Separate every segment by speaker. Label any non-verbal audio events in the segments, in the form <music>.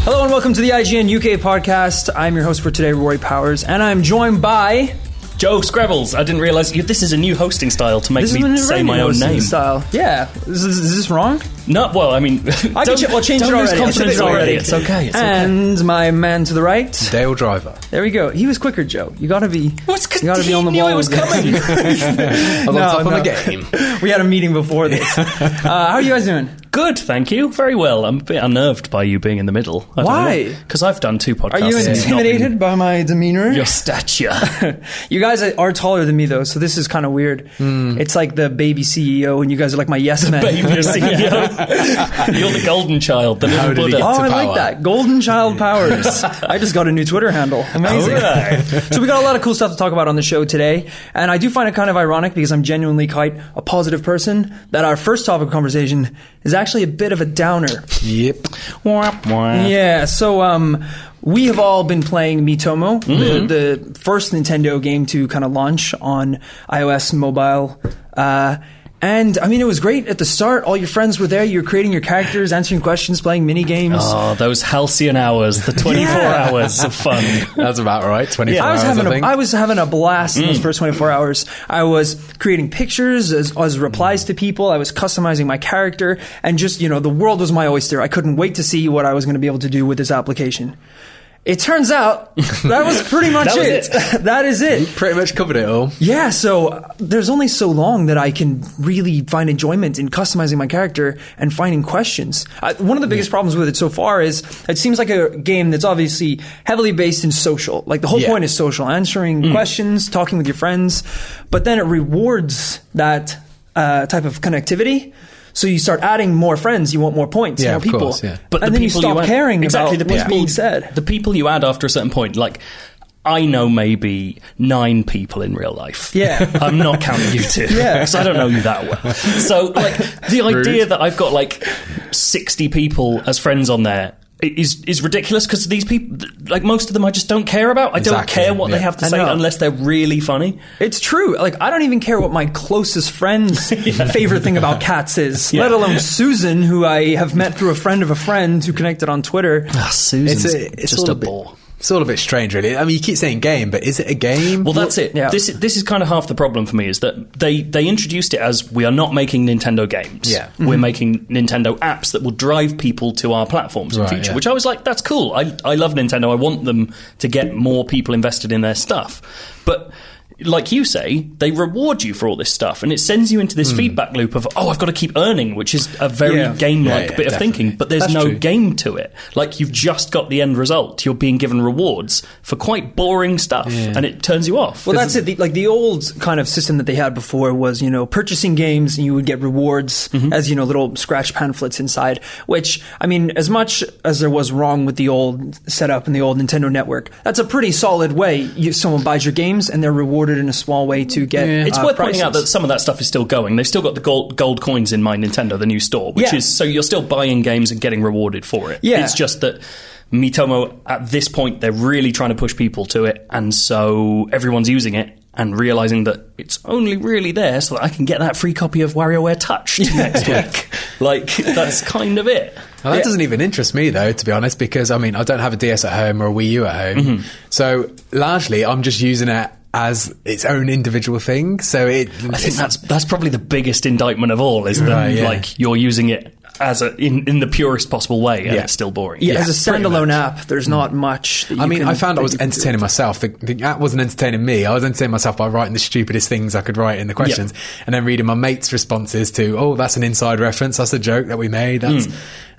Speaker 1: Hello and welcome to the IGN UK podcast. I'm your host for today, Roy Powers, and I'm joined by
Speaker 2: Joe Scrabbles. I didn't realize you, this is a new hosting style to make
Speaker 1: this is
Speaker 2: me
Speaker 1: an
Speaker 2: say
Speaker 1: Iranian
Speaker 2: my own
Speaker 1: hosting
Speaker 2: name.
Speaker 1: style. Yeah, is, is- is this wrong?
Speaker 2: No, well, I mean,
Speaker 1: I can
Speaker 2: <laughs> don't-
Speaker 1: ch- well, change
Speaker 2: don't
Speaker 1: it
Speaker 2: lose
Speaker 1: already. I said
Speaker 2: confidence
Speaker 1: it already.
Speaker 2: already. It's okay. It's okay.
Speaker 1: and my man to the right.
Speaker 3: Dale Driver.
Speaker 1: There we go. He was quicker, Joe. You gotta be.
Speaker 2: What's
Speaker 1: you gotta
Speaker 2: he
Speaker 1: be on the
Speaker 2: knew
Speaker 1: ball.
Speaker 2: it was
Speaker 1: with this. <laughs>
Speaker 2: coming.
Speaker 3: I was
Speaker 1: No,
Speaker 3: on top
Speaker 1: no.
Speaker 3: of
Speaker 1: <laughs>
Speaker 3: my game.
Speaker 1: we had a meeting before
Speaker 3: <laughs>
Speaker 1: this. Uh, how are you guys doing?
Speaker 2: Good, thank you. Very well. I'm a bit unnerved by you being in the middle.
Speaker 1: Why?
Speaker 2: Because I've done two podcasts.
Speaker 1: Are you
Speaker 2: and it's not been
Speaker 1: intimidated by my demeanor?
Speaker 2: Your stature.
Speaker 1: <laughs>
Speaker 2: <laughs>
Speaker 1: You guys are taller than me though, so this is kind of weird. It's like the baby CEO, and you guys are like my yes men.
Speaker 2: Baby CEO. You're the <laughs> golden child, the
Speaker 3: How
Speaker 2: little
Speaker 3: did he
Speaker 2: Buddha.
Speaker 1: Oh,
Speaker 3: to
Speaker 1: I like
Speaker 3: power.
Speaker 1: that. Golden child powers. I just got a new Twitter handle. Amazing. <laughs> so we got a lot of cool stuff to talk about on the show today, and I do find it kind of ironic because I'm genuinely quite a positive person that our first topic of conversation is actually a bit of a downer.
Speaker 3: Yep.
Speaker 1: Yeah, so um, we have all been playing Mitomo, the, the first Nintendo game to kind of launch on iOS mobile. Uh, and I mean, it was great at the start. All your friends were there. You were creating your characters, answering questions, playing mini games.
Speaker 2: <laughs> Oh, those halcyon hours, the 24
Speaker 1: Yeah.
Speaker 2: hours of fun.
Speaker 3: That's about right. 24
Speaker 1: I was
Speaker 3: hours,
Speaker 1: having
Speaker 3: I
Speaker 1: a,
Speaker 3: think.
Speaker 1: I was having a blast in those first 24 hours. I was creating pictures as, as replies to people. I was customizing my character and just, you know, the world was my oyster. I couldn't wait to see what I was going to be able to do with this application. It turns out that was pretty much
Speaker 2: That was
Speaker 1: it. <laughs> that is it.
Speaker 3: Pretty much covered it all.
Speaker 1: Yeah, so uh, there's only so long that I can really find enjoyment in customizing my character and finding questions. I, one of the biggest problems with it so far is it seems like a game that's obviously heavily based in social. Like the whole
Speaker 3: Yeah. Mm.
Speaker 1: point is social, answering questions, talking with your friends, but then it rewards that uh, type of connectivity. So you start adding more friends, you want more points,
Speaker 3: Yeah,
Speaker 1: more
Speaker 3: of
Speaker 1: people,
Speaker 3: course, yeah.
Speaker 1: but and then you
Speaker 2: people
Speaker 1: stop
Speaker 2: add-
Speaker 1: caring
Speaker 2: exactly
Speaker 1: about
Speaker 2: the
Speaker 1: what's
Speaker 2: people,
Speaker 1: being said.
Speaker 2: The people you add after a certain point, like I know maybe nine people in real life.
Speaker 1: Yeah.
Speaker 2: <laughs> I'm not counting you two.
Speaker 1: Yeah.
Speaker 2: because I don't know you that well. So like the idea that I've got like sixty people as friends on there. i- Is is ridiculous because these people, like most of them, I just don't care about. I don't
Speaker 3: Exactly,
Speaker 2: care what they
Speaker 3: yeah.
Speaker 2: have to
Speaker 1: I
Speaker 2: say
Speaker 1: know.
Speaker 2: unless they're really funny.
Speaker 1: It's true. Like I don't even care what my closest
Speaker 2: <laughs>
Speaker 1: friend's favorite thing about cats is, let alone Susan, who I have met through a friend of a friend who connected on Twitter.
Speaker 2: Ah,
Speaker 3: Ah,
Speaker 2: Susan's just
Speaker 3: all
Speaker 2: a,
Speaker 3: bit-
Speaker 2: bore.
Speaker 3: It's all a bit strange, really. I mean, you keep saying game, but is it a game?
Speaker 2: Well, that's it.
Speaker 1: yeah.
Speaker 2: This this is kind of half the problem for me is that they they introduced it as we are not making Nintendo games.
Speaker 3: Yeah. Mm-hmm.
Speaker 2: we're making Nintendo apps that will drive people to our platforms in
Speaker 3: Right,
Speaker 2: the future.
Speaker 3: yeah.
Speaker 2: Which I was like, that's cool. I I love Nintendo. I want them to get more people invested in their stuff, but. Like you say, they reward you for all this stuff, and it sends you into this feedback loop of "oh, I've got to keep earning," which is a very
Speaker 1: Yeah.
Speaker 2: game-like
Speaker 3: Hmm. Yeah, yeah,
Speaker 2: bit of
Speaker 3: definitely.
Speaker 2: thinking. But there's
Speaker 3: That's
Speaker 2: no
Speaker 3: true.
Speaker 2: game to it. Like you've just got the end result. You're being given rewards for quite boring stuff, and it turns you off.
Speaker 1: Well, that's it. The, like the old kind of system that they had before was, you know, purchasing games and you would get rewards
Speaker 2: Mm-hmm.
Speaker 1: as, you know, little scratch pamphlets inside, which, I mean, as much as there was wrong with the old setup and the old Nintendo network, that's a pretty solid way. You, someone buys your games and they're rewarded in a small way to get.
Speaker 2: It's
Speaker 1: uh,
Speaker 2: worth pointing out
Speaker 1: prizes.
Speaker 2: that some of that stuff is still going. They've still got the gold, gold coins in my Nintendo, the new store, which
Speaker 1: Yeah.
Speaker 2: is so you're still buying games and getting rewarded for it.
Speaker 1: Yeah.
Speaker 2: It's just that Mitomo at this point they're really trying to push people to it, and so everyone's using it and realizing that it's only really there so that I can get that free copy of WarioWare
Speaker 1: <laughs>
Speaker 2: Touch next week. Like that's kind of it.
Speaker 3: Now, that doesn't even interest me, though, to be honest, because I mean, I don't have a DS at home or a Wii U at
Speaker 1: Mm-hmm.
Speaker 3: home. So largely, I'm just using it as its own individual thing. So it.
Speaker 2: I think that's that's probably the biggest indictment of all is that
Speaker 3: Right, yeah.
Speaker 2: like you're using it as a in, in the purest possible way and
Speaker 3: Yeah.
Speaker 2: it's still boring.
Speaker 1: Yeah,
Speaker 3: Yeah,
Speaker 1: as a
Speaker 3: pretty Mm.
Speaker 1: standalone app, there's not much. That you
Speaker 3: I mean,
Speaker 1: can-
Speaker 3: I found
Speaker 1: that
Speaker 3: I was
Speaker 1: you can do.
Speaker 3: entertaining myself. The, the app wasn't entertaining me. I was entertaining myself by writing the stupidest things I could write in the questions, and then reading my mates' responses to, "Oh, that's an inside reference. That's a joke that we made."
Speaker 1: Hmm.
Speaker 3: That's,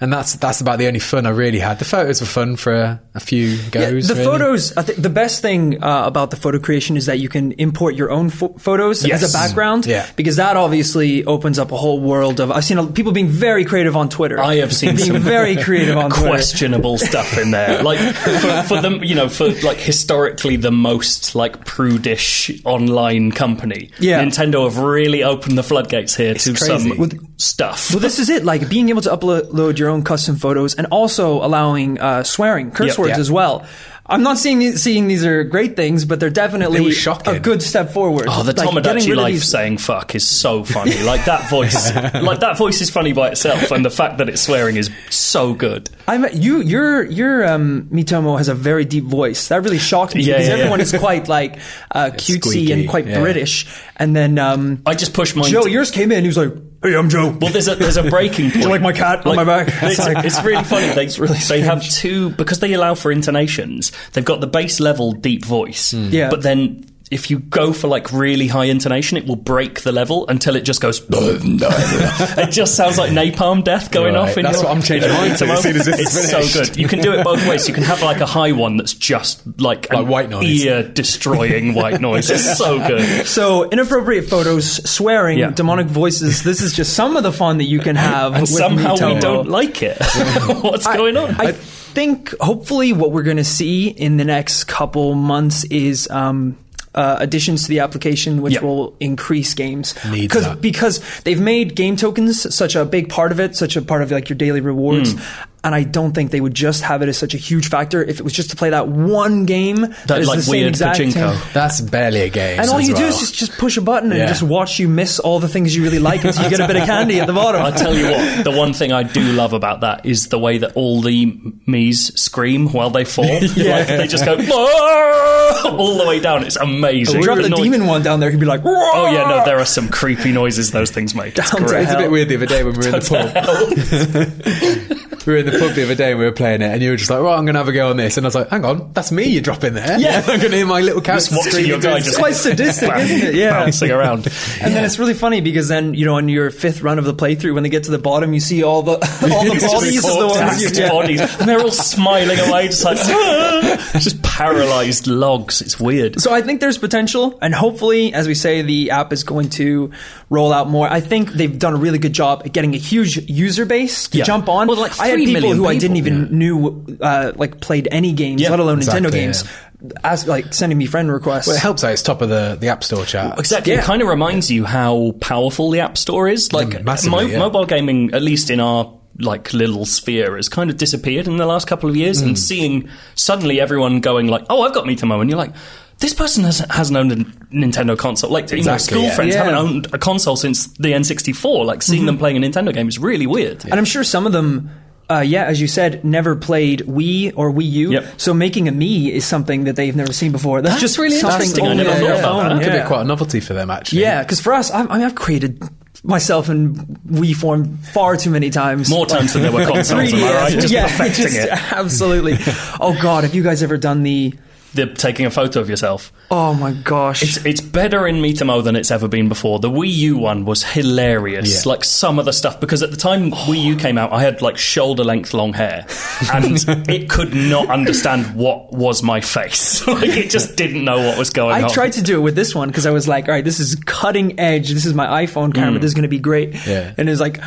Speaker 3: And that's that's about the only fun I really had. The photos were fun for a, a few
Speaker 1: Yeah,
Speaker 3: goes.
Speaker 1: the
Speaker 3: really.
Speaker 1: photos. I think the best thing uh, about the photo creation is that you can import your own pho- photos as
Speaker 2: Yes.
Speaker 1: a background.
Speaker 3: Yeah.
Speaker 1: Because that obviously opens up a whole world of. I've seen a, people being very creative on Twitter.
Speaker 2: I
Speaker 1: <laughs>
Speaker 2: have seen
Speaker 1: being
Speaker 2: some
Speaker 1: very creative
Speaker 3: <laughs>
Speaker 1: on Twitter.
Speaker 2: <laughs> questionable stuff in there. Like for, for them, you know, for like historically the most like prudish online company.
Speaker 1: Yeah.
Speaker 2: Nintendo have really opened the floodgates here to
Speaker 3: crazy.
Speaker 2: some
Speaker 1: With-
Speaker 2: stuff.
Speaker 1: Well, this is it. Like being able to upload your own custom photos and also allowing uh, swearing, curse
Speaker 2: Yep.
Speaker 1: words
Speaker 3: Yeah.
Speaker 1: as well. I'm not seeing these, seeing these are great things, but they're
Speaker 3: They
Speaker 1: definitely
Speaker 3: were shocking.
Speaker 1: a good step forward.
Speaker 2: Oh, the
Speaker 1: Like, getting
Speaker 2: Tomodachi
Speaker 1: rid of
Speaker 2: life
Speaker 1: these-
Speaker 2: saying "fuck" is so funny.
Speaker 1: <laughs>
Speaker 2: Like that voice, like that voice is funny by itself, and the fact that it's swearing is so good.
Speaker 1: I'm you. Your your um, Mitomo has a very deep voice. That really shocked me
Speaker 2: Yeah,
Speaker 1: because
Speaker 2: yeah, yeah.
Speaker 1: everyone is quite like uh, cutesy
Speaker 3: squeaky,
Speaker 1: and quite
Speaker 3: yeah.
Speaker 1: British. And then um,
Speaker 2: I just push mine.
Speaker 1: Joe,
Speaker 2: to-
Speaker 1: yours came in. He was like, "Hey, I'm Joe."
Speaker 2: well, there's a there's a
Speaker 1: <laughs>
Speaker 2: breaking point.
Speaker 1: you like my cat on my back?
Speaker 2: It's,
Speaker 1: Sorry.
Speaker 2: it's really
Speaker 3: <laughs>
Speaker 2: funny. They, they have two because they allow for intonations. They've got the bass level deep voice,
Speaker 3: Hmm.
Speaker 1: Yeah.
Speaker 2: but then. If you go for like really high intonation, it will break the level until it just goes. <laughs> it just sounds like napalm death going
Speaker 3: Right.
Speaker 2: off. In
Speaker 3: That's
Speaker 2: your-
Speaker 3: what I'm changing
Speaker 2: in your
Speaker 3: mine to as soon as this is
Speaker 2: It's so
Speaker 3: finished.
Speaker 2: good. You can do it both ways. You can have like a high one that's just like,
Speaker 3: Like white noise.
Speaker 2: ear destroying white noise. It's so good.
Speaker 1: So inappropriate photos, swearing,
Speaker 2: Yeah.
Speaker 1: demonic voices. This is just some of the fun that you can have.
Speaker 2: And
Speaker 1: with
Speaker 2: somehow
Speaker 1: Mitomo.
Speaker 2: we don't like it. <laughs> What's going on?
Speaker 1: I think hopefully what we're going to see in the next couple months is um, uh, additions to the application, which
Speaker 2: Yeah.
Speaker 1: will increase games
Speaker 3: Needs
Speaker 1: because
Speaker 3: that.
Speaker 1: because they've made game tokens such a big part of it, such a part of like your daily rewards.
Speaker 2: Hmm.
Speaker 1: And I don't think they would just have it as such a huge factor if it was just to play that one game that, is
Speaker 2: like,
Speaker 1: the same
Speaker 2: weird
Speaker 1: exact
Speaker 2: pachinko.
Speaker 1: thing.
Speaker 3: That's barely a game.
Speaker 1: And all
Speaker 3: as
Speaker 1: you do
Speaker 3: well.
Speaker 1: is just, just push a button and
Speaker 3: Yeah.
Speaker 1: just watch you miss all the things you really like until you get a bit of candy at the bottom.
Speaker 2: <laughs> I'll tell you what, the one thing I do love about that is the way that all the me's scream while
Speaker 1: <laughs>
Speaker 2: they fall. Like, they just go <laughs> "Whoa!" all the way down. It's amazing.
Speaker 1: Drop the
Speaker 2: noise-
Speaker 1: demon one down there, he'd be like,
Speaker 2: Oh yeah, no, there are some creepy noises those things make. It's
Speaker 1: Down to
Speaker 2: great.
Speaker 3: It's a bit weird the other day when we were in the pub. <laughs> we were in the pub the other day and we were playing it, and you were just like, "Right, I'm gonna have a go on this," and I was like, "Hang on, that's me you drop in there."
Speaker 1: Yeah.
Speaker 3: <laughs> I'm gonna hear my little character
Speaker 2: watching
Speaker 3: screaming
Speaker 2: your
Speaker 3: to
Speaker 2: guy
Speaker 3: his-
Speaker 1: It's
Speaker 2: just-
Speaker 1: quite
Speaker 2: <laughs>
Speaker 1: sadistic,
Speaker 2: Bam,
Speaker 1: <laughs> isn't it? Yeah.
Speaker 2: bouncing around.
Speaker 1: And then it's really funny because then you know on your fifth run of the playthrough, when they get to the bottom, you see all the <laughs> all the
Speaker 2: It's just
Speaker 1: <laughs> bodies of the
Speaker 2: corpses,
Speaker 1: ones. You,
Speaker 2: just
Speaker 1: yeah.
Speaker 2: bodies. and they're all smiling away, just like <laughs> just paralysed logs. It's weird.
Speaker 1: So I think there's potential, and hopefully, as we say, the app is going to roll out more. I think they've done a really good job at getting a huge user base to
Speaker 2: Yeah.
Speaker 1: jump on.
Speaker 2: Well, like
Speaker 1: I had
Speaker 2: 3
Speaker 1: people who
Speaker 2: million
Speaker 1: I didn't
Speaker 2: people.
Speaker 1: even knew uh, like played any games,
Speaker 2: Yeah.
Speaker 1: let alone Nintendo
Speaker 3: Exactly,
Speaker 1: games. As like sending me friend requests.
Speaker 3: Well, it helps out. It's top of the, the App Store chat.
Speaker 2: Exactly. It kind of reminds you how powerful the App Store
Speaker 1: Mm,
Speaker 2: is. Like
Speaker 3: massively, yeah.
Speaker 2: mobile gaming, at least in our like little sphere, has kind of disappeared in the last couple of years.
Speaker 1: Mm.
Speaker 2: And seeing suddenly everyone going like, "Oh, I've got Metamo," and you're like. This person has, hasn't owned a Nintendo console. Like, you know,
Speaker 3: Exactly,
Speaker 2: school
Speaker 3: yeah.
Speaker 2: friends
Speaker 1: Yeah. Mm-hmm.
Speaker 2: haven't owned a console since the N64. Like, seeing them playing a Nintendo game is really weird.
Speaker 1: And I'm sure some of them, uh, yeah, as you said, never played Wii or Wii U.
Speaker 2: Yep.
Speaker 1: So making a me is something that they've never seen before. That's,
Speaker 2: That's
Speaker 1: just
Speaker 2: really
Speaker 1: something
Speaker 2: interesting. I
Speaker 1: only
Speaker 2: never
Speaker 1: on
Speaker 2: thought
Speaker 1: their
Speaker 2: about
Speaker 1: phone.
Speaker 2: that.
Speaker 3: Could
Speaker 1: Yeah.
Speaker 3: be quite a novelty for them, actually.
Speaker 1: because for us, I, I mean, I've created myself in Wii form far too many times.
Speaker 2: More times than
Speaker 1: <laughs>
Speaker 2: there were consoles, am I
Speaker 1: 3DS.
Speaker 2: right?
Speaker 1: <laughs>
Speaker 2: Just
Speaker 1: yeah,
Speaker 2: perfecting
Speaker 1: just
Speaker 2: it.
Speaker 1: Absolutely. Oh God, have you guys ever done the?
Speaker 2: The, taking a photo of yourself.
Speaker 1: Oh my gosh.
Speaker 2: It's, it's better in Metamo than it's ever been before. The Wii U one was hilarious.
Speaker 3: Yeah.
Speaker 2: Like some of the stuff, because at the time Wii U came out, I had like shoulder length
Speaker 1: <laughs>
Speaker 2: long hair, and it could not understand what was my face. <laughs> like it just didn't know what was going
Speaker 1: I
Speaker 2: on.
Speaker 1: tried to do it with this one because I was like, all right, this is cutting edge. This is my iPhone camera. This is going to be great.
Speaker 3: Mm. Yeah.
Speaker 1: And it was like,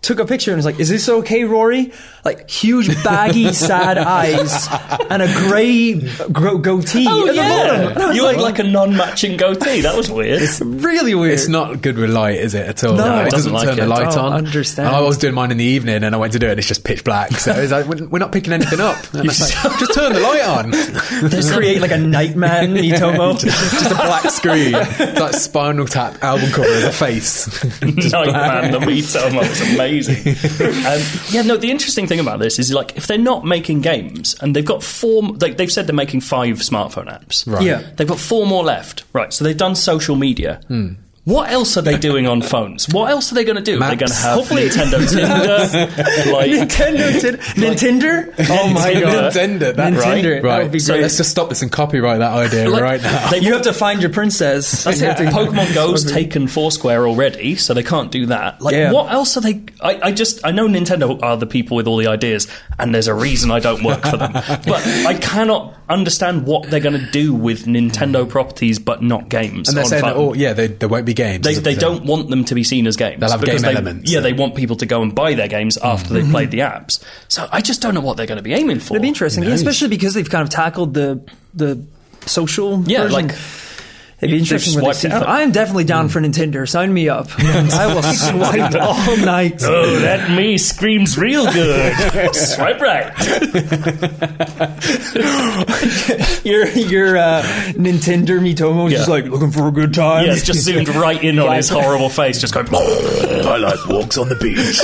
Speaker 1: took a picture and was like, is this okay, Rory? Like, huge,
Speaker 3: <laughs>
Speaker 1: baggy, sad eyes and a grey go- goatee
Speaker 2: Oh,
Speaker 1: at the bottom. And I
Speaker 2: yeah.
Speaker 1: was
Speaker 2: You
Speaker 1: like,
Speaker 2: had like a non-matching goatee. That was weird.
Speaker 1: really weird.
Speaker 3: It's not good with light, is it at all?
Speaker 1: No, it
Speaker 3: it
Speaker 2: doesn't
Speaker 3: doesn't,
Speaker 2: like
Speaker 3: turn
Speaker 2: it.
Speaker 3: the light
Speaker 1: Don't
Speaker 3: on.
Speaker 1: understand.
Speaker 3: And I was doing mine in the evening, and I went to do it, and it's just pitch black. So it's like, we're we're not picking anything up. And I was like, just turn the light on.
Speaker 1: Just create like a nightman
Speaker 3: <laughs>
Speaker 1: Nitomo.
Speaker 3: just a black screen. It's like Spinal Tap album cover as a face. <laughs>
Speaker 2: Nightman, the Metamo was amazing. um, yeah, no, the interesting thing about this is like if they're not making games and they've got four, like, they've said they're making five smartphone apps.
Speaker 3: Right.
Speaker 1: yeah.
Speaker 2: They've got four more left. Right, so they've done social media. What else are they doing on phones? What else are they going to do? They're
Speaker 3: Maps.
Speaker 2: going to have Nintendo Tinder. like,
Speaker 1: Nintendo, tin- Nintendo. Oh my god,
Speaker 3: Nintendo, that
Speaker 1: Nintendo,
Speaker 3: right.
Speaker 1: that would be
Speaker 3: So
Speaker 1: great.
Speaker 3: let's just stop this and copyright that idea
Speaker 2: like,
Speaker 3: right now.
Speaker 2: They,
Speaker 1: You have to find your princess.
Speaker 2: that's it.
Speaker 1: <laughs>
Speaker 2: Pokemon Go's taken Foursquare already, so they can't do that. Like,
Speaker 1: Yeah.
Speaker 2: what else are they? I, I just I know Nintendo are the people with all the ideas, and there's a reason I don't work for
Speaker 3: <laughs>
Speaker 2: them. but I cannot understand what they're going to do with Nintendo properties, but not games.
Speaker 3: And they're
Speaker 2: on
Speaker 3: saying,
Speaker 2: phone.
Speaker 3: that, oh, yeah, they, there won't be games.
Speaker 2: They,
Speaker 3: is what
Speaker 2: they
Speaker 3: they're
Speaker 2: don't want them to be seen as games.
Speaker 3: They'll have
Speaker 2: because
Speaker 3: game
Speaker 2: they-
Speaker 3: elements.
Speaker 2: Yeah, they want people to go and buy their games after they've played the apps. So I just don't know what they're going to be aiming for.
Speaker 1: It'd be interesting, especially because they've kind of tackled the the social
Speaker 2: Yeah,
Speaker 1: version.
Speaker 2: like
Speaker 1: It'd be interesting what they
Speaker 2: swiped
Speaker 1: see.
Speaker 2: it out.
Speaker 1: I'm definitely down for Nintendo. Sign me
Speaker 2: <laughs>
Speaker 1: up. I will swipe all night.
Speaker 2: Oh, that me screams real
Speaker 3: <laughs>
Speaker 2: good. Swipe right.
Speaker 1: Your your uh, Nintendo Mitomo is just
Speaker 2: Yeah.
Speaker 1: like looking for a good time.
Speaker 2: Yes, just
Speaker 1: <laughs>
Speaker 2: zoomed right in on his horrible face, just going.
Speaker 4: <laughs> I like walks on the beach.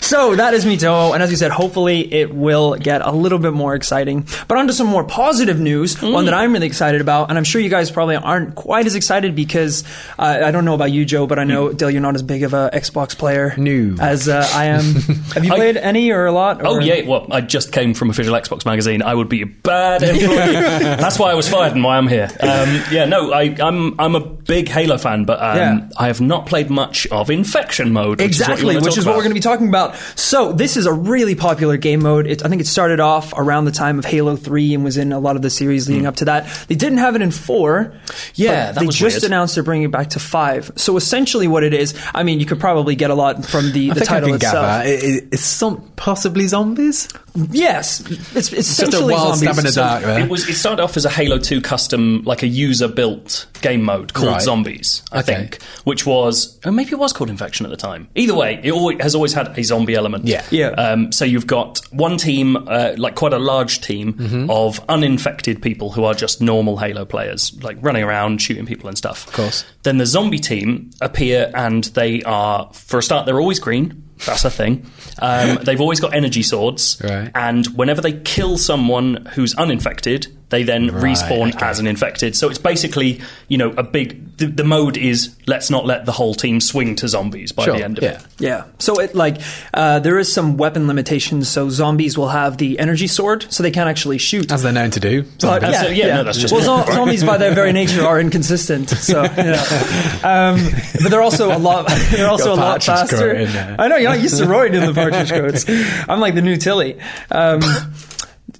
Speaker 1: So that is Mitomo, and as you said, hopefully it will get a little bit more exciting. But on to some more positive news, one that I'm really excited about, and I'm sure you guys probably aren't quite as excited because uh, I don't know about you, Joe, but I know Dale, you're not as big of a Xbox player
Speaker 3: No.
Speaker 1: as uh, I am.
Speaker 2: <laughs>
Speaker 1: Have you
Speaker 2: I-
Speaker 1: played any or a lot?
Speaker 2: <laughs> Oh
Speaker 1: or-
Speaker 2: yeah, well, I just came from official Xbox magazine. I would be
Speaker 1: <laughs>
Speaker 2: a bad employee. That's why I was fired and why I'm here. Um, yeah, no, I, I'm I'm a big Halo fan, but um,
Speaker 1: Yeah.
Speaker 2: I have not played much of Infection Mode. Which
Speaker 1: Exactly,
Speaker 2: is what
Speaker 1: which is what we're going to be talking about. So this is a really popular game mode. It, I think it started off around the time of Halo Three and was in a lot of the series
Speaker 3: Hmm.
Speaker 1: leading up to that. They didn't have it in four.
Speaker 2: Yeah,
Speaker 1: but
Speaker 2: that
Speaker 1: they
Speaker 2: was
Speaker 1: just
Speaker 2: weird.
Speaker 1: announced they're bringing it back to five. So essentially, what it is, I mean, you could probably get a lot from the,
Speaker 3: I
Speaker 1: the
Speaker 3: think I
Speaker 1: title
Speaker 3: can
Speaker 1: itself.
Speaker 3: gather. It, it, it's some possibly zombies.
Speaker 1: Yes, it's, it's
Speaker 3: Just a
Speaker 1: essentially
Speaker 3: wild stab in the
Speaker 1: zombies.
Speaker 3: dark. There.
Speaker 2: It was. It started off as a Halo Two custom, like a user-built game mode called
Speaker 3: Right.
Speaker 2: Zombies, I
Speaker 3: Okay.
Speaker 2: think, which was, or maybe it was called Infection at the time. Either way, it always, has always had a zombie element.
Speaker 3: Yeah.
Speaker 1: Yeah.
Speaker 2: Um, so you've got one team, uh, like quite a large team
Speaker 3: Mm-hmm.
Speaker 2: of uninfected people who are just normal Halo players, like running around shooting people and stuff. Of
Speaker 3: course.
Speaker 2: Then the zombie team appear, and they are, for a start, they're always green. That's a thing. Um, they've always got energy swords,
Speaker 3: Right.
Speaker 2: and whenever they kill someone who's uninfected, they then respawn
Speaker 3: okay.
Speaker 2: as an infected. So it's basically, you know, a big. The, the mode is let's not let the whole team swing to zombies by
Speaker 3: Sure,
Speaker 2: the end of
Speaker 3: yeah.
Speaker 2: it.
Speaker 1: Yeah. So it like uh, there is some weapon limitations. So zombies will have the energy sword, so they can't actually shoot.
Speaker 3: as they're known to do.
Speaker 1: But-
Speaker 3: zombies.
Speaker 2: so- yeah, no, that's just-
Speaker 1: well, zo- zombies by their very nature are inconsistent. So, you
Speaker 3: <laughs>
Speaker 1: know. um, but they're also a lot. <laughs> They're also a
Speaker 3: Got
Speaker 1: lot
Speaker 3: partridge
Speaker 1: faster.
Speaker 3: coat in there.
Speaker 1: I know you're not used to Roy doing the
Speaker 3: <laughs>
Speaker 1: partridge coats. I'm like the new Tilly. Um,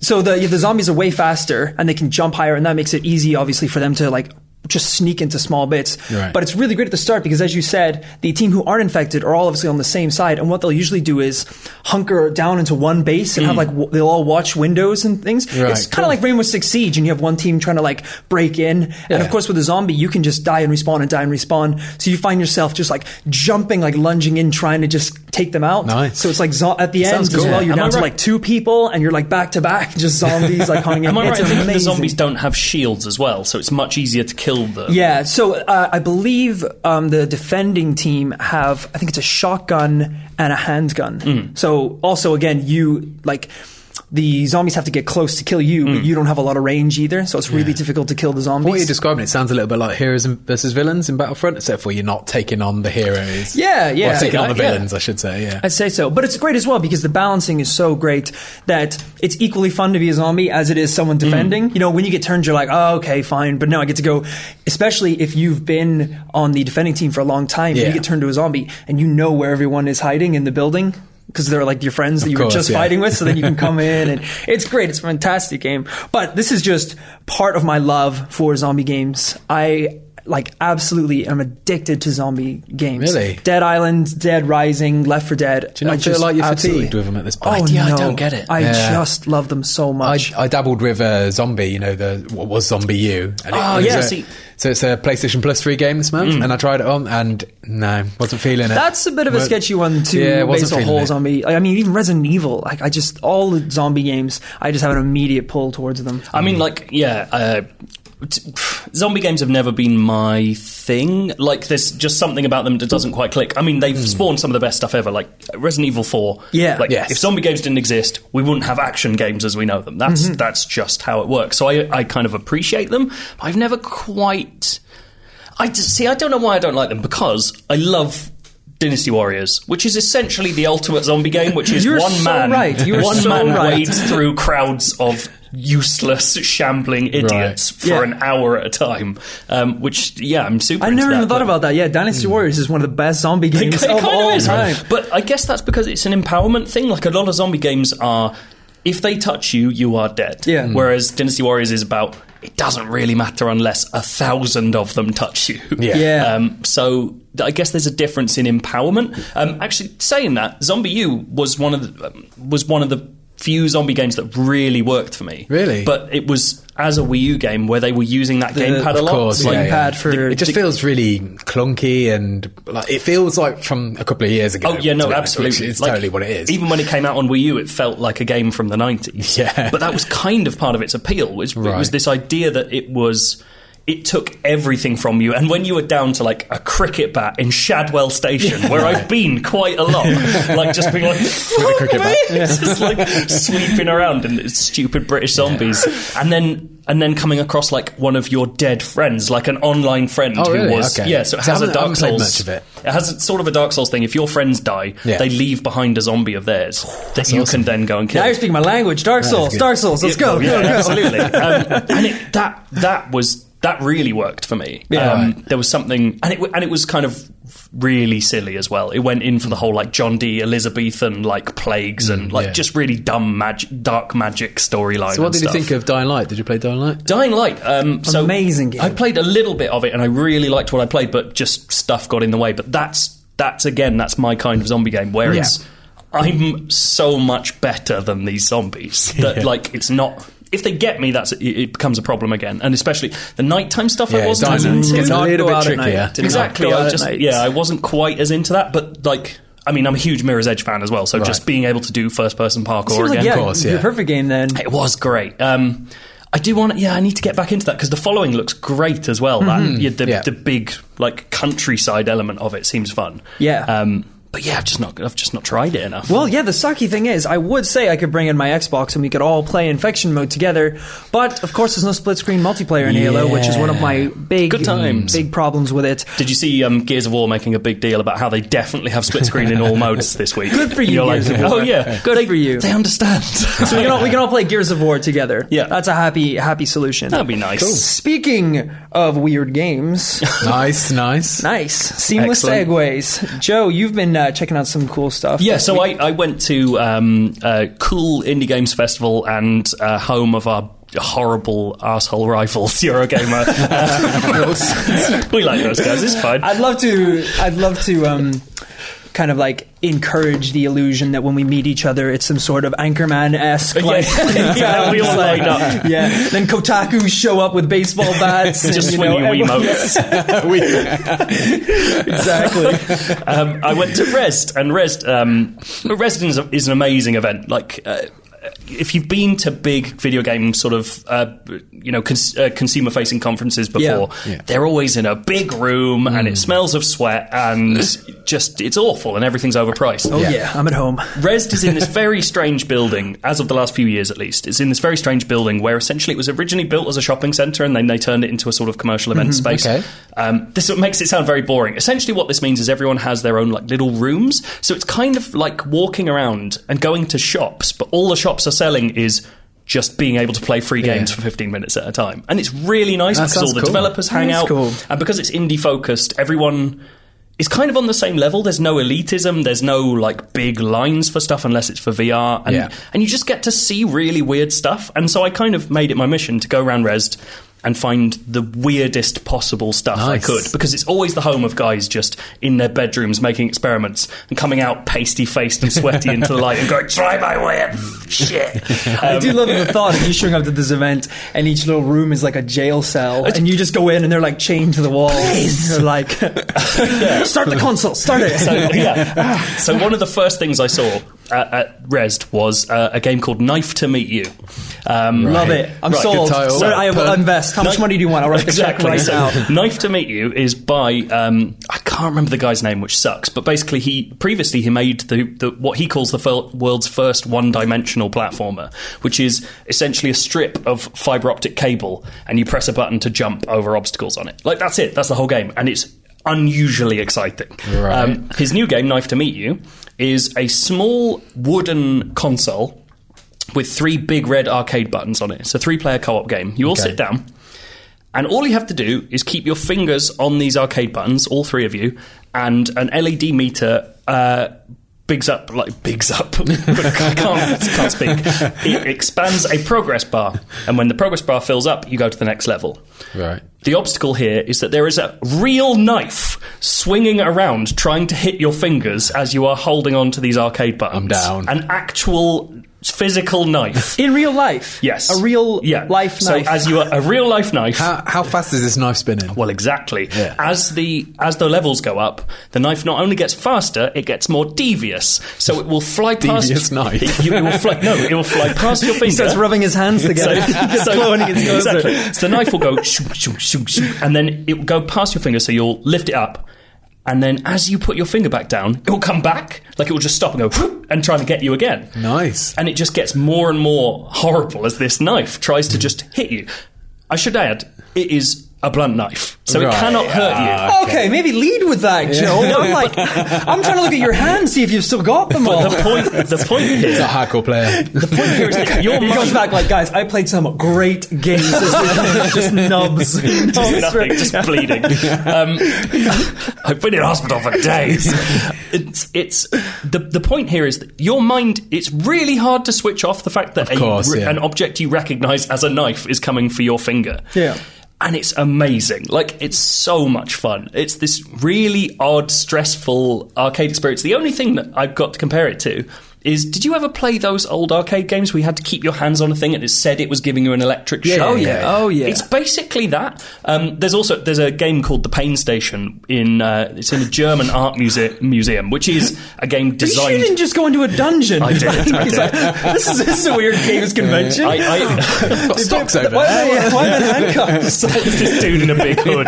Speaker 1: so the the zombies are way faster and they can jump higher, and that makes it easy, obviously, for them to like. Just sneak into small bits,
Speaker 3: Right.
Speaker 1: but it's really great at the start because, as you said, the team who aren't infected are all obviously on the same side, and what they'll usually do is hunker down into one base and have like w- they'll all watch windows and things.
Speaker 3: Mm. Right,
Speaker 1: it's kind
Speaker 3: cool.
Speaker 1: of like Rainbow Six Siege, and you have one team trying to like break in, and of course with a zombie you can just die and respawn and die and respawn. So you find yourself just like jumping, like lunging in, trying to just take them out.
Speaker 3: Nice.
Speaker 1: So it's like zo- at the end
Speaker 3: Sounds
Speaker 1: as
Speaker 3: cool.
Speaker 1: well, you're
Speaker 2: Am I
Speaker 1: down to
Speaker 2: right?
Speaker 1: like two people, and you're like back to back, just zombies
Speaker 3: <laughs>
Speaker 1: like hung
Speaker 2: Am I
Speaker 1: it's
Speaker 2: right? I think the
Speaker 1: amazing.
Speaker 2: zombies don't have shields as well, so it's much easier to kill them.
Speaker 1: Yeah, so uh, I believe um, the defending team have, I think it's a shotgun and a handgun. So also, again, you like the zombies have to get close to kill you, but you don't have a lot of range either, so it's really difficult to kill the zombies.
Speaker 3: What you're describing, it sounds a little bit like heroes and- versus villains in Battlefront, except for you're not taking on the heroes.
Speaker 1: Yeah, yeah.
Speaker 3: Or taking on the
Speaker 1: Yeah.
Speaker 3: villains, I should say, yeah.
Speaker 1: I'd say so, but it's great as well because the balancing is so great that it's equally fun to be a zombie as it is someone
Speaker 3: Mm.
Speaker 1: defending. You know, when you get turned, you're like, oh, okay, fine, but now I get to go. Especially if you've been on the defending team for a long time,
Speaker 3: Yeah.
Speaker 1: you get turned to a zombie and you know where everyone is hiding in the building because they're like your friends that you
Speaker 3: course,
Speaker 1: were just
Speaker 3: yeah.
Speaker 1: fighting with. <laughs> So then you can come in and it's great. It's a fantastic game, but this is just part of my love for zombie games. I. Like absolutely, am addicted to zombie games.
Speaker 3: Really?
Speaker 1: Dead Island, Dead Rising, Left for Dead.
Speaker 3: Do you not
Speaker 1: I
Speaker 3: feel
Speaker 1: just
Speaker 3: like you're
Speaker 1: absolutely-
Speaker 3: fatigued with them at this
Speaker 1: Oh,
Speaker 3: point? I do-
Speaker 1: no.
Speaker 3: I don't get it.
Speaker 1: I
Speaker 3: Yeah.
Speaker 1: just love them so
Speaker 3: I,
Speaker 1: much.
Speaker 3: I dabbled with uh, Zombie, you know, the what was Zombie U. And it-
Speaker 2: Oh,
Speaker 3: it was
Speaker 2: yeah,
Speaker 3: a-
Speaker 2: see-
Speaker 3: so it's a PlayStation Plus free game this month, and I tried it on, and no, wasn't feeling it.
Speaker 1: Mm. That's a bit of a
Speaker 3: Well,
Speaker 1: sketchy one to
Speaker 3: yeah, it wasn't
Speaker 1: base a
Speaker 3: feeling
Speaker 1: whole
Speaker 3: it.
Speaker 1: zombie. Like, I mean, even Resident Evil. Like, I just all the zombie games. I just have an immediate pull towards them.
Speaker 2: I mean, like, yeah, uh, t- pff, zombie games have never been my thing. Like, there's just something about them that doesn't quite click. I mean, they've spawned some of the best stuff ever, like Resident Evil Four.
Speaker 1: Hmm. Yeah.
Speaker 2: like
Speaker 3: Yes.
Speaker 2: if zombie games didn't exist, we wouldn't have action games as we know them. That's
Speaker 1: Mm-hmm.
Speaker 2: that's just how it works. So I I kind of appreciate them. But I've never quite. I d- see. I don't know why I don't like them because I love. Dynasty Warriors, which is essentially the ultimate zombie game, which
Speaker 1: <laughs>
Speaker 2: is
Speaker 1: You're
Speaker 2: one
Speaker 1: so
Speaker 2: man,
Speaker 1: right. You're
Speaker 2: one
Speaker 1: so
Speaker 2: man
Speaker 1: right.
Speaker 2: wades through crowds of useless, shambling idiots for
Speaker 1: Yeah.
Speaker 2: an hour at a time. Um, which, yeah, I'm super.
Speaker 1: I
Speaker 2: into
Speaker 1: never
Speaker 2: that,
Speaker 1: even thought
Speaker 2: but-
Speaker 1: about that. Yeah,
Speaker 3: Hmm.
Speaker 1: Dynasty Warriors is one of the best
Speaker 3: <laughs>
Speaker 1: zombie games Oh,
Speaker 2: It
Speaker 1: of
Speaker 2: kind
Speaker 1: all
Speaker 2: of is,
Speaker 1: time.
Speaker 2: but I guess that's because it's an empowerment thing. Like a lot of zombie games are, if they touch you, you are dead.
Speaker 1: Yeah.
Speaker 3: Hmm.
Speaker 1: Mm.
Speaker 2: Whereas Dynasty Warriors is about. It doesn't really matter unless a thousand of them touch you.
Speaker 3: Yeah.
Speaker 1: Yeah.
Speaker 2: Um, so th- I guess there's a difference in empowerment. Um, actually, saying that, Zombie U was one of the, um, was one of the few zombie games that really worked for me.
Speaker 3: Really?
Speaker 2: But it was as a Wii U game where they were using that gamepad a
Speaker 3: of
Speaker 2: lot.
Speaker 3: course,
Speaker 2: like,
Speaker 3: yeah, yeah.
Speaker 1: pad for
Speaker 3: It just feels really clunky and like it feels like from a couple of years ago.
Speaker 2: Oh yeah,
Speaker 3: to
Speaker 2: no,
Speaker 3: be honest,
Speaker 2: absolutely.
Speaker 3: which It's
Speaker 2: Like,
Speaker 3: totally what it is.
Speaker 2: Even when it came out on Wii U, it felt like a game from the nineties.
Speaker 3: Yeah.
Speaker 2: but that was kind of part of its appeal. Was it was
Speaker 3: Right.
Speaker 2: this idea that it was. It took everything from you, and when you were down to like a cricket bat in Shadwell
Speaker 3: <laughs>
Speaker 2: Station, where I've been quite a lot, like just being like, "Fuck
Speaker 3: cricket
Speaker 2: me!"
Speaker 3: bat.
Speaker 2: <laughs> It's just like sweeping around and it's stupid British zombies, and then and then coming across like one of your dead friends, like an online friend
Speaker 3: Oh,
Speaker 2: who
Speaker 3: really?
Speaker 2: was
Speaker 3: Okay.
Speaker 2: yeah. So it has
Speaker 3: So I
Speaker 2: a
Speaker 3: haven't- I
Speaker 2: Dark
Speaker 3: haven't played
Speaker 2: Souls.
Speaker 3: much of it.
Speaker 2: It has a- sort of a Dark Souls thing. If your friends die,
Speaker 3: Yeah.
Speaker 2: they leave behind a zombie of theirs that you can then go and kill.
Speaker 1: Now you're speaking my language. Dark Souls,
Speaker 3: good.
Speaker 1: Dark Souls. Let's go.
Speaker 2: Oh, yeah,
Speaker 1: go, go.
Speaker 3: <laughs>
Speaker 2: absolutely. Um, and it, that that was that really worked for me.
Speaker 1: Yeah.
Speaker 2: um,
Speaker 1: Right.
Speaker 2: There was something, and it w- and it was kind of really silly as well. It went in for the whole like John D. Elizabethan like plagues and like
Speaker 3: yeah.
Speaker 2: just really dumb magic, dark magic storyline.
Speaker 3: so what
Speaker 2: and
Speaker 3: did you
Speaker 2: stuff.
Speaker 3: think of Dying Light? Did you play Dying Light?
Speaker 2: Dying Light. Um, so
Speaker 1: Amazing game.
Speaker 2: I played a little bit of it, and I really liked what I played, but just stuff got in the way. But that's that's again, that's my kind of zombie game where it's I'm so much better than these
Speaker 1: <laughs>
Speaker 2: zombies that like it's not. If they get me, that's it, it becomes a problem again, and especially the nighttime stuff. I
Speaker 3: Yeah,
Speaker 2: wasn't
Speaker 3: Dying
Speaker 2: as
Speaker 3: Light
Speaker 2: into.
Speaker 3: gets a
Speaker 1: Not
Speaker 3: little
Speaker 1: go
Speaker 3: bit
Speaker 1: out at night.
Speaker 3: trickier.
Speaker 1: Did not
Speaker 2: Exactly.
Speaker 1: go out
Speaker 2: I
Speaker 1: at
Speaker 2: just
Speaker 1: night.
Speaker 2: yeah, I wasn't quite as into that, but like I mean, I'm a huge Mirror's Edge fan as well, so just being able to do first person parkour
Speaker 1: Seems like,
Speaker 2: again,
Speaker 1: yeah,
Speaker 3: course,
Speaker 1: your
Speaker 3: yeah.
Speaker 1: perfect game then.
Speaker 2: it was great. Um, I do want. Yeah, I need to get back into that because the following looks great as well.
Speaker 1: Mm-hmm.
Speaker 2: That yeah, the,
Speaker 3: Yeah.
Speaker 2: the big like countryside element of it seems fun.
Speaker 1: Yeah.
Speaker 2: Um, but yeah, I've just not. I've just not tried it enough.
Speaker 1: Well, yeah, the sucky thing is, I would say I could bring in my Xbox and we could all play infection mode together, but of course there's no split screen multiplayer in Halo, which is one of my big
Speaker 2: Good times.
Speaker 1: big problems with it.
Speaker 2: Did you see um, Gears of War making a big deal about how they definitely have split screen in
Speaker 1: <laughs>
Speaker 2: all modes this week?
Speaker 1: Good for you,
Speaker 2: <laughs> You're
Speaker 1: Gears
Speaker 2: like,
Speaker 1: of War.
Speaker 2: oh yeah,
Speaker 1: Good
Speaker 2: they,
Speaker 1: for you. <laughs>
Speaker 2: They understand. so
Speaker 1: We can all, we can all play Gears of War together.
Speaker 2: Yeah.
Speaker 1: that's a happy happy solution.
Speaker 2: That'd be nice.
Speaker 1: Speaking of weird games,
Speaker 2: <laughs>
Speaker 3: nice, nice. <laughs>
Speaker 1: nice seamless
Speaker 2: Excellent.
Speaker 1: segues. Joe, you've been uh, checking out some cool stuff.
Speaker 2: Yeah, so I, I went to um, uh, Cool Indie Games Festival and uh, home of our horrible asshole rivals, <laughs> Eurogamer. Uh, we like those guys, it's fine.
Speaker 1: I'd love to. I'd love to. Um, kind of like encourage the illusion that when we meet each other, it's some sort of Anchorman esque. Like,
Speaker 2: Yeah. <laughs> Yeah, we all
Speaker 1: like,
Speaker 2: lined
Speaker 1: <laughs>
Speaker 2: up.
Speaker 1: Yeah. Then Kotaku show up with baseball bats.
Speaker 2: <laughs> Just
Speaker 1: and, you know,
Speaker 2: swinging
Speaker 1: everyone-
Speaker 2: Wiimotes.
Speaker 1: <laughs>
Speaker 2: <laughs>
Speaker 1: Exactly.
Speaker 2: um, I went to Rest, and Rest, um, Rest is, is an amazing event. Like, uh, if you've been to big video game sort of, uh, you know, cons- uh, consumer facing conferences before,
Speaker 3: Yeah. Mm.
Speaker 2: they're always in a big room and it smells of sweat and just, it's awful and everything's overpriced.
Speaker 1: Oh, yeah, I'm at home.
Speaker 2: Resd is in this very strange building, as of the last few years at least. It's in this very strange building where essentially it was originally built as a shopping centre and then they turned it into a sort of commercial event space.
Speaker 3: Mm-hmm, okay.
Speaker 2: Um, this sort of makes it sound very boring. Essentially, what this means is everyone has their own like little rooms, so it's kind of like walking around and going to shops, but all the shops are selling is. Just being able to play free games for 15 minutes at a time. And it's really nice
Speaker 3: That
Speaker 2: because all
Speaker 3: sounds
Speaker 2: the
Speaker 3: cool.
Speaker 2: developers hang
Speaker 1: That's
Speaker 2: out.
Speaker 1: cool.
Speaker 2: And because it's indie focused, everyone is kind of on the same level. There's no elitism. There's no like big lines for stuff unless it's for VR. And,
Speaker 3: Yeah.
Speaker 2: and you just get to see really weird stuff. And so I kind of made it my mission to go around Resd and find the weirdest possible stuff I
Speaker 3: Nice.
Speaker 2: could because it's always the home of guys just in their bedrooms making experiments and coming out pasty faced and sweaty into the light and going, try my way up. <laughs> Shit.
Speaker 1: I
Speaker 2: Um,
Speaker 1: do love the thought of you showing up to this event and each little room is like a jail cell and you just go in and they're like chained to the wall. Please. You're like,
Speaker 2: <laughs>
Speaker 1: start the console, start it. <laughs>
Speaker 2: so, yeah. so one of the first things I saw at, at Resd was uh, a game called Knife to Meet You. Um,
Speaker 1: Love it. I'm
Speaker 2: Right,
Speaker 1: sold.
Speaker 3: good title.
Speaker 1: So I will
Speaker 3: Pun.
Speaker 1: invest. How much
Speaker 2: No-
Speaker 1: money do you want? I'll write the
Speaker 2: Exactly.
Speaker 1: check
Speaker 2: so,
Speaker 1: right now.
Speaker 2: <laughs> Knife to Meet You is by um, I can't remember the guy's name, which sucks. But basically, he previously he made the, the what he calls the fir- world's first one-dimensional platformer, which is essentially a strip of fiber optic cable, and you press a button to jump over obstacles on it. Like that's it. That's the whole game, and it's unusually exciting. Um,
Speaker 3: Right.
Speaker 2: his new game, Knife to Meet You, is a small wooden console. With three big red arcade buttons on it. It's a three player co op game. You all
Speaker 3: Okay.
Speaker 2: sit down, and all you have to do is keep your fingers on these arcade buttons, all three of you, and an LED meter. Uh, Bigs up, like bigs up. <laughs> but I can't, can't speak. It expands a progress bar, and when the progress bar fills up, you go to the next level.
Speaker 3: Right.
Speaker 2: The obstacle here is that there is a real knife swinging around, trying to hit your fingers as you are holding on to these arcade buttons.
Speaker 3: down.
Speaker 2: An actual
Speaker 1: <laughs>
Speaker 2: physical knife.
Speaker 1: In real life.
Speaker 2: Yes.
Speaker 1: A real
Speaker 2: yeah.
Speaker 1: life
Speaker 2: so
Speaker 1: knife.
Speaker 2: as you are a real life knife.
Speaker 3: How, how fast is this knife spinning?
Speaker 2: well, exactly.
Speaker 3: Yeah.
Speaker 2: As the as the levels go up, the knife not only gets faster, it gets more devious. So it will fly past
Speaker 3: Devious
Speaker 2: <laughs>
Speaker 3: knife.
Speaker 2: It, it will fly, no, it will fly past
Speaker 3: <laughs>
Speaker 2: your finger.
Speaker 1: He starts rubbing his hands <laughs>
Speaker 2: <laughs>
Speaker 1: together. He gets cloning his nose.
Speaker 2: exactly. So the knife will go shoo, shoo, shoo, shoo, and then it will go past your finger, so you'll lift it up. And then as you put your finger back down, it will come back, like it will just stop and go whoop, and try to get you again.
Speaker 3: Nice.
Speaker 2: And it just gets more and more horrible as this knife tries to just hit you. I should add, it is a blunt knife, so
Speaker 3: Right.
Speaker 2: it cannot hurt you.
Speaker 1: Okay. maybe lead with that, Joe. I'm like, I'm trying to look at your hands, see if you've still got them all.
Speaker 2: The point, the <laughs> point
Speaker 3: It's
Speaker 2: here,
Speaker 3: a
Speaker 2: <laughs>
Speaker 3: hardcore player.
Speaker 2: the point here is
Speaker 1: <laughs>
Speaker 2: that <laughs> your
Speaker 1: He comes
Speaker 2: mind-
Speaker 1: back like, guys, I played some great games. this
Speaker 2: <laughs>
Speaker 1: weekend." just nubs.
Speaker 2: just
Speaker 1: Nubs
Speaker 2: nothing,
Speaker 1: for-
Speaker 2: just <laughs> bleeding. Um, <laughs> I've been in hospital for days. <laughs> It's it's the the point here is that your mind. It's really hard to switch off the fact that a,
Speaker 3: course, yeah.
Speaker 2: an object you recognise as a knife is coming for your finger.
Speaker 1: Yeah.
Speaker 2: And it's amazing. Like, it's so much fun. It's this really odd, stressful arcade experience. The only thing that I've got to compare it to is did you ever play those old arcade games where you had to keep your hands on a thing and it said it was giving you an electric shock?
Speaker 1: Oh, yeah. Oh, yeah.
Speaker 2: It's basically that. Um, there's also there's a game called The Pain Station in uh, it's in the German art muse- museum, which is a game
Speaker 1: You sure
Speaker 2: designed.
Speaker 1: you didn't just go into a dungeon.
Speaker 2: I did,
Speaker 1: <laughs>
Speaker 2: I
Speaker 1: He's
Speaker 2: did.
Speaker 1: like, this, is, this is a weird games convention.
Speaker 2: I, <laughs> I,
Speaker 3: Got stocks over
Speaker 1: why,
Speaker 3: there.
Speaker 1: am I- why am
Speaker 2: <laughs>
Speaker 1: I handcuffed?
Speaker 2: It's this dude in a
Speaker 1: <laughs>
Speaker 2: big hood.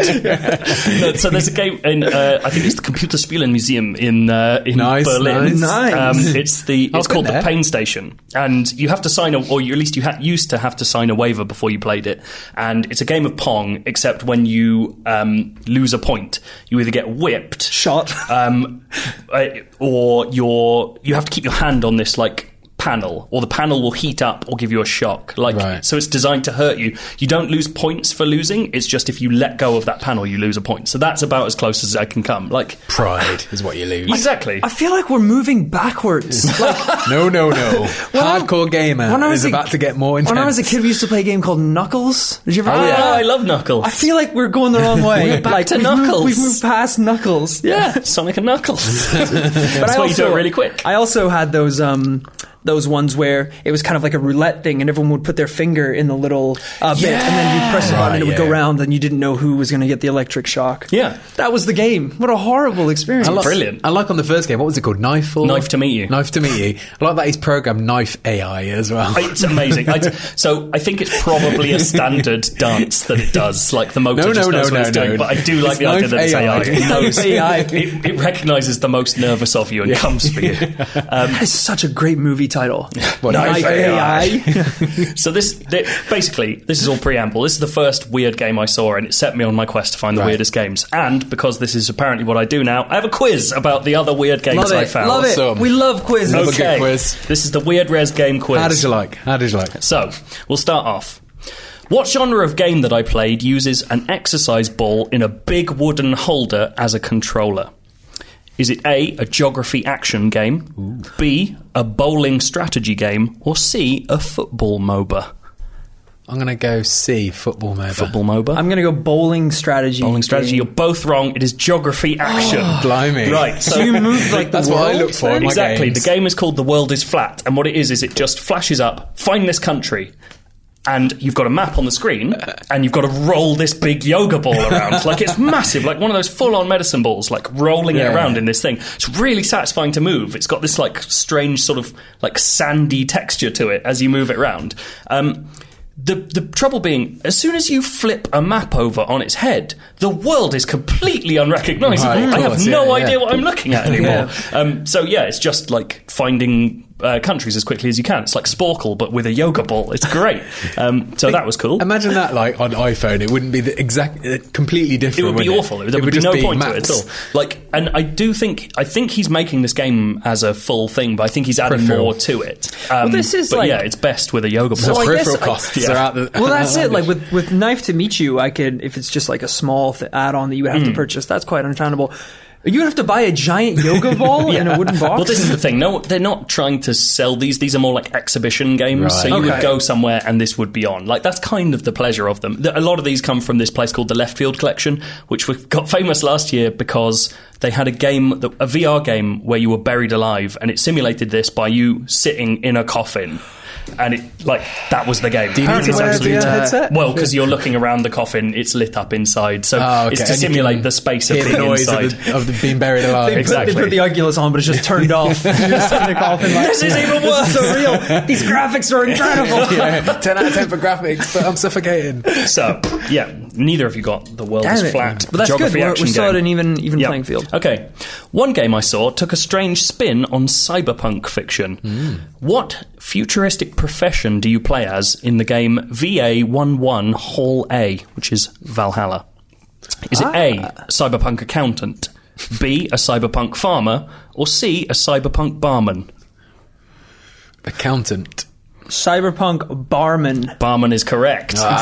Speaker 2: No, so there's a game in uh, I think it's the Computer Spielen Museum in uh, in
Speaker 3: Nice,
Speaker 2: Berlin.
Speaker 1: nice.
Speaker 2: Um, it's the it's
Speaker 3: been
Speaker 2: called
Speaker 3: there.
Speaker 2: the Pain Station, and you have to sign a, or you, at least you ha- used to have to sign a waiver before you played it. And it's a game of pong, except when you um, lose a point, you either get whipped,
Speaker 1: Shot.
Speaker 2: um, uh, or your you have to keep your hand on this like panel or the panel will heat up or give you a shock like
Speaker 3: Right.
Speaker 2: so it's designed to hurt you you don't lose points for losing it's just if you let go of that panel you lose a point so that's about as close as i can come like
Speaker 3: Pride is what you lose.
Speaker 2: exactly
Speaker 1: I feel like we're moving backwards. Like,
Speaker 3: No, no, no.
Speaker 1: I-
Speaker 3: <laughs> Hardcore gamer
Speaker 1: when I was
Speaker 3: is
Speaker 1: a-
Speaker 3: about to get more intense.
Speaker 1: when I was a kid, we used to play a game called Knuckles. Did you ever
Speaker 2: oh,
Speaker 1: play that?
Speaker 2: i love knuckles
Speaker 1: I feel like we're going the
Speaker 3: <laughs>
Speaker 1: wrong way.
Speaker 2: We're back
Speaker 1: like,
Speaker 2: to
Speaker 1: we've moved-
Speaker 2: Knuckles.
Speaker 1: we've moved past Knuckles. <laughs>
Speaker 2: yeah sonic and knuckles that's
Speaker 1: I
Speaker 2: why you do
Speaker 1: also-
Speaker 2: it really quick
Speaker 1: I also had those um those ones where it was kind of like a roulette thing, and everyone would put their finger in the little uh, bit, and then you press it on,
Speaker 3: Right,
Speaker 1: and it would go
Speaker 3: yeah.
Speaker 1: round, and you didn't know who was going to get the electric shock.
Speaker 2: Yeah.
Speaker 1: that was the game. What a horrible experience!
Speaker 3: like-
Speaker 2: Brilliant.
Speaker 3: I like on the first game. What was it called? Knife or
Speaker 2: Knife to Meet You.
Speaker 3: Knife to meet you. I like that he's programmed knife AI as well.
Speaker 2: It's amazing. I, so I think it's probably a standard dance that it does. Like the motor
Speaker 3: No,
Speaker 2: just
Speaker 3: no,
Speaker 2: knows
Speaker 3: no,
Speaker 2: what it's
Speaker 3: no,
Speaker 2: doing.
Speaker 3: no.
Speaker 2: But I do like
Speaker 3: It's
Speaker 2: the idea
Speaker 3: knife
Speaker 2: that it's AI.
Speaker 3: AI.
Speaker 2: It knows.
Speaker 1: AI.
Speaker 2: It, it recognizes the most nervous of you and comes for you. Um,
Speaker 1: That is such a great movie title.
Speaker 3: <laughs> What,
Speaker 1: Knife AI.
Speaker 3: <laughs>
Speaker 2: so this, th- basically, this is all preamble. This is the first weird game I saw, and it set me on my quest to find the
Speaker 3: Right.
Speaker 2: weirdest games. And because this is apparently what I do now, I have a quiz about the other weird games
Speaker 1: Love
Speaker 2: I
Speaker 1: it.
Speaker 2: found.
Speaker 1: Love it.
Speaker 3: Awesome.
Speaker 1: We love quizzes.
Speaker 3: Love a
Speaker 2: Okay,
Speaker 3: good quiz.
Speaker 2: this is the weird res game quiz.
Speaker 3: How did you like? How did you like?
Speaker 2: So, we'll start off. What genre of game that I played uses an exercise ball in a big wooden holder as a controller? Is it A, a geography action game, B, a bowling strategy game, or C, a football MOBA?
Speaker 3: I'm gonna go see football
Speaker 1: <sighs>
Speaker 3: mobile.
Speaker 2: Football MOBA?
Speaker 1: I'm going to go bowling strategy.
Speaker 2: bowling strategy, you're both wrong. It is geography action.
Speaker 1: <gasps>
Speaker 3: Blimey.
Speaker 2: Right, so
Speaker 1: So <laughs> you move like the
Speaker 3: That's what I
Speaker 1: world
Speaker 3: look for
Speaker 1: then?
Speaker 3: in my
Speaker 2: exactly.
Speaker 3: games.
Speaker 2: The game is called The World is Flat, and what it is is it just flashes up, find this country. And you've got a map on the screen, and you've got to roll this big yoga ball
Speaker 3: <laughs>
Speaker 2: around. like it's massive, like one of those full-on medicine balls, like rolling
Speaker 3: Yeah.
Speaker 2: it around in this thing. It's really satisfying to move. It's got this like strange sort of like sandy texture to it as you move it around. Um, the the trouble being, as soon as you flip a map over on its head, the world is completely unrecognizable.
Speaker 3: Right, of
Speaker 2: I have
Speaker 3: course,
Speaker 2: no
Speaker 3: yeah,
Speaker 2: idea
Speaker 3: yeah.
Speaker 2: what I'm looking at anymore. Um, so yeah, it's just like finding uh, countries as quickly as you can. It's like Sporkle, but with a yoga ball. It's great. Um, so that was cool.
Speaker 3: Imagine that, like on iPhone, it wouldn't be the exact, uh, completely different.
Speaker 2: It would be
Speaker 3: wouldn't
Speaker 2: awful. There would be no point to it at all. Like, and I do think I think he's making this game as a full thing, but I think he's adding
Speaker 3: Peripheral.
Speaker 2: more to it. Um,
Speaker 1: this is
Speaker 2: but
Speaker 1: like-
Speaker 2: yeah, it's best with a yoga
Speaker 1: I
Speaker 2: ball.
Speaker 3: The
Speaker 1: guess
Speaker 3: peripheral
Speaker 1: I-
Speaker 3: costs
Speaker 2: yeah.
Speaker 3: are
Speaker 2: <laughs>
Speaker 3: out the.
Speaker 1: well, that's it. Like with
Speaker 2: Hmm.
Speaker 1: with knife to meet you, I could if it's just like a small th- add-on that you would have to purchase. That's quite understandable. You'd have to buy a giant yoga
Speaker 2: <laughs>
Speaker 1: ball in a wooden box.
Speaker 2: Well, this is the thing. No, they're not trying to sell these. These are more like exhibition games.
Speaker 3: Right.
Speaker 2: So you
Speaker 1: Okay.
Speaker 2: would go somewhere and this would be on. Like that's kind of the pleasure of them. The- A lot of these come from this place called the Left Field Collection, which we got <laughs> famous last year because they had a game, that- a VR game where you were buried alive, and it simulated this by you sitting in a coffin. And it like that was the game.
Speaker 3: you need to
Speaker 2: It's
Speaker 3: wear a VR headset?
Speaker 2: Well, because you're looking around the coffin, it's lit up inside, so
Speaker 3: Oh,
Speaker 2: it's
Speaker 3: okay.
Speaker 2: to
Speaker 3: And you
Speaker 2: simulate
Speaker 3: can
Speaker 2: the space of
Speaker 3: hear the
Speaker 2: being
Speaker 3: noise
Speaker 2: inside.
Speaker 3: of, the, of the being buried
Speaker 2: <laughs>
Speaker 3: alive.
Speaker 2: Exactly.
Speaker 1: They put the Oculus on, but it's just turned
Speaker 2: <laughs>
Speaker 1: off. You're just in the coffin like,
Speaker 2: This is
Speaker 1: <laughs>
Speaker 2: even
Speaker 1: This is surreal. These graphics are
Speaker 2: <laughs>
Speaker 1: incredible.
Speaker 3: <laughs> Yeah, ten out of ten for graphics, but I'm suffocating.
Speaker 2: So, yeah, neither of you got the world
Speaker 1: Damn
Speaker 2: is
Speaker 1: it.
Speaker 2: flat.
Speaker 1: But that's
Speaker 2: geography
Speaker 1: good. We're,
Speaker 2: action
Speaker 1: we're still
Speaker 2: game.
Speaker 1: at an even even
Speaker 2: Yeah.
Speaker 1: playing field.
Speaker 2: Okay. One game I saw took a strange spin on cyberpunk fiction.
Speaker 1: Hmm.
Speaker 2: What futuristic profession do you play as in the game VA11 Hall A, which is Valhalla? Is it A,
Speaker 1: Ah.
Speaker 2: cyberpunk accountant, B, a cyberpunk farmer, or C, a cyberpunk barman?
Speaker 3: Accountant.
Speaker 1: Cyberpunk barman.
Speaker 2: Barman is correct.
Speaker 1: Ah.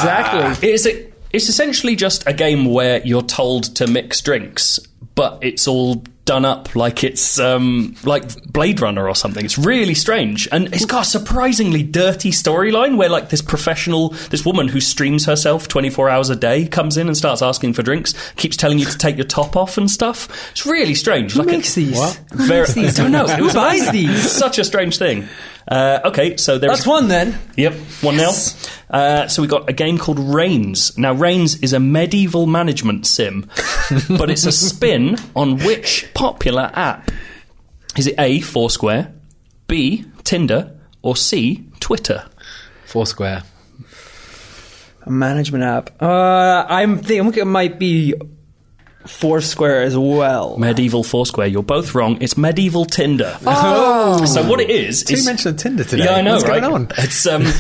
Speaker 1: Exactly.
Speaker 2: It's, it's essentially just a game where you're told to mix drinks, but it's all done up like it's um, like Blade Runner or something. It's really strange, and it's got a surprisingly dirty storyline where like this professional, this woman who streams herself 24 hours a day, comes in and starts asking for drinks, keeps telling you to take your top off and stuff. It's really strange.
Speaker 1: Who
Speaker 2: like it-
Speaker 1: makes these?
Speaker 3: What?
Speaker 1: Who
Speaker 2: Very,
Speaker 1: makes these?
Speaker 2: <laughs> I don't know. It
Speaker 1: Who
Speaker 2: was
Speaker 1: buys
Speaker 2: it's
Speaker 1: these?
Speaker 2: such a strange thing. Uh, okay, so there's
Speaker 1: That's one then.
Speaker 2: Yep, one nil. Uh, so we got a game called Reigns. Now Reigns is a medieval management sim, <laughs> but it's a spin on which popular app? Is it A Foursquare, B Tinder, or C Twitter?
Speaker 3: Foursquare.
Speaker 1: A management app. Uh, I'm thinking it might be Foursquare as well.
Speaker 2: Medieval Foursquare. You're both wrong. It's medieval Tinder.
Speaker 3: <laughs> Oh,
Speaker 2: So what it is
Speaker 3: Two
Speaker 2: is
Speaker 3: mentioned Tinder today.
Speaker 2: Yeah, I know.
Speaker 3: What's
Speaker 2: right?
Speaker 3: going on?
Speaker 2: It's um. <laughs>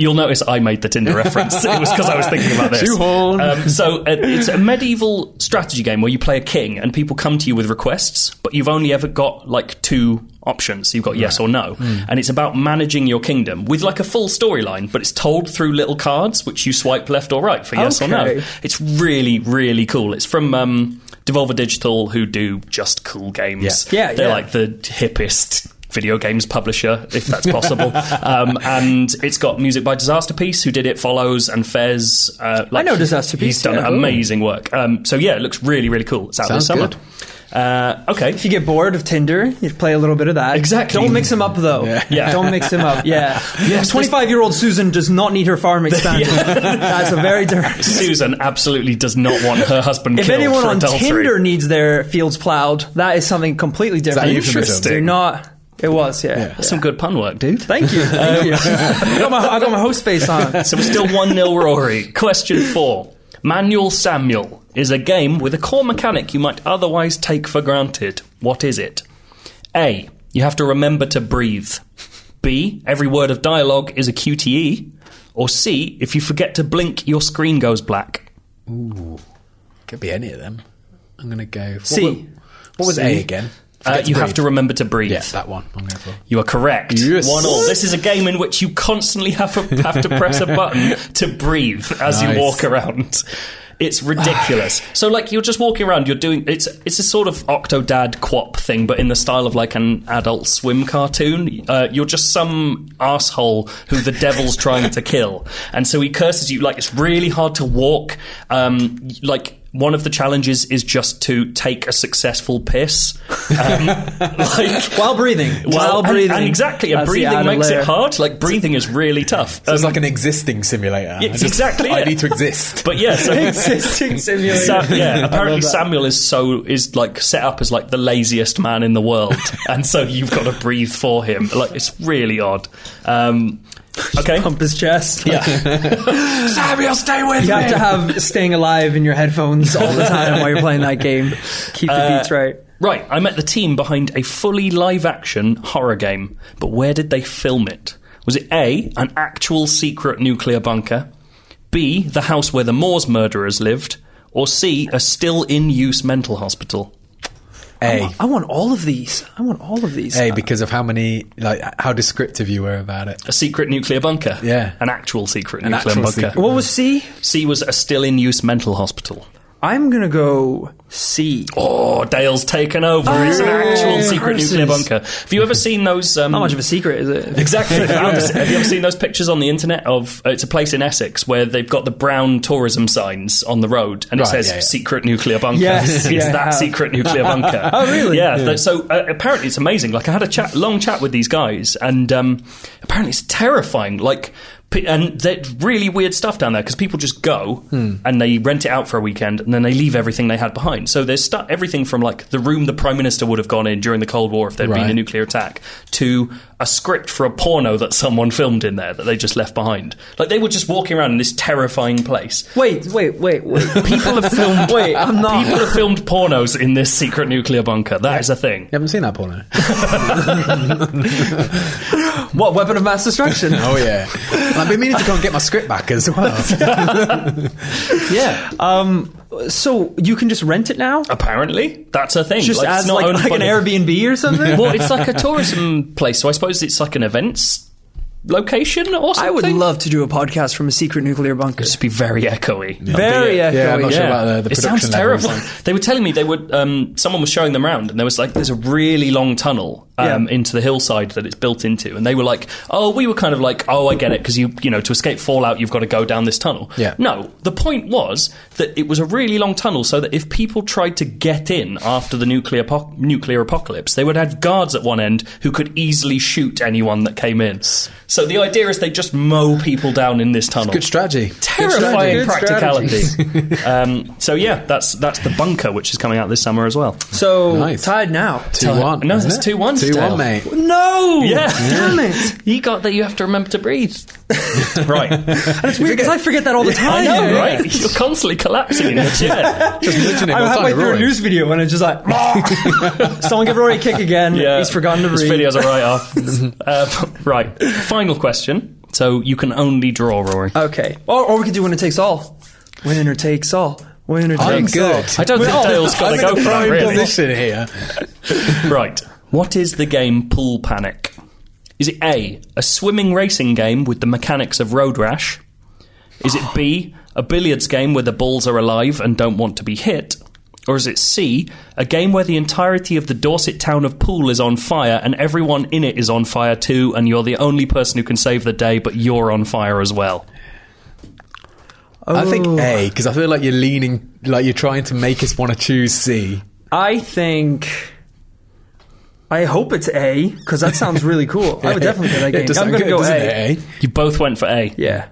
Speaker 2: You'll notice I made the Tinder reference. It was because I was thinking about this.
Speaker 3: Shoehorn.
Speaker 2: Um, so uh, it's a medieval strategy game where you play a king and people come to you with requests, but you've only ever got like two options. You've got yes or no,
Speaker 3: Hmm.
Speaker 2: and it's about managing your kingdom with like a full storyline, but it's told through little cards which you swipe left or right for yes or no.
Speaker 1: Okay.
Speaker 2: It's really really cool. It's from um, Devolver Digital, who do just cool games.
Speaker 1: Yeah,
Speaker 2: they're
Speaker 1: yeah.
Speaker 2: like the hippest video games publisher, if that's
Speaker 1: <laughs>
Speaker 2: possible. um, and it's got music by Disaster Piece, who did it follows and Fez. Uh, like,
Speaker 1: know Disaster Piece,
Speaker 2: He's done
Speaker 1: yeah.
Speaker 2: amazing work. Um, so yeah, it looks really really cool. It's out this
Speaker 3: Sounds
Speaker 2: summer.
Speaker 3: good.
Speaker 2: Uh, okay.
Speaker 1: If you get bored of Tinder, you play a little bit of that.
Speaker 2: Exactly.
Speaker 1: Don't mix them up though. Yeah.
Speaker 2: Yeah.
Speaker 1: Don't mix them up. Yeah.
Speaker 2: <laughs> Yes,
Speaker 1: Twenty-five-year-old Susan does not need her
Speaker 2: <laughs>
Speaker 1: farm expanded. That's a very different.
Speaker 2: Susan absolutely does not want her husband
Speaker 1: If
Speaker 2: killed
Speaker 1: anyone
Speaker 2: for
Speaker 1: on
Speaker 2: adultery.
Speaker 1: Tinder needs their fields plowed, that is something completely different.
Speaker 3: a euphemism? Interesting.
Speaker 1: They're not. It was, yeah.
Speaker 2: That's some good pun work, dude.
Speaker 1: Thank
Speaker 2: <laughs>
Speaker 1: you. Thank you. <laughs> I, got my, I got my host face on.
Speaker 2: So we're still 1 0 Rory. <laughs> Question 4. Manual Samuel is a game with a core mechanic you might otherwise take for granted. What is it? A. You have to remember to breathe. B. Every word of dialogue is a QTE. Or C. If you forget to blink, your screen goes black.
Speaker 3: Could be any of them. I'm going to go. What
Speaker 1: C.
Speaker 3: wa- What, was
Speaker 2: C.
Speaker 3: A again?
Speaker 2: Uh,
Speaker 3: Forget
Speaker 2: you have
Speaker 3: breathe.
Speaker 2: to Um, remember to breathe.
Speaker 3: Yeah, that one. I'm going for.
Speaker 2: You are correct.
Speaker 3: Yes.
Speaker 2: One all. This is a game in which you constantly have, a, have to
Speaker 3: <laughs>
Speaker 2: press a button to breathe as
Speaker 3: Nice.
Speaker 2: you walk around. It's
Speaker 3: <sighs>
Speaker 2: ridiculous. so like you're just walking around, you're doing it's it's a sort of Octodad quap thing, but in the style of like an adult swim cartoon. Uh, you're just some asshole who the devil's trying to kill, and so he curses you. Like it's really hard to walk. Um, like one of the challenges is just to take a successful piss. Um, like
Speaker 1: While breathing.
Speaker 2: well,
Speaker 1: While
Speaker 2: and-
Speaker 1: breathing.
Speaker 2: And, exactly, and
Speaker 1: That's the
Speaker 2: breathing
Speaker 1: added
Speaker 2: makes
Speaker 1: layer.
Speaker 2: it hard. Like breathing is really tough.
Speaker 3: So it's
Speaker 2: Um,
Speaker 3: like an existing simulator.
Speaker 2: It's exactly
Speaker 3: I
Speaker 2: it.
Speaker 3: need to exist.
Speaker 2: but
Speaker 1: <laughs>
Speaker 2: yeah, so <laughs>
Speaker 1: Existing simulator.
Speaker 2: Sa- yeah, apparently
Speaker 1: that.
Speaker 2: Samuel is so is like set up as like the laziest man in the world, and so you've got to breathe for him. Like it's really odd. Um, okay,
Speaker 1: Pump his chest.
Speaker 2: yeah,
Speaker 3: Samuel, stay with
Speaker 1: You have to have staying alive in your headphones all the time while you're playing that game. Keep the
Speaker 2: Uh,
Speaker 1: beats right.
Speaker 2: right. I met the team behind a fully live action horror game, but where did they film it? Was it A, an actual secret nuclear bunker? B, the house where the Moors murderers lived, or C, a still in use mental hospital?
Speaker 3: A.
Speaker 1: I want all of these. I want all of these.
Speaker 3: A because of how many, like how descriptive you were about it.
Speaker 2: A secret nuclear bunker.
Speaker 3: Yeah.
Speaker 2: An actual secret
Speaker 3: An
Speaker 2: nuclear
Speaker 3: actual
Speaker 2: bunker.
Speaker 3: secret-
Speaker 1: What was C?
Speaker 2: C was a still in use mental hospital.
Speaker 1: I'm gonna go C.
Speaker 2: Oh, Dale's taken over. it's an
Speaker 1: Oh,
Speaker 2: actual secret
Speaker 1: curses.
Speaker 2: nuclear bunker. Have you ever seen those? Um,
Speaker 1: How much of a secret is <laughs> it?
Speaker 2: Exactly. Have you ever seen those pictures on the internet of uh, it's a place in Essex where they've got the brown tourism signs on the road and it
Speaker 3: Right,
Speaker 2: says
Speaker 3: yeah, yeah.
Speaker 2: secret nuclear bunker?
Speaker 1: Yes,
Speaker 2: <laughs> it's
Speaker 1: yeah, I
Speaker 2: that
Speaker 1: have. <laughs>
Speaker 2: secret nuclear bunker.
Speaker 1: Oh, really?
Speaker 2: Yeah. th- so uh, apparently it's amazing. Like I had a chat, long chat with these guys, and um, apparently it's terrifying. Like. p- And there's really weird stuff down there because people just go
Speaker 1: Hmm.
Speaker 2: and they rent it out for a weekend and then they leave everything they had behind. So there's stu- everything from like the room the prime minister would have gone in during the Cold War if there'd been a
Speaker 3: Right.
Speaker 2: nuclear nuclear attack to a script for a porno that someone filmed in there that they just left behind. Like they were just walking around in this terrifying place.
Speaker 1: Wait, wait, wait, wait.
Speaker 2: <laughs> People have filmed.
Speaker 1: <laughs> Wait, I'm not.
Speaker 2: People have filmed pornos in this secret nuclear bunker. That is a thing.
Speaker 3: You haven't seen that
Speaker 1: <laughs>
Speaker 3: porno?
Speaker 1: What weapon of mass
Speaker 2: <laughs>
Speaker 1: destruction?
Speaker 3: oh yeah. And I've been meaning to go and get my script back as
Speaker 1: <laughs>
Speaker 3: well.
Speaker 1: yeah. Um. So you can just rent it now,
Speaker 2: Apparently, that's a thing.
Speaker 1: just
Speaker 2: Oh, Like, it's
Speaker 1: as
Speaker 2: not
Speaker 1: like,
Speaker 2: owned
Speaker 1: like
Speaker 2: by
Speaker 1: an
Speaker 2: the-
Speaker 1: Airbnb or something.
Speaker 2: <laughs> Well, it's like a tourism place, so I suppose it's like an events location or something.
Speaker 1: I would love to do a podcast from a secret nuclear bunker.
Speaker 2: Just be very echoey.
Speaker 1: Very
Speaker 2: Be
Speaker 1: echoey.
Speaker 2: it.
Speaker 3: Yeah, I'm not sure about the, the
Speaker 2: it
Speaker 3: production
Speaker 2: sounds
Speaker 3: levels.
Speaker 2: terrible. They were telling me they would. Um, someone was showing them around, and there was like there's a really long tunnel um,
Speaker 1: Yeah.
Speaker 2: into the hillside that it's built into, and they were like, "Oh, we were kind of like, oh, I get it, because you you know to escape fallout, you've got to go down this tunnel."
Speaker 3: Yeah.
Speaker 2: No, the point was that it was a really long tunnel, so that if people tried to get in after the nuclear apo- nuclear apocalypse, they would have guards at one end who could easily shoot anyone that came in. So the idea is they just mow people down in this tunnel
Speaker 3: Good strategy.
Speaker 2: terrifying
Speaker 1: Good
Speaker 2: practicality.
Speaker 1: strategy.
Speaker 2: <laughs> um, so yeah, that's that's the bunker which is coming out this summer as well.
Speaker 1: So
Speaker 3: Nice.
Speaker 1: tied now.
Speaker 3: Two one.
Speaker 2: No, it's 2-1
Speaker 3: Two
Speaker 2: still.
Speaker 3: one, mate.
Speaker 1: No.
Speaker 2: Yeah.
Speaker 1: Damn it.
Speaker 2: You got that. You have to remember to breathe. <laughs> right.
Speaker 1: It's weird because I forget that all the
Speaker 2: I
Speaker 1: time.
Speaker 2: know, right? You're constantly collapsing in your <laughs> chair.
Speaker 3: Just
Speaker 1: <laughs>
Speaker 3: literally,
Speaker 1: I
Speaker 3: we'll
Speaker 1: have like
Speaker 3: find Roy.
Speaker 1: through
Speaker 3: <laughs>
Speaker 1: a news video and it's just like "Ah!" someone give Rory a kick again. <laughs> he's forgotten to
Speaker 2: This
Speaker 1: read.
Speaker 2: video's
Speaker 1: <laughs>
Speaker 2: a write-off. uh, right. Final question. So you can only draw, Rory.
Speaker 1: Okay, or, or we could do winner takes all. Winner takes all. Winner takes
Speaker 3: I'm good.
Speaker 1: all.
Speaker 2: I don't think
Speaker 1: Well,
Speaker 2: Dale's got to
Speaker 3: I'm
Speaker 2: go
Speaker 3: in
Speaker 2: for
Speaker 3: a
Speaker 2: that,
Speaker 3: prime
Speaker 2: really.
Speaker 3: position here.
Speaker 2: Right. What is the game Pool Panic? Is it A, a swimming racing game with the mechanics of Road Rash? Is it B, a billiards game where the balls are alive and don't want to be hit? Or is it C, a game where the entirety of the Dorset town of Poole is on fire and everyone in it is on fire too, and you're the only person who can save the day, but you're on fire as well?
Speaker 3: I think
Speaker 1: Oh.
Speaker 3: A because I feel like you're leaning, like you're trying to make us want to choose C.
Speaker 1: I think. I hope it's A because that sounds really cool. I would definitely play that
Speaker 3: <laughs> Yeah, it
Speaker 1: game.
Speaker 3: does
Speaker 1: I'm
Speaker 3: sound
Speaker 1: gonna
Speaker 3: good,
Speaker 1: go
Speaker 3: doesn't
Speaker 1: A.
Speaker 3: it, eh?
Speaker 2: You both went for A.
Speaker 1: Yeah.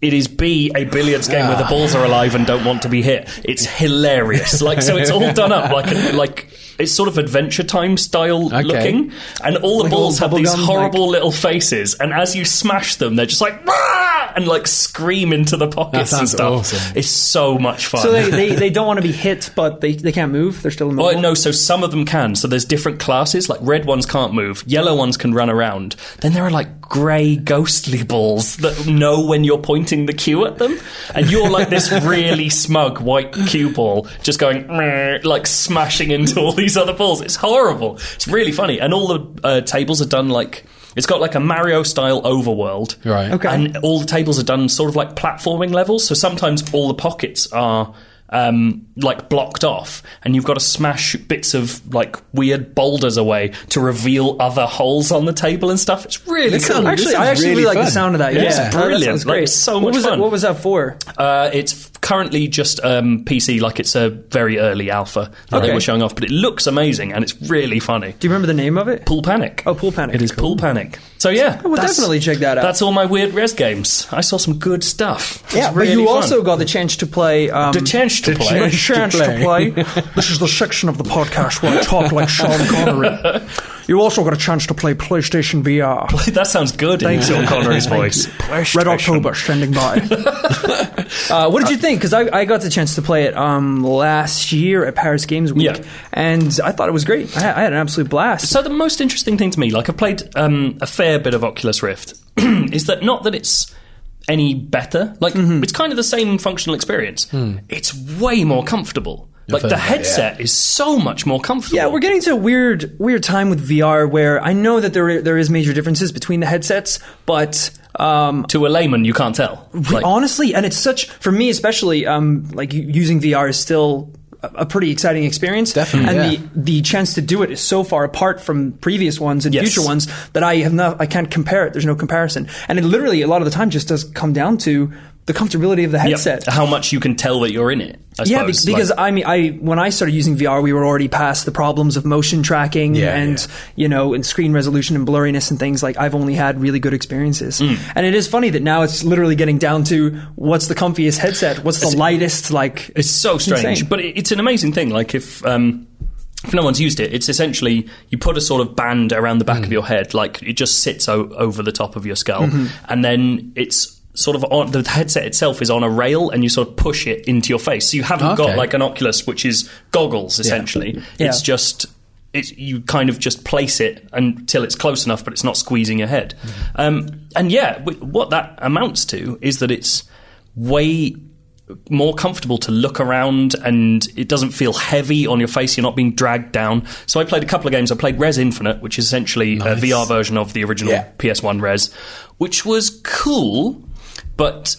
Speaker 2: It is B, a billiards game where the
Speaker 3: Ah.
Speaker 2: balls are alive and don't want to be hit. It's hilarious. Like so, it's
Speaker 3: <laughs>
Speaker 2: all done up like a, like it's sort of Adventure Time style
Speaker 3: Okay.
Speaker 2: looking, and all the
Speaker 3: Like
Speaker 2: balls
Speaker 3: all
Speaker 2: have these
Speaker 3: bubblegum,
Speaker 2: horrible little faces. And as you smash them, they're just like "Rah!" and like scream into the pockets and
Speaker 3: sounds
Speaker 2: stuff.
Speaker 3: awesome.
Speaker 2: It's so much fun.
Speaker 1: So they, they, they don't want to be hit, but they, they can't move. They're still immobile.
Speaker 2: Well, no, so some of them can. So there's different classes. Like red ones can't move, yellow ones can run around. Then there are like grey ghostly balls that know when you're pointing the cue at them, and you're like this really smug white cue ball, just going "Meh," like smashing into all these other balls. It's horrible. It's really funny, and all the uh, tables are done like it's got like a Mario style overworld,
Speaker 3: Right.
Speaker 1: Okay.
Speaker 2: and all the tables are done sort of like platforming levels. So sometimes all the pockets are um, like blocked off, and you've got to smash bits of like weird boulders away to reveal other holes on the table and stuff. It's really
Speaker 3: This
Speaker 2: cool.
Speaker 3: sounds-
Speaker 1: Actually,
Speaker 3: this
Speaker 1: I
Speaker 3: sounds
Speaker 1: actually
Speaker 3: really
Speaker 1: really like the
Speaker 3: fun.
Speaker 1: sound of that. Yeah,
Speaker 3: It's
Speaker 1: That
Speaker 2: brilliant.
Speaker 1: sounds
Speaker 2: Like,
Speaker 1: great.
Speaker 2: it's so
Speaker 1: what
Speaker 2: much
Speaker 1: was
Speaker 2: fun.
Speaker 1: That, what was that for?
Speaker 2: Uh, it's f- currently just um, PC, like it's a very early alpha that they
Speaker 1: Okay.
Speaker 2: were showing off, but it looks amazing and it's really funny.
Speaker 1: Do you remember the name of it?
Speaker 2: Pool Panic.
Speaker 1: Oh, Pool Panic.
Speaker 2: It is Pool Panic. So yeah, I
Speaker 1: will definitely check that out.
Speaker 2: That's all my weird res games. I saw some good stuff. It's
Speaker 1: Yeah, but
Speaker 2: really
Speaker 1: you
Speaker 2: fun.
Speaker 1: also got the chance to play. Um,
Speaker 2: the chance to play.
Speaker 1: the chance to play. <laughs> this is the section of the podcast where I talk like Sean Connery. You also got a chance to play PlayStation VR.
Speaker 2: <laughs> That sounds good in Sean <laughs> Connery's voice.
Speaker 1: Red October standing <laughs> by. uh, what did you think? Because I, I got the chance to play it um, last year at Paris Games Week,
Speaker 2: Yeah.
Speaker 1: and I thought it was great. I, I had an absolute blast.
Speaker 2: So the most interesting thing to me, like I've played um, a fair bit of Oculus Rift, <clears throat> is that not that it's any better. Like
Speaker 1: Mm-hmm.
Speaker 2: it's kind of the same functional experience.
Speaker 1: Hmm.
Speaker 2: It's way more comfortable. Like the
Speaker 3: heard that, yeah.
Speaker 2: headset is so much more comfortable.
Speaker 1: Yeah, we're getting to a weird, weird time with VR where I know that there there is major differences between the headsets, but Um,
Speaker 2: To a layman, you can't tell. Like,
Speaker 1: honestly, and it's such for me especially. Um, like u- using VR is still a a pretty exciting experience,
Speaker 3: Definitely,
Speaker 1: and
Speaker 3: yeah.
Speaker 1: the the chance to do it is so far apart from previous ones and
Speaker 2: Yes.
Speaker 1: future ones that I have not. I can't compare it. There's no comparison, and it literally a lot of the time just does come down to the comfortability of the
Speaker 2: yeah,
Speaker 1: headset.
Speaker 2: how much you can tell that you're in it. I
Speaker 1: Yeah, be-
Speaker 2: suppose. Like-
Speaker 1: because I mean, I when I started using VR, we were already past the problems of motion tracking
Speaker 3: Yeah,
Speaker 1: and
Speaker 3: yeah.
Speaker 1: you know, and screen resolution and blurriness and things. Like I've only had really good experiences,
Speaker 2: Mm.
Speaker 1: and it is funny that now it's literally getting down to what's the comfiest headset, what's the lightest. Like
Speaker 2: It's so strange,
Speaker 1: insane.
Speaker 2: but it- it's an amazing thing. Like if um, if no one's used it, it's essentially you put a sort of band around the
Speaker 1: Mm.
Speaker 2: back of your head, like it just sits o- over the top of your skull,
Speaker 1: Mm-hmm.
Speaker 2: and then it's sort of on the headset itself is on a rail, and you sort of push it into your face. So you haven't
Speaker 3: Okay.
Speaker 2: got like an Oculus, which is goggles essentially.
Speaker 1: Yeah.
Speaker 2: It's just. It's, you kind of just place it until it's close enough, but it's not squeezing your head. Um, and yeah, w- what that amounts to is that it's way more comfortable to look around and it doesn't feel heavy on your face. You're not being dragged down. So I played a couple of games. I played Res Infinite, which is essentially a VR version of the original
Speaker 3: Yeah.
Speaker 2: PS1 Res, which was cool, but.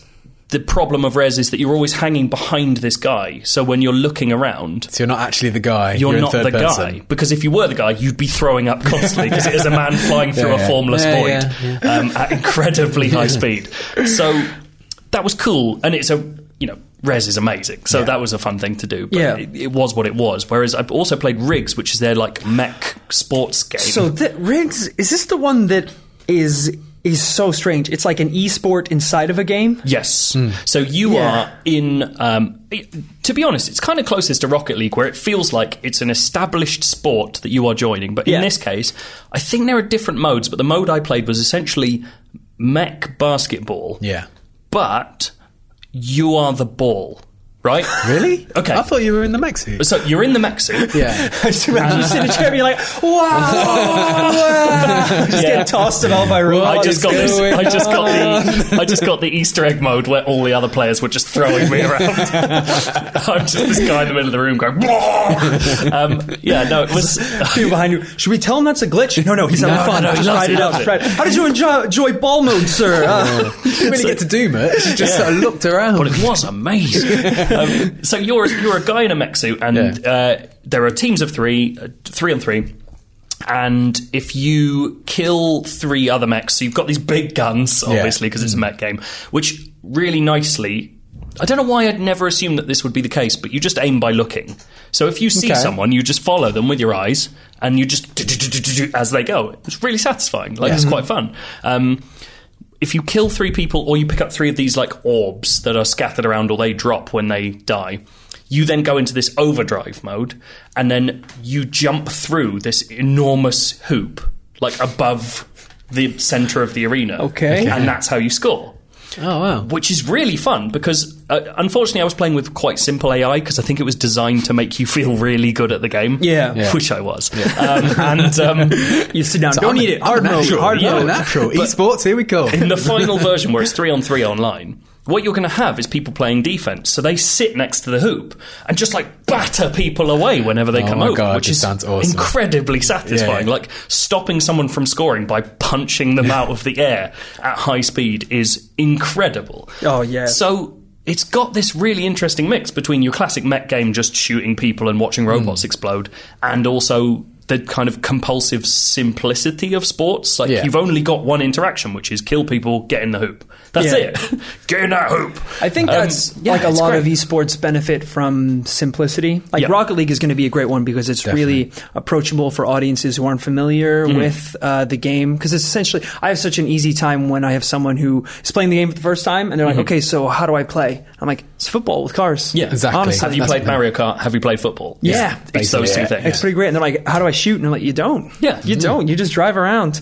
Speaker 2: The problem of Res is that you're always hanging behind this guy. So when you're looking around,
Speaker 3: So you're not actually the guy.
Speaker 2: you're,
Speaker 3: in
Speaker 2: not
Speaker 3: third
Speaker 2: the
Speaker 3: person.
Speaker 2: guy because if you were the guy, you'd be throwing up constantly because it is a
Speaker 3: <laughs>
Speaker 2: man flying through
Speaker 3: Yeah,
Speaker 2: a
Speaker 3: yeah.
Speaker 2: formless
Speaker 3: Yeah,
Speaker 2: void
Speaker 3: yeah,
Speaker 2: Um, at incredibly high speed. So that was cool, and it's a you know Res is amazing, so that was a fun thing to do. But
Speaker 1: Yeah.
Speaker 2: it, it was what it was. Whereas I've also played Rigs, which is their like mech sports game.
Speaker 1: so, th- Riggs, is this the one that is is so strange? It's like an esport inside of a game. <laughs>
Speaker 2: Yes.
Speaker 3: Hmm.
Speaker 2: So you
Speaker 1: Yeah.
Speaker 2: are in. Um, it- to be honest, it's kind of closest to Rocket League, where it feels like it's an established sport that you are joining. But
Speaker 1: Yeah.
Speaker 2: in this case, I think there are different modes. But the mode I played was essentially mech basketball.
Speaker 3: Yeah.
Speaker 2: But you are the ball, right?
Speaker 3: Really?
Speaker 2: Okay.
Speaker 3: I thought you were in the
Speaker 1: <laughs>
Speaker 3: mech suit.
Speaker 2: so you're in the mech suit.
Speaker 3: Yeah.
Speaker 1: I just imagine you sit in a chair and
Speaker 2: <laughs>
Speaker 1: you're like, wow, <laughs> just
Speaker 2: Yeah.
Speaker 1: get tossed about by robots.
Speaker 2: I just got this.
Speaker 3: going
Speaker 2: I just got the. I just got the Easter egg mode where all the other players were just throwing me around.
Speaker 1: <laughs>
Speaker 2: <laughs> I'm just this guy in the middle of the room
Speaker 1: <laughs>
Speaker 2: going. "Blah!" Um, yeah, no, it was.
Speaker 1: People behind you. Should we tell him that's a glitch? No, no,
Speaker 2: <laughs>
Speaker 1: he's having
Speaker 2: No,
Speaker 1: fun.
Speaker 2: no, no, he
Speaker 1: just
Speaker 2: loves
Speaker 1: tried
Speaker 2: it,
Speaker 1: it,
Speaker 2: he
Speaker 1: out.
Speaker 2: loves it.
Speaker 1: Tried it. How did you enjoy, enjoy ball mode,
Speaker 2: <laughs>
Speaker 1: sir? <laughs> Uh,
Speaker 3: You didn't really get to do much. You just sort of looked around.
Speaker 2: But it was
Speaker 3: <laughs>
Speaker 2: amazing. um, so you're you're a guy in a mech suit, and
Speaker 3: Yeah.
Speaker 2: uh, there are teams of three, uh, three on three. And if you kill three other mechs, so you've got these big guns, obviously, because it's a mech game, which really nicely. I don't know why I'd never assumed that this would be the case, but you just aim by looking. So if you see
Speaker 3: Okay.
Speaker 2: someone, you just follow them with your eyes, and you just do- do- do- do- do as they go. It's really satisfying. Like it's quite fun. Um, if you kill three people or you pick up three of these like orbs that are scattered around or they drop when they die, you then go into this overdrive mode and then you jump through this enormous hoop, like above the center of the arena.
Speaker 1: Okay.
Speaker 2: And that's how you score
Speaker 3: oh, wow.
Speaker 2: which is really fun because uh, unfortunately I was playing with quite simple AI because I think it was designed to make you feel really good at the game.
Speaker 1: Yeah. Yeah.
Speaker 2: which I was. Um, and um,
Speaker 1: <laughs> you sit down. Don't
Speaker 3: I'm
Speaker 1: eat
Speaker 3: a-
Speaker 1: it.
Speaker 3: I'm
Speaker 1: Hard
Speaker 3: a
Speaker 1: mode.
Speaker 3: natural.
Speaker 1: Hard
Speaker 3: I'm a
Speaker 1: mode.
Speaker 3: natural. Esports, here we
Speaker 2: <laughs>
Speaker 3: go.
Speaker 2: in the final version where it's three on three online, what you're going to have is people playing defense. So they sit next to the hoop and just like batter people away whenever they
Speaker 3: Oh
Speaker 2: come
Speaker 3: my
Speaker 2: over,
Speaker 3: God,
Speaker 2: which
Speaker 3: this
Speaker 2: is
Speaker 3: sounds awesome.
Speaker 2: incredibly satisfying.
Speaker 3: Yeah.
Speaker 2: Like stopping someone from scoring by punching them out of the air at high speed is incredible.
Speaker 1: Oh, yeah.
Speaker 2: So it's got this really interesting mix between your classic mech game, just shooting people and watching
Speaker 1: Hmm.
Speaker 2: robots explode, and also the kind of compulsive simplicity of sports. Like
Speaker 3: Yeah.
Speaker 2: you've only got one interaction, which is kill people, get in the hoop. That's
Speaker 1: Yeah.
Speaker 2: it. <laughs> get in that hoop.
Speaker 1: I think
Speaker 2: Um,
Speaker 1: that's
Speaker 2: yeah,
Speaker 1: like a
Speaker 2: it's
Speaker 1: lot
Speaker 2: great.
Speaker 1: of esports benefit from simplicity. Like
Speaker 2: Yeah.
Speaker 1: Rocket League is going to be a great one because it's really approachable for audiences who aren't familiar
Speaker 2: Mm.
Speaker 1: with uh, the game. Because it's essentially, I have such an easy time when I have someone who is playing the game for the first time and they're like, "Okay, so how do I play?" I'm like, "It's football with cars."
Speaker 2: Mm. Yeah,
Speaker 3: Exactly.
Speaker 1: Honestly,
Speaker 2: Have you
Speaker 3: That's
Speaker 2: played
Speaker 3: the thing.
Speaker 2: Mario Kart? Have you played football?
Speaker 1: Yeah.
Speaker 2: It's, it's those two
Speaker 3: Basically,
Speaker 2: things.
Speaker 3: yeah. Mm-hmm.
Speaker 1: It's pretty great. And they're like, how do I shoot? And I'm like, you don't.
Speaker 2: Yeah.
Speaker 1: You don't. You just drive around.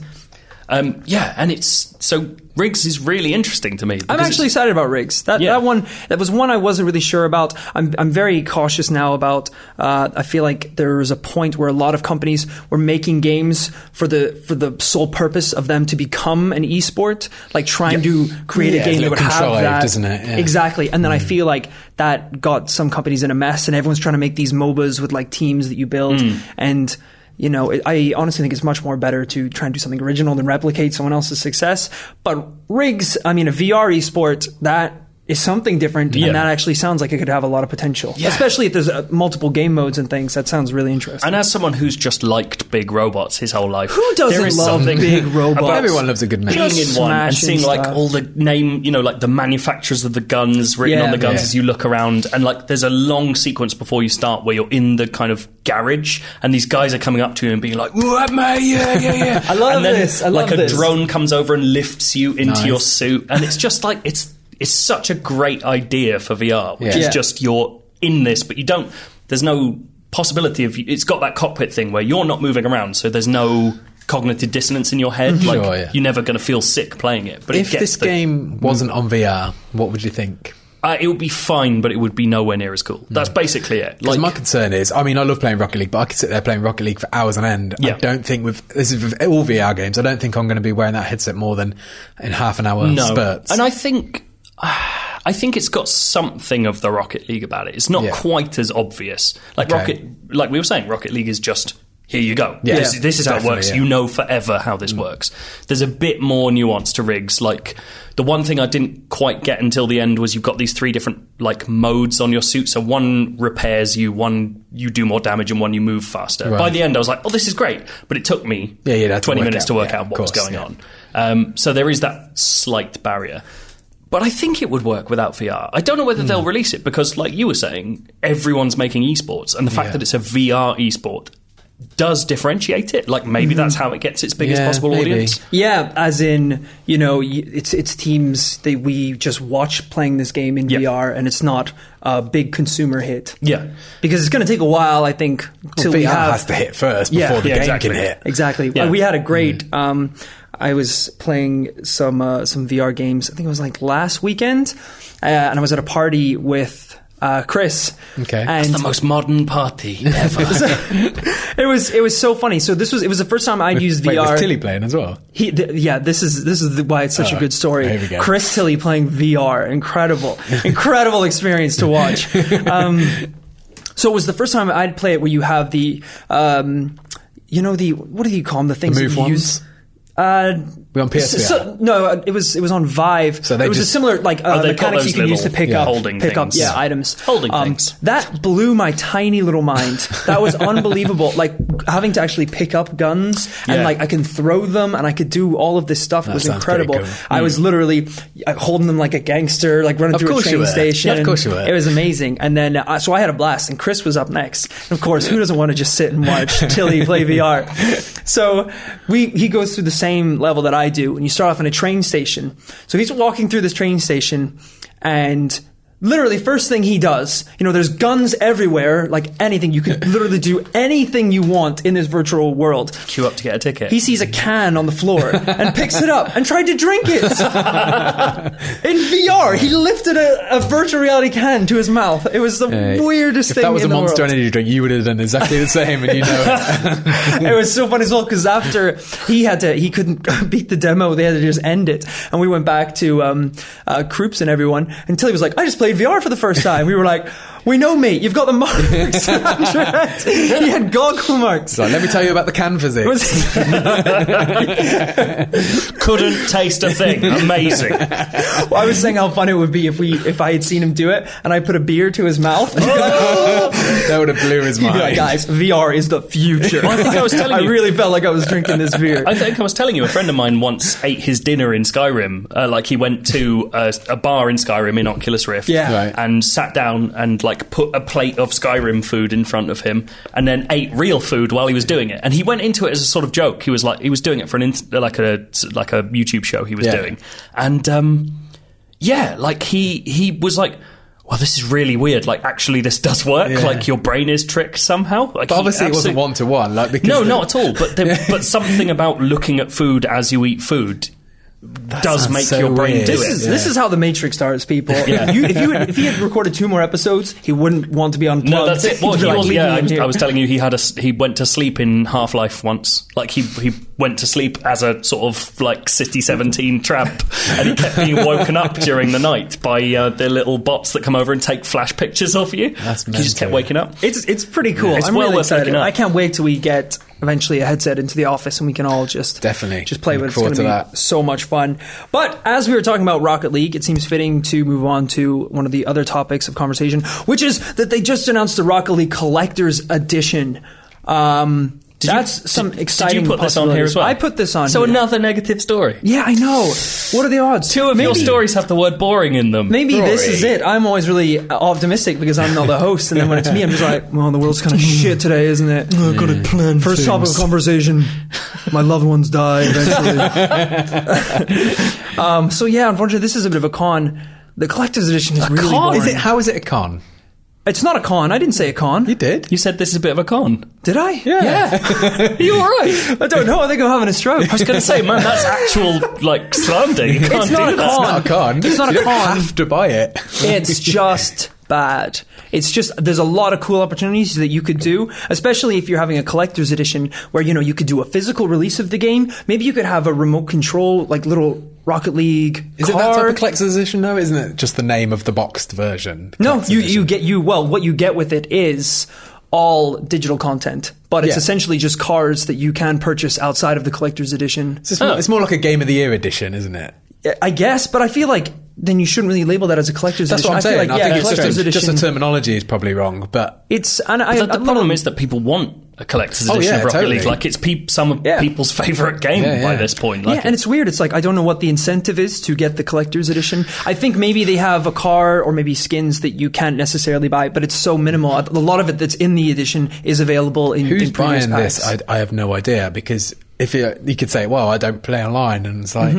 Speaker 2: Um, yeah, and it's so Riggs is really interesting to me.
Speaker 1: I'm
Speaker 2: because
Speaker 1: actually
Speaker 2: it's-
Speaker 1: excited about rigs. That
Speaker 2: Yeah.
Speaker 1: that one that was one I wasn't really sure about. I'm I'm very cautious now about. Uh, I feel like there was a point where a lot of companies were making games for the for the sole purpose of them to become an esport, like trying to create
Speaker 3: Yeah,
Speaker 1: a game
Speaker 3: it's
Speaker 1: that
Speaker 3: a little
Speaker 1: would have
Speaker 3: contrived,
Speaker 1: that.
Speaker 3: isn't it? Yeah.
Speaker 1: Exactly. And then I feel like that got some companies in a mess, and everyone's trying to make these MOBAs with like teams that you build and. You know, it, I honestly think it's much more better to try and do something original than replicate someone else's success. But rigs, I mean, a VR esport that is something different,
Speaker 2: Yeah.
Speaker 1: and that actually sounds like it could have a lot of potential. Especially if there's uh, multiple game modes and things. That sounds really interesting.
Speaker 2: And as someone who's just liked big robots his whole life,
Speaker 1: Who doesn't
Speaker 2: there is
Speaker 1: love
Speaker 2: something
Speaker 1: big robots?
Speaker 2: about
Speaker 3: Everyone loves a good mate.
Speaker 2: being in
Speaker 1: Just
Speaker 2: one and
Speaker 1: smashing
Speaker 2: seeing like
Speaker 1: stuff.
Speaker 2: all the name, you know, like the manufacturers of the guns written
Speaker 1: Yeah,
Speaker 2: on the guns
Speaker 1: yeah.
Speaker 2: as you look around, and like there's a long sequence before you start where you're in the kind of garage, and these guys are coming up to you and being like,
Speaker 3: <laughs> What, mate? Yeah, yeah, <laughs> yeah.
Speaker 1: I love
Speaker 2: and then
Speaker 1: this. I love
Speaker 2: like a
Speaker 1: this.
Speaker 2: drone comes over and lifts you into
Speaker 3: Nice.
Speaker 2: your suit, and it's just like it's it's such a great idea for VR, which
Speaker 3: Yeah.
Speaker 2: is
Speaker 1: Yeah.
Speaker 2: just you're in this, but you don't. There's no possibility of it's got that cockpit thing where you're not moving around, so there's no cognitive dissonance in your
Speaker 1: Mm-hmm.
Speaker 2: head. Like
Speaker 3: Sure, yeah.
Speaker 2: you're never going to feel sick playing it. But
Speaker 3: if
Speaker 2: it gets
Speaker 3: this
Speaker 2: the-
Speaker 3: game wasn't on VR, what would you think?
Speaker 2: uh, it would be fine, but it would be nowhere near as cool. That's basically it.
Speaker 3: Mm. Because
Speaker 2: Like
Speaker 3: my concern is, I mean, I love playing Rocket League, but I could sit there playing Rocket League for hours on end.
Speaker 2: Yeah.
Speaker 3: I don't think with this is with all VR games. I don't think I'm going to be wearing that headset more than in half an hour spurts.
Speaker 2: And I think I think it's got something of the Rocket League about it. It's not
Speaker 3: Yeah.
Speaker 2: quite as obvious. Like
Speaker 3: Okay.
Speaker 2: Rocket like we were saying, Rocket League is just here you go.
Speaker 3: Yeah.
Speaker 2: This, this is how it
Speaker 3: Definitely,
Speaker 2: works.
Speaker 3: yeah. Mm.
Speaker 2: You know forever how this works. There's a bit more nuance to rigs. Like the one thing I didn't quite get until the end was you've got these three different like modes on your suit. So one repairs you, one you do more damage, and one you move faster. By the end, I was like, oh, this is great. But it took me
Speaker 3: Yeah, you'd have to
Speaker 2: 20
Speaker 3: work
Speaker 2: minutes
Speaker 3: out-
Speaker 2: to work
Speaker 3: yeah,
Speaker 2: out
Speaker 3: of
Speaker 2: what was
Speaker 3: course,
Speaker 2: going
Speaker 3: yeah.
Speaker 2: on. Um, so there is that slight barrier. But I think it would work without VR. I don't know whether
Speaker 3: Hmm.
Speaker 2: they'll release it because, like you were saying, everyone's making esports, and the fact
Speaker 3: Yeah.
Speaker 2: that it's a VR esport does differentiate it. Like maybe that's how it gets its biggest
Speaker 3: Hmm. Yeah,
Speaker 2: possible
Speaker 3: maybe.
Speaker 2: audience.
Speaker 1: Yeah, as in you know, y- it's it's teams that we just watch playing this game in
Speaker 2: Yeah.
Speaker 1: VR, and it's not a big consumer hit.
Speaker 2: Yeah.
Speaker 1: because it's going to take a while, I think, till
Speaker 3: VR
Speaker 1: we have
Speaker 3: has to hit first
Speaker 1: Yeah.
Speaker 3: before the
Speaker 2: Yeah,
Speaker 3: game
Speaker 2: exactly.
Speaker 3: can hit.
Speaker 1: exactly.
Speaker 2: Yeah.
Speaker 1: We had a great.
Speaker 3: Mm-hmm.
Speaker 1: Um, I was playing some uh, some VR games. I think it was like last weekend, uh, and I was at a party with uh, Chris.
Speaker 3: Okay.
Speaker 1: and
Speaker 2: It's the most modern party ever.
Speaker 1: <laughs> it was it was so funny. So this was it was the first time I'd used
Speaker 3: Wait,
Speaker 1: VR.
Speaker 3: was Tilly playing as well?
Speaker 1: He, th- yeah, this is this is the, why it's such a good story.
Speaker 3: here Oh, we go.
Speaker 1: Chris Tilly playing VR,
Speaker 3: <laughs>
Speaker 1: incredible, incredible experience to watch. Um, so it was the first time I'd play it where you have the, um, you know the what do you call them the things
Speaker 3: Move
Speaker 1: that you
Speaker 3: ones?
Speaker 1: use. Uh,
Speaker 3: We on PSVR?
Speaker 1: so- no, uh, it was it was on Vive.
Speaker 3: So they
Speaker 1: it was
Speaker 3: just-
Speaker 1: a similar like uh,
Speaker 2: they've got
Speaker 1: mechanics
Speaker 2: those
Speaker 1: you can use to
Speaker 2: little,
Speaker 1: pick
Speaker 2: yeah,
Speaker 1: up
Speaker 2: holding
Speaker 1: pick up
Speaker 2: things.
Speaker 1: yeah items Um,
Speaker 2: Holding things.
Speaker 1: That blew my tiny little
Speaker 3: <laughs>
Speaker 1: mind. That was unbelievable. Like having to actually pick up guns and
Speaker 2: Yeah.
Speaker 1: like I can throw them and I could do all of this stuff. It was
Speaker 3: sounds pretty
Speaker 1: incredible.
Speaker 3: cool. Mm.
Speaker 1: I was literally uh, holding them like a gangster, like running
Speaker 3: Of
Speaker 1: through a
Speaker 3: course you
Speaker 1: train
Speaker 3: were.
Speaker 1: station.
Speaker 3: Yeah, of course you were.
Speaker 1: It was amazing. And then uh, so I had a blast. And Chris was up next. And of course, who doesn't want to just sit and watch Tilly play VR? So we he goes through the same level that I do, and you start off in a train station. So he's walking through this train station, and literally first thing he does, you know, there's guns everywhere, like anything. You can literally do anything you want in this virtual world.
Speaker 2: <laughs> Queue up to get a ticket.
Speaker 1: He sees a can on the floor and picks it up and tried to drink
Speaker 3: <laughs>
Speaker 1: it. in VR, he lifted a, a virtual reality can to his mouth. It was the
Speaker 3: Hey,
Speaker 1: weirdest
Speaker 3: Uh, if
Speaker 1: thing
Speaker 3: that was
Speaker 1: in
Speaker 3: a
Speaker 1: the
Speaker 3: monster
Speaker 1: world.
Speaker 3: energy drink, you would have done exactly the same, and you <laughs> know it.
Speaker 1: <laughs> it was so funny as well because after he had to, he couldn't <laughs> beat the demo. They had to just end it, and we went back to um, uh, Krups and everyone until he was like, "I just played VR for the first time." We were like, "We know, mate. You've got the marks." <laughs> he had goggle marks.
Speaker 3: So let me tell you about the can <laughs> physics.
Speaker 1: It was-
Speaker 2: couldn't taste a
Speaker 3: <laughs>
Speaker 2: thing. Amazing.
Speaker 1: Well, I was saying how fun it would be if we if I had seen him do it and I put a beer to his mouth.
Speaker 3: that would have blew <laughs>
Speaker 1: <laughs>
Speaker 3: his
Speaker 1: He'd be like,
Speaker 3: mind.
Speaker 1: Guys, VR is the future.
Speaker 2: I think I was telling you.
Speaker 1: really felt like <laughs> I was drinking this beer.
Speaker 2: I think I was telling you, a friend of mine once ate his dinner in Skyrim. Uh, like he went to a, a bar in Skyrim in Oculus Rift,
Speaker 1: Yeah.
Speaker 3: Right.
Speaker 2: and sat down and like put a plate of Skyrim food in front of him, and then ate real food while he was doing it. And he went into it as a sort of joke. He was like, he was doing it for an in- like a like a YouTube show he was
Speaker 3: Yeah.
Speaker 2: doing, and um, yeah, like he he was like. Well, this is really weird. Like, actually, this does work.
Speaker 3: Yeah.
Speaker 2: Like, your brain is tricked somehow. Like,
Speaker 3: but
Speaker 2: he
Speaker 3: obviously, it wasn't
Speaker 2: absolute-
Speaker 3: one to one. Like because
Speaker 2: no,
Speaker 3: the-
Speaker 2: not at all. But
Speaker 3: <laughs>
Speaker 2: the, but something about looking at food as you eat food does
Speaker 3: sounds
Speaker 2: make
Speaker 3: so
Speaker 2: your brain
Speaker 3: weird.
Speaker 2: do
Speaker 1: This
Speaker 2: it.
Speaker 1: is this is how the Matrix starts, people. You- if, you had, if he had recorded two more episodes, he wouldn't want to be unplugged.
Speaker 2: no, that's it.
Speaker 1: <laughs>
Speaker 2: Well,
Speaker 1: He'd
Speaker 2: he
Speaker 1: be like,
Speaker 2: was,
Speaker 1: "Leave
Speaker 2: yeah,
Speaker 1: me
Speaker 2: I
Speaker 1: in
Speaker 2: was,
Speaker 1: here."
Speaker 2: I was telling you, he had a s he went to sleep in Half Life once. Like he he went to sleep as a sort of like City Seventeen tramp, and he kept being woken up during the night by uh, the little bots that come over and take flash pictures of you.
Speaker 3: That's
Speaker 2: he just kept
Speaker 3: mental.
Speaker 2: waking up.
Speaker 1: It's it's pretty cool.
Speaker 2: It's
Speaker 1: I'm
Speaker 2: well
Speaker 1: really
Speaker 2: worth
Speaker 1: excited.
Speaker 2: looking up.
Speaker 1: I can't wait till we get eventually a headset into the office and we can all just
Speaker 3: Definitely.
Speaker 1: just play
Speaker 3: Look
Speaker 1: with it. It's
Speaker 3: forward
Speaker 1: going to be
Speaker 3: to that.
Speaker 1: so much fun. But as we were talking about Rocket League, it seems fitting to move on to one of the other topics of conversation, which is that they just announced the Rocket League Collector's Edition. Um,
Speaker 2: you-
Speaker 1: that's some
Speaker 2: did-
Speaker 1: exciting.
Speaker 2: Did you put this on here
Speaker 1: possibilities.
Speaker 2: as well?
Speaker 1: I put this on.
Speaker 2: So
Speaker 1: here.
Speaker 2: another negative story.
Speaker 1: Yeah, I know. What are the odds?
Speaker 2: Two of your stories have the word boring in them.
Speaker 1: Maybe this is it. I'm always really optimistic because I'm not the host, and then when it's me, I'm just like, "Well, the world's kind of shit today, isn't it?" Mm. I've got to plan. First topic of conversation: my loved ones die eventually. <laughs> um, so yeah, unfortunately, this is a bit of a con. The collector's edition is really
Speaker 2: con?
Speaker 1: boring.
Speaker 3: Is it? How is it a con?
Speaker 1: It's not a con. I didn't say a con.
Speaker 3: You did.
Speaker 2: You said this is a bit of a con.
Speaker 1: Did I?
Speaker 2: Yeah. Are <laughs> you
Speaker 1: <laughs>
Speaker 2: alright?
Speaker 1: I don't know. I think I'm having a stroke.
Speaker 2: I was going to say, man, that's actual like slander. You can't
Speaker 1: It's not
Speaker 2: do
Speaker 1: a
Speaker 2: that.
Speaker 1: con.
Speaker 3: Not a con.
Speaker 1: It's not
Speaker 3: you
Speaker 1: a
Speaker 3: don't
Speaker 1: con.
Speaker 3: Have to buy it. <laughs>
Speaker 1: it's just bad. It's just there's a lot of cool opportunities that you could do, especially if you're having a collector's edition where you know you could do a physical release of the game. Maybe you could have a remote control like little Rocket League
Speaker 3: Is it that type
Speaker 1: card.
Speaker 3: of collector's edition? No, isn't it? Just the name of the boxed version.
Speaker 1: no,
Speaker 3: Collector's
Speaker 1: you
Speaker 3: edition.
Speaker 1: you get you well what you get with it is all digital content, but it's
Speaker 3: Yeah.
Speaker 1: essentially just cards that you can purchase outside of the collector's edition.
Speaker 3: It's, just more, it's more like a game of the year edition, isn't it?
Speaker 1: I guess, but I feel like then you shouldn't really label that as a collector's
Speaker 3: That's
Speaker 1: edition.
Speaker 3: what I'm saying.
Speaker 1: I feel like
Speaker 3: I
Speaker 1: yeah,
Speaker 3: think it's
Speaker 1: collector's
Speaker 3: just a,
Speaker 1: edition.
Speaker 3: just the terminology is probably wrong, but
Speaker 1: it's and I,
Speaker 2: The,
Speaker 1: I-
Speaker 2: the
Speaker 1: I'm not-
Speaker 2: problem is that people want a collector's
Speaker 3: Oh,
Speaker 2: edition
Speaker 3: yeah,
Speaker 2: of Rocket
Speaker 3: totally.
Speaker 2: League. Like it's peop some of
Speaker 1: Yeah.
Speaker 2: people's favorite game
Speaker 3: Yeah,
Speaker 2: by
Speaker 3: yeah.
Speaker 2: this point. Like
Speaker 1: yeah, and it's weird. It's like I don't know what the incentive is to get the collector's edition. I think maybe they have a car or maybe skins that you can't necessarily buy, but it's so minimal. A lot of it that's in the edition is available in
Speaker 3: Mm-hmm. who's
Speaker 1: in previous
Speaker 3: buying this? I,
Speaker 1: packs.
Speaker 3: I have no idea because if you, you could say, "Well, I don't play online," and it's like,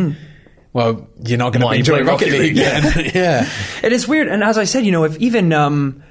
Speaker 3: "Well, you're not going to
Speaker 2: Why
Speaker 3: be
Speaker 2: you
Speaker 3: enjoying
Speaker 2: play
Speaker 3: Rocket
Speaker 2: Rocket
Speaker 3: League."
Speaker 2: League?
Speaker 3: then. <laughs> yeah.
Speaker 1: it is weird, and as I said, you know, if even um,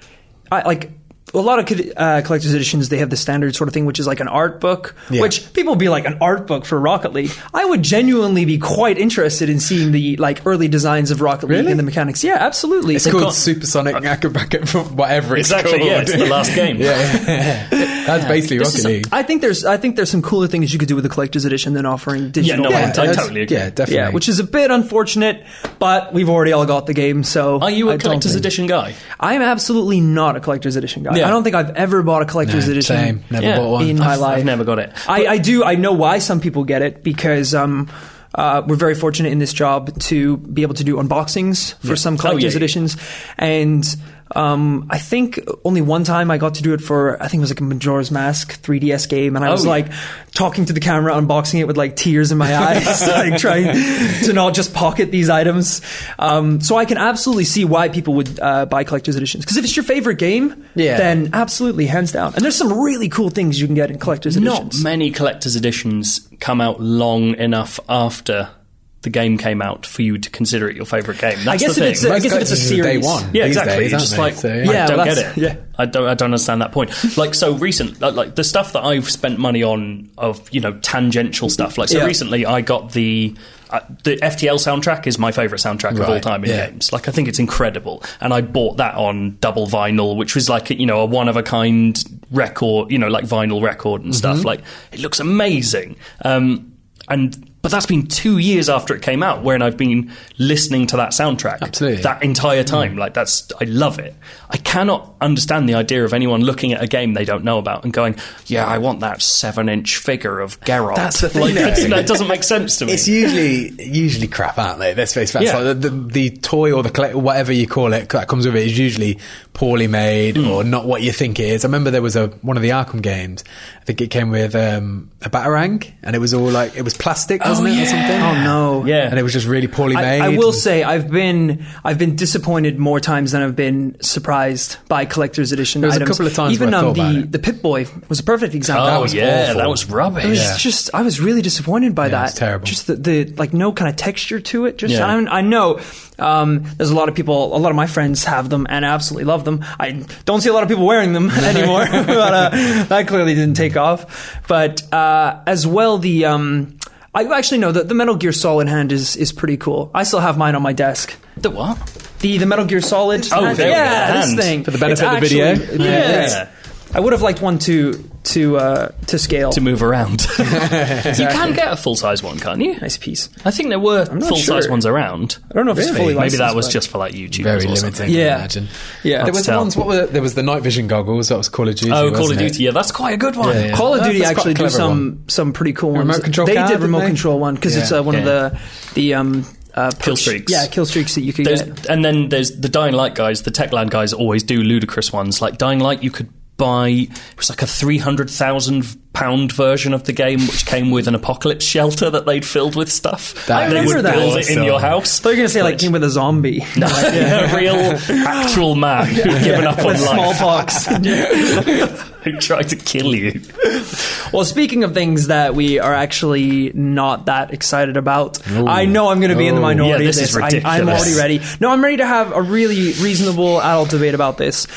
Speaker 1: I like. A lot of co- uh, collector's editions, they have the standard sort of thing, which is like an art book,
Speaker 3: Yeah.
Speaker 1: which people would be like an art book for Rocket League. I would genuinely be quite interested in seeing the like early designs of Rocket League
Speaker 3: Really?
Speaker 1: and the mechanics. Yeah, absolutely.
Speaker 3: It's called
Speaker 2: got-
Speaker 3: Supersonic Acrobat, <laughs> whatever it's
Speaker 2: exactly
Speaker 3: called.
Speaker 2: yeah, it's the
Speaker 3: <laughs>
Speaker 2: last game.
Speaker 3: yeah, yeah. That's basically
Speaker 2: This is
Speaker 3: Rocket
Speaker 2: some-
Speaker 3: League.
Speaker 1: I think there's I think there's some cooler things you could do with a collector's edition than offering digital.
Speaker 2: no, I-
Speaker 1: content.
Speaker 2: I
Speaker 3: that's-
Speaker 2: totally agree.
Speaker 3: Yeah, definitely.
Speaker 1: yeah, which is a bit unfortunate, but we've already all got the game. So
Speaker 2: Are you
Speaker 1: a
Speaker 2: a collector's edition guy?
Speaker 1: I'm absolutely not a collector's edition guy.
Speaker 2: Yeah.
Speaker 1: I don't think I've ever bought a collector's edition.
Speaker 3: same. Never
Speaker 2: Yeah.
Speaker 3: bought one.
Speaker 1: In my
Speaker 2: I've-
Speaker 1: life,
Speaker 2: I've never got it.
Speaker 1: I, I do. I know why some people get it because um, uh, we're very fortunate in this job to be able to do unboxings for some collector's
Speaker 2: yeah, yeah.
Speaker 1: editions, and um, I think only one time I got to do it for I think it was like a Majora's Mask 3DS game, and I was
Speaker 2: Oh, yeah.
Speaker 1: like talking to the camera, unboxing it with like tears in my eyes, <laughs> like trying to not just pocket these items. Um, so I can absolutely see why people would uh, buy collector's editions because if it's your favorite game,
Speaker 3: Yeah.
Speaker 1: then absolutely hands down. And there's some really cool things you can get in collector's editions.
Speaker 2: Not many collector's editions come out long enough after the game came out for you to consider it your favorite game. That's
Speaker 1: I guess
Speaker 2: the
Speaker 1: if
Speaker 2: thing.
Speaker 1: it's a- I guess if it's a
Speaker 3: collectors are day
Speaker 1: series.
Speaker 3: one
Speaker 2: yeah,
Speaker 3: these
Speaker 2: exactly. it's
Speaker 3: days, aren't
Speaker 2: just
Speaker 3: they?
Speaker 2: like
Speaker 3: So, yeah.
Speaker 1: Yeah,
Speaker 2: I don't
Speaker 1: well,
Speaker 2: get
Speaker 1: that's-
Speaker 2: it.
Speaker 1: yeah.
Speaker 2: I don't. I don't understand that point. Like so recent, like, like the stuff that I've spent money on of you know tangential stuff. Like so
Speaker 1: Yeah.
Speaker 2: recently, I got the. Uh, the FTL soundtrack is my favorite soundtrack of all
Speaker 3: Right,
Speaker 2: time in
Speaker 3: yeah.
Speaker 2: games. Like, I think it's incredible, and I bought that on double vinyl, which was like you know a one of a kind record, you know, like vinyl record and
Speaker 3: Mm-hmm.
Speaker 2: stuff. Like, it looks amazing. Um, and but that's been two years after it came out, wherein I've been listening to that soundtrack
Speaker 3: Absolutely. Mm.
Speaker 2: that entire time. Like that's I love it. I cannot understand the idea of anyone looking at a game they don't know about and going, "Yeah, I want that seven-inch figure of Geralt."
Speaker 3: That's the thing,
Speaker 2: Like,
Speaker 3: though. <laughs>
Speaker 2: it's- no, it doesn't make sense to me.
Speaker 3: It's usually usually crap, aren't they? Let's face facts.
Speaker 2: Yeah.
Speaker 3: Like the, the, the toy or the collect, whatever you call it that comes with it is usually poorly made or not what you think it is. I remember there was a one of the Arkham games. I think it came with um, a batarang, and it was all like it was plastic, wasn't it, or something?
Speaker 1: Oh, no.
Speaker 2: Yeah.
Speaker 3: and it was just really poorly
Speaker 1: I,
Speaker 3: made.
Speaker 1: I will
Speaker 3: and-
Speaker 1: say I've been I've been disappointed more times than I've been surprised by collector's edition
Speaker 3: was a
Speaker 1: items.
Speaker 3: couple of times
Speaker 1: even
Speaker 3: where I
Speaker 1: on
Speaker 3: thought about
Speaker 1: the
Speaker 3: it.
Speaker 1: the Pip Boy was a perfect example.
Speaker 2: oh
Speaker 3: that was
Speaker 2: yeah,
Speaker 3: awful.
Speaker 2: that was rubbish.
Speaker 1: It was
Speaker 3: Yeah.
Speaker 1: just I was really disappointed by that.
Speaker 3: it's terrible.
Speaker 1: Just the, the like no kind of texture to it. Just
Speaker 2: Yeah.
Speaker 1: I, I know um, there's a lot of people. A lot of my friends have them and absolutely love them. I don't see a lot of people wearing
Speaker 2: <laughs>
Speaker 1: them anymore. <laughs> but, uh, that clearly didn't take off. But uh, as well the. Um, I actually know that the Metal Gear Solid hand is, is pretty cool. I still have mine on my desk.
Speaker 2: The what?
Speaker 1: The the Metal Gear Solid.
Speaker 2: Oh,
Speaker 1: hand-
Speaker 2: there we go,
Speaker 1: yeah,
Speaker 2: the
Speaker 1: this
Speaker 2: hand.
Speaker 1: thing
Speaker 3: For the benefit
Speaker 1: It's
Speaker 3: of the video.
Speaker 1: actually-
Speaker 2: Yeah.
Speaker 1: it's- I would have liked one to to uh, to scale.
Speaker 2: to move around. <laughs> You can get a full size one, can't you?
Speaker 1: nice piece.
Speaker 2: I think there were
Speaker 1: not
Speaker 2: full size
Speaker 1: sure.
Speaker 2: ones around.
Speaker 1: I don't know if it's
Speaker 3: Really?
Speaker 1: fully
Speaker 2: Maybe
Speaker 1: licensed,
Speaker 2: that was
Speaker 1: but-
Speaker 2: just for like YouTube.
Speaker 3: Very
Speaker 2: or
Speaker 3: limiting.
Speaker 2: something.
Speaker 1: Yeah.
Speaker 3: I imagine.
Speaker 1: Yeah.
Speaker 3: there was the
Speaker 2: tell.
Speaker 3: ones. What were the, there was the night vision goggles. That was Call of Duty.
Speaker 2: Oh, Call of
Speaker 3: wasn't it?
Speaker 2: Duty. Yeah, that's quite a good one.
Speaker 3: Yeah, yeah.
Speaker 1: Call of
Speaker 3: Well,
Speaker 1: Duty
Speaker 3: that's quite
Speaker 1: actually
Speaker 3: a
Speaker 1: do
Speaker 3: clever
Speaker 1: some
Speaker 3: one.
Speaker 1: some pretty cool ones.
Speaker 3: Remote control
Speaker 1: they
Speaker 3: card,
Speaker 1: did
Speaker 3: didn't
Speaker 1: remote
Speaker 3: they?
Speaker 1: control one because it's
Speaker 3: Yeah.
Speaker 1: uh, one of the the um, uh,
Speaker 2: Kill
Speaker 1: perks-
Speaker 2: streaks.
Speaker 1: Yeah, kill streaks that you could
Speaker 2: There's,
Speaker 1: get.
Speaker 2: and then there's the Dying Light guys. The Techland guys always do ludicrous ones. Like Dying Light, you could buy it was like a three hundred thousand pound version of the game, which came with an apocalypse shelter that they'd filled with stuff.
Speaker 3: That
Speaker 2: they
Speaker 1: is
Speaker 2: would
Speaker 1: awesome.
Speaker 2: build it in your house. <laughs>
Speaker 1: So you're gonna say like came with a zombie,
Speaker 2: No, a
Speaker 3: <laughs>
Speaker 2: real actual man who'd given up on
Speaker 1: with
Speaker 2: life
Speaker 1: smallpox.
Speaker 2: <laughs>
Speaker 1: <laughs>
Speaker 2: who tried to kill you.
Speaker 1: well, speaking of things that we are actually not that excited about, I know I'm gonna be in the
Speaker 3: Ooh.
Speaker 1: minority.
Speaker 2: Yeah,
Speaker 1: of
Speaker 2: this is
Speaker 1: I, I'm
Speaker 2: ridiculous.
Speaker 1: already ready. No, I'm ready to have a really reasonable adult debate about this.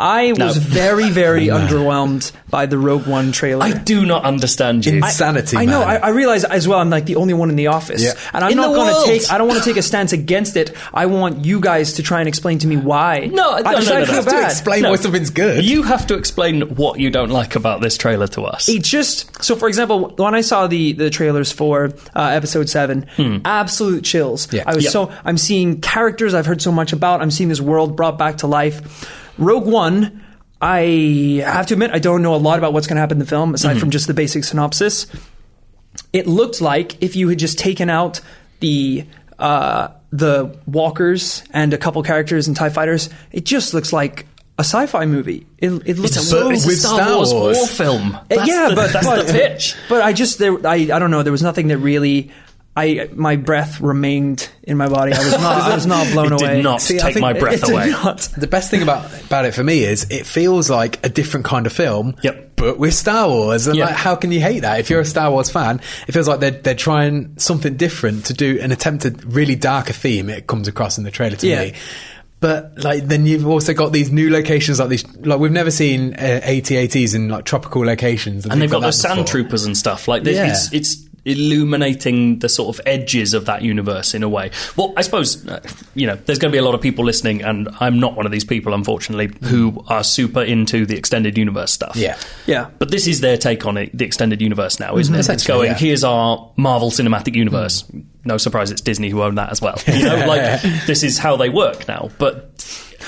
Speaker 1: I was very,
Speaker 2: <laughs>
Speaker 1: very underwhelmed by the Rogue One trailer.
Speaker 2: I do not understand you.
Speaker 3: I- Sanity,
Speaker 1: I, I know.
Speaker 3: man.
Speaker 1: I, I realize as well. I'm like the only one in the office,
Speaker 3: Yeah.
Speaker 1: and I'm
Speaker 2: In
Speaker 1: not
Speaker 2: the
Speaker 1: going
Speaker 2: world.
Speaker 1: to take. I don't want to take a stance against it. I want you guys to try and explain to me why.
Speaker 2: No,
Speaker 1: I,
Speaker 2: no,
Speaker 1: because
Speaker 2: no,
Speaker 1: I
Speaker 2: no,
Speaker 1: feel
Speaker 2: no.
Speaker 3: Have to
Speaker 1: bad.
Speaker 3: explain
Speaker 2: No.
Speaker 3: why something's good.
Speaker 2: you have to explain what you don't like about this trailer to us.
Speaker 1: It just so, for example, when I saw the the trailers for uh, episode seven, absolute chills.
Speaker 3: Yeah.
Speaker 1: I was
Speaker 2: Hmm. Yeah.
Speaker 1: so I'm seeing characters I've heard so much about. I'm seeing this world brought back to life. Rogue One. I have to admit, I don't know a lot about what's going to happen in the film aside
Speaker 2: Hmm.
Speaker 1: from just the basic synopsis. It looked like if you had just taken out the uh, the walkers and a couple characters and Tie fighters, it just looks like a sci-fi movie. It, it looks
Speaker 2: It's
Speaker 1: a
Speaker 2: a,
Speaker 1: little
Speaker 2: it's a
Speaker 3: with
Speaker 2: Star,
Speaker 3: Star
Speaker 2: Wars,
Speaker 3: Wars.
Speaker 2: war film.
Speaker 1: uh,
Speaker 2: That's
Speaker 1: yeah,
Speaker 2: the-
Speaker 1: but
Speaker 2: that's
Speaker 1: but,
Speaker 2: the pitch.
Speaker 1: But I just there, I, I don't know. There was nothing that really. I my breath remained in my body. I was not. I was
Speaker 2: <laughs>
Speaker 1: not blown
Speaker 2: It did
Speaker 1: away.
Speaker 2: not See, I take think- my breath
Speaker 1: It did
Speaker 2: away.
Speaker 1: not.
Speaker 3: The best thing about about it for me is it feels like a different kind of film.
Speaker 2: Yep.
Speaker 3: But with Star Wars, and
Speaker 2: Yeah.
Speaker 3: like, how can you hate that? If you're a Star Wars fan, it feels like they're they're trying something different to do an attempt to really dark a theme. It comes across in the trailer to
Speaker 1: Yeah.
Speaker 3: me. But like then you've also got these new locations like these like we've never seen uh, AT-ATs in like tropical locations
Speaker 2: and they've
Speaker 3: things
Speaker 2: got
Speaker 3: like
Speaker 2: those
Speaker 3: that
Speaker 2: sand
Speaker 3: before.
Speaker 2: troopers and stuff like this.
Speaker 3: Yeah.
Speaker 2: It's, it's illuminating the sort of edges of that universe in a way. Well, I suppose uh, you know there's going to be a lot of people listening, and I'm not one of these people, unfortunately, who are super into the extended universe stuff.
Speaker 3: Yeah.
Speaker 1: Yeah.
Speaker 2: But this is their take on it, the extended universe now, isn't it? It's
Speaker 3: Mm-hmm. Essentially,
Speaker 2: going,
Speaker 3: yeah. Mm.
Speaker 2: here's our Marvel Cinematic Universe. No surprise it's Disney who own that as
Speaker 3: <laughs>
Speaker 2: well. You know, like, this is how they work now. But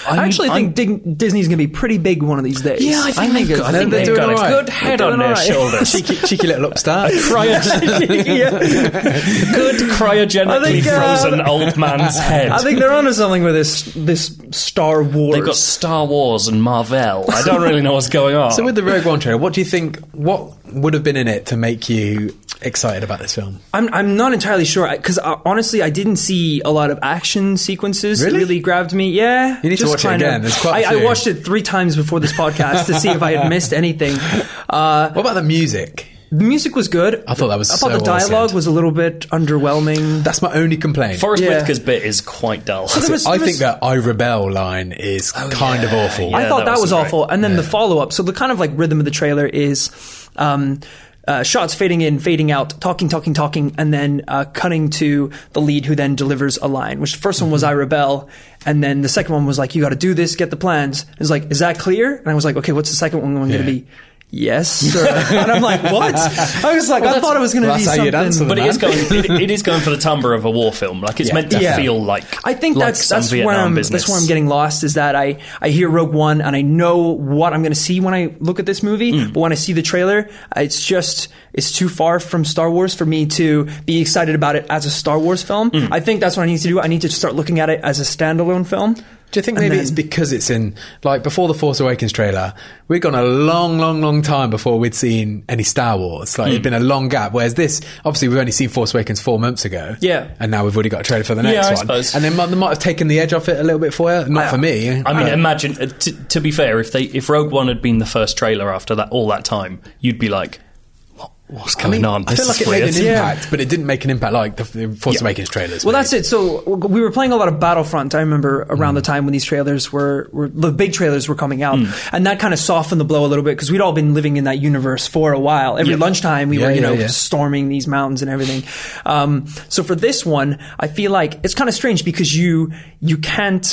Speaker 1: I
Speaker 2: I'm-
Speaker 1: actually
Speaker 2: I'm-
Speaker 1: think Dig- Disney's going to be pretty big one of these days.
Speaker 2: Yeah, I think, they've, got, I
Speaker 3: they're-
Speaker 2: think
Speaker 3: they're
Speaker 2: they've
Speaker 3: doing
Speaker 2: got a
Speaker 3: alright.
Speaker 2: good head
Speaker 1: They're
Speaker 2: on
Speaker 1: doing <laughs>
Speaker 2: their
Speaker 1: alright.
Speaker 2: shoulders.
Speaker 3: cheeky, cheeky little upstart.
Speaker 2: Cryo-
Speaker 1: <laughs>
Speaker 2: <laughs> good cryogenically
Speaker 1: I think, uh,
Speaker 2: frozen old man's head.
Speaker 1: I think they're onto something with this this Star Wars.
Speaker 2: They've got Star Wars and Marvel. I don't really know what's going on.
Speaker 3: <laughs> so with the Rogue One trailer, what do you think? What would have been in it to make you excited about this film?
Speaker 1: I'm I'm not entirely sure because uh, honestly, I didn't see a lot of action sequences that
Speaker 3: Really?
Speaker 1: really grabbed me. Yeah,
Speaker 3: You need to watch it
Speaker 1: kinda-
Speaker 3: again. There's quite a
Speaker 1: I, I
Speaker 3: few.
Speaker 1: watched it three times before this podcast to see if I had
Speaker 3: <laughs>
Speaker 1: missed anything. Uh,
Speaker 3: What about the music?
Speaker 1: the music was good.
Speaker 3: I thought that was
Speaker 1: I thought
Speaker 3: so
Speaker 1: the
Speaker 3: well
Speaker 1: dialogue
Speaker 3: said.
Speaker 1: was a little bit underwhelming.
Speaker 3: That's my only complaint.
Speaker 2: Forrest
Speaker 1: Yeah.
Speaker 2: Whitaker's bit is quite dull.
Speaker 1: there was-
Speaker 3: I
Speaker 1: there
Speaker 3: think that "I rebel" line is kind of awful.
Speaker 2: Oh, yeah.
Speaker 1: I thought
Speaker 2: that
Speaker 1: that, was
Speaker 2: wasn't
Speaker 1: awful. And then the follow up. So the kind of like rhythm of the trailer is um, uh, shots fading in, fading out, talking, talking, talking, and then uh, cutting to the lead who then delivers a line. Which the first one was I rebel, and then the second one was like you got to do this, get the plans. It was like is that clear? And I was like, okay, what's the second one going to
Speaker 3: Yeah.
Speaker 1: be? Yes, sir. <laughs> and I'm like, what? I was like, I thought it was going to
Speaker 3: well,
Speaker 1: be
Speaker 3: that's
Speaker 1: something.
Speaker 3: how you'd answer
Speaker 2: <laughs> but
Speaker 3: them.
Speaker 2: it is going. It, it is going for the timbre of a war film. Like it's meant to
Speaker 1: Yeah.
Speaker 2: feel like.
Speaker 1: I think
Speaker 2: like
Speaker 1: that's
Speaker 2: some
Speaker 1: that's where
Speaker 2: Vietnam
Speaker 1: I'm
Speaker 2: business.
Speaker 1: that's where I'm getting lost is that I I hear Rogue One and I know what I'm going to see when I look at this movie,
Speaker 2: Mm.
Speaker 1: but when I see the trailer, it's just it's too far from Star Wars for me to be excited about it as a Star Wars film.
Speaker 2: Mm.
Speaker 1: I think that's what I need to do. I need to start looking at it as a standalone film.
Speaker 3: Do you think maybe it's because it's in like before the Force Awakens trailer? We'd gone a long, long, long time before we'd seen any Star Wars. Like
Speaker 2: Hmm.
Speaker 3: it'd been a long gap. Whereas this, obviously, we've only seen Force Awakens four months ago.
Speaker 1: Yeah.
Speaker 3: and now we've already got a trailer for the
Speaker 2: Yeah,
Speaker 3: next
Speaker 2: I
Speaker 3: one.
Speaker 2: suppose.
Speaker 3: And they might, they might have taken the edge off it a little bit for you. Not for me.
Speaker 2: I mean, imagine. Uh, t- to be fair, if they if Rogue One had been the first trailer after that all that time, you'd be like, what, "What's
Speaker 3: I
Speaker 2: going
Speaker 3: mean,
Speaker 2: on?
Speaker 3: I
Speaker 2: This
Speaker 3: feel like
Speaker 2: is
Speaker 3: it
Speaker 2: weird."
Speaker 3: made an impact, but it didn't make an impact like the, the Force
Speaker 2: Yeah.
Speaker 3: Awakens trailers.
Speaker 1: Well,
Speaker 3: made.
Speaker 1: that's it. So w- we were playing a lot of Battlefront. I remember around the
Speaker 3: Mm.
Speaker 1: time when these trailers were, were the big trailers were coming out, and that kind of softened the blow a little bit because we'd all been living in that universe for a while. Every lunchtime, we
Speaker 3: Yeah,
Speaker 1: were you
Speaker 3: yeah,
Speaker 1: know
Speaker 3: yeah.
Speaker 1: storming these mountains and everything. Um, so for this one, I feel like it's kind of strange because you you can't.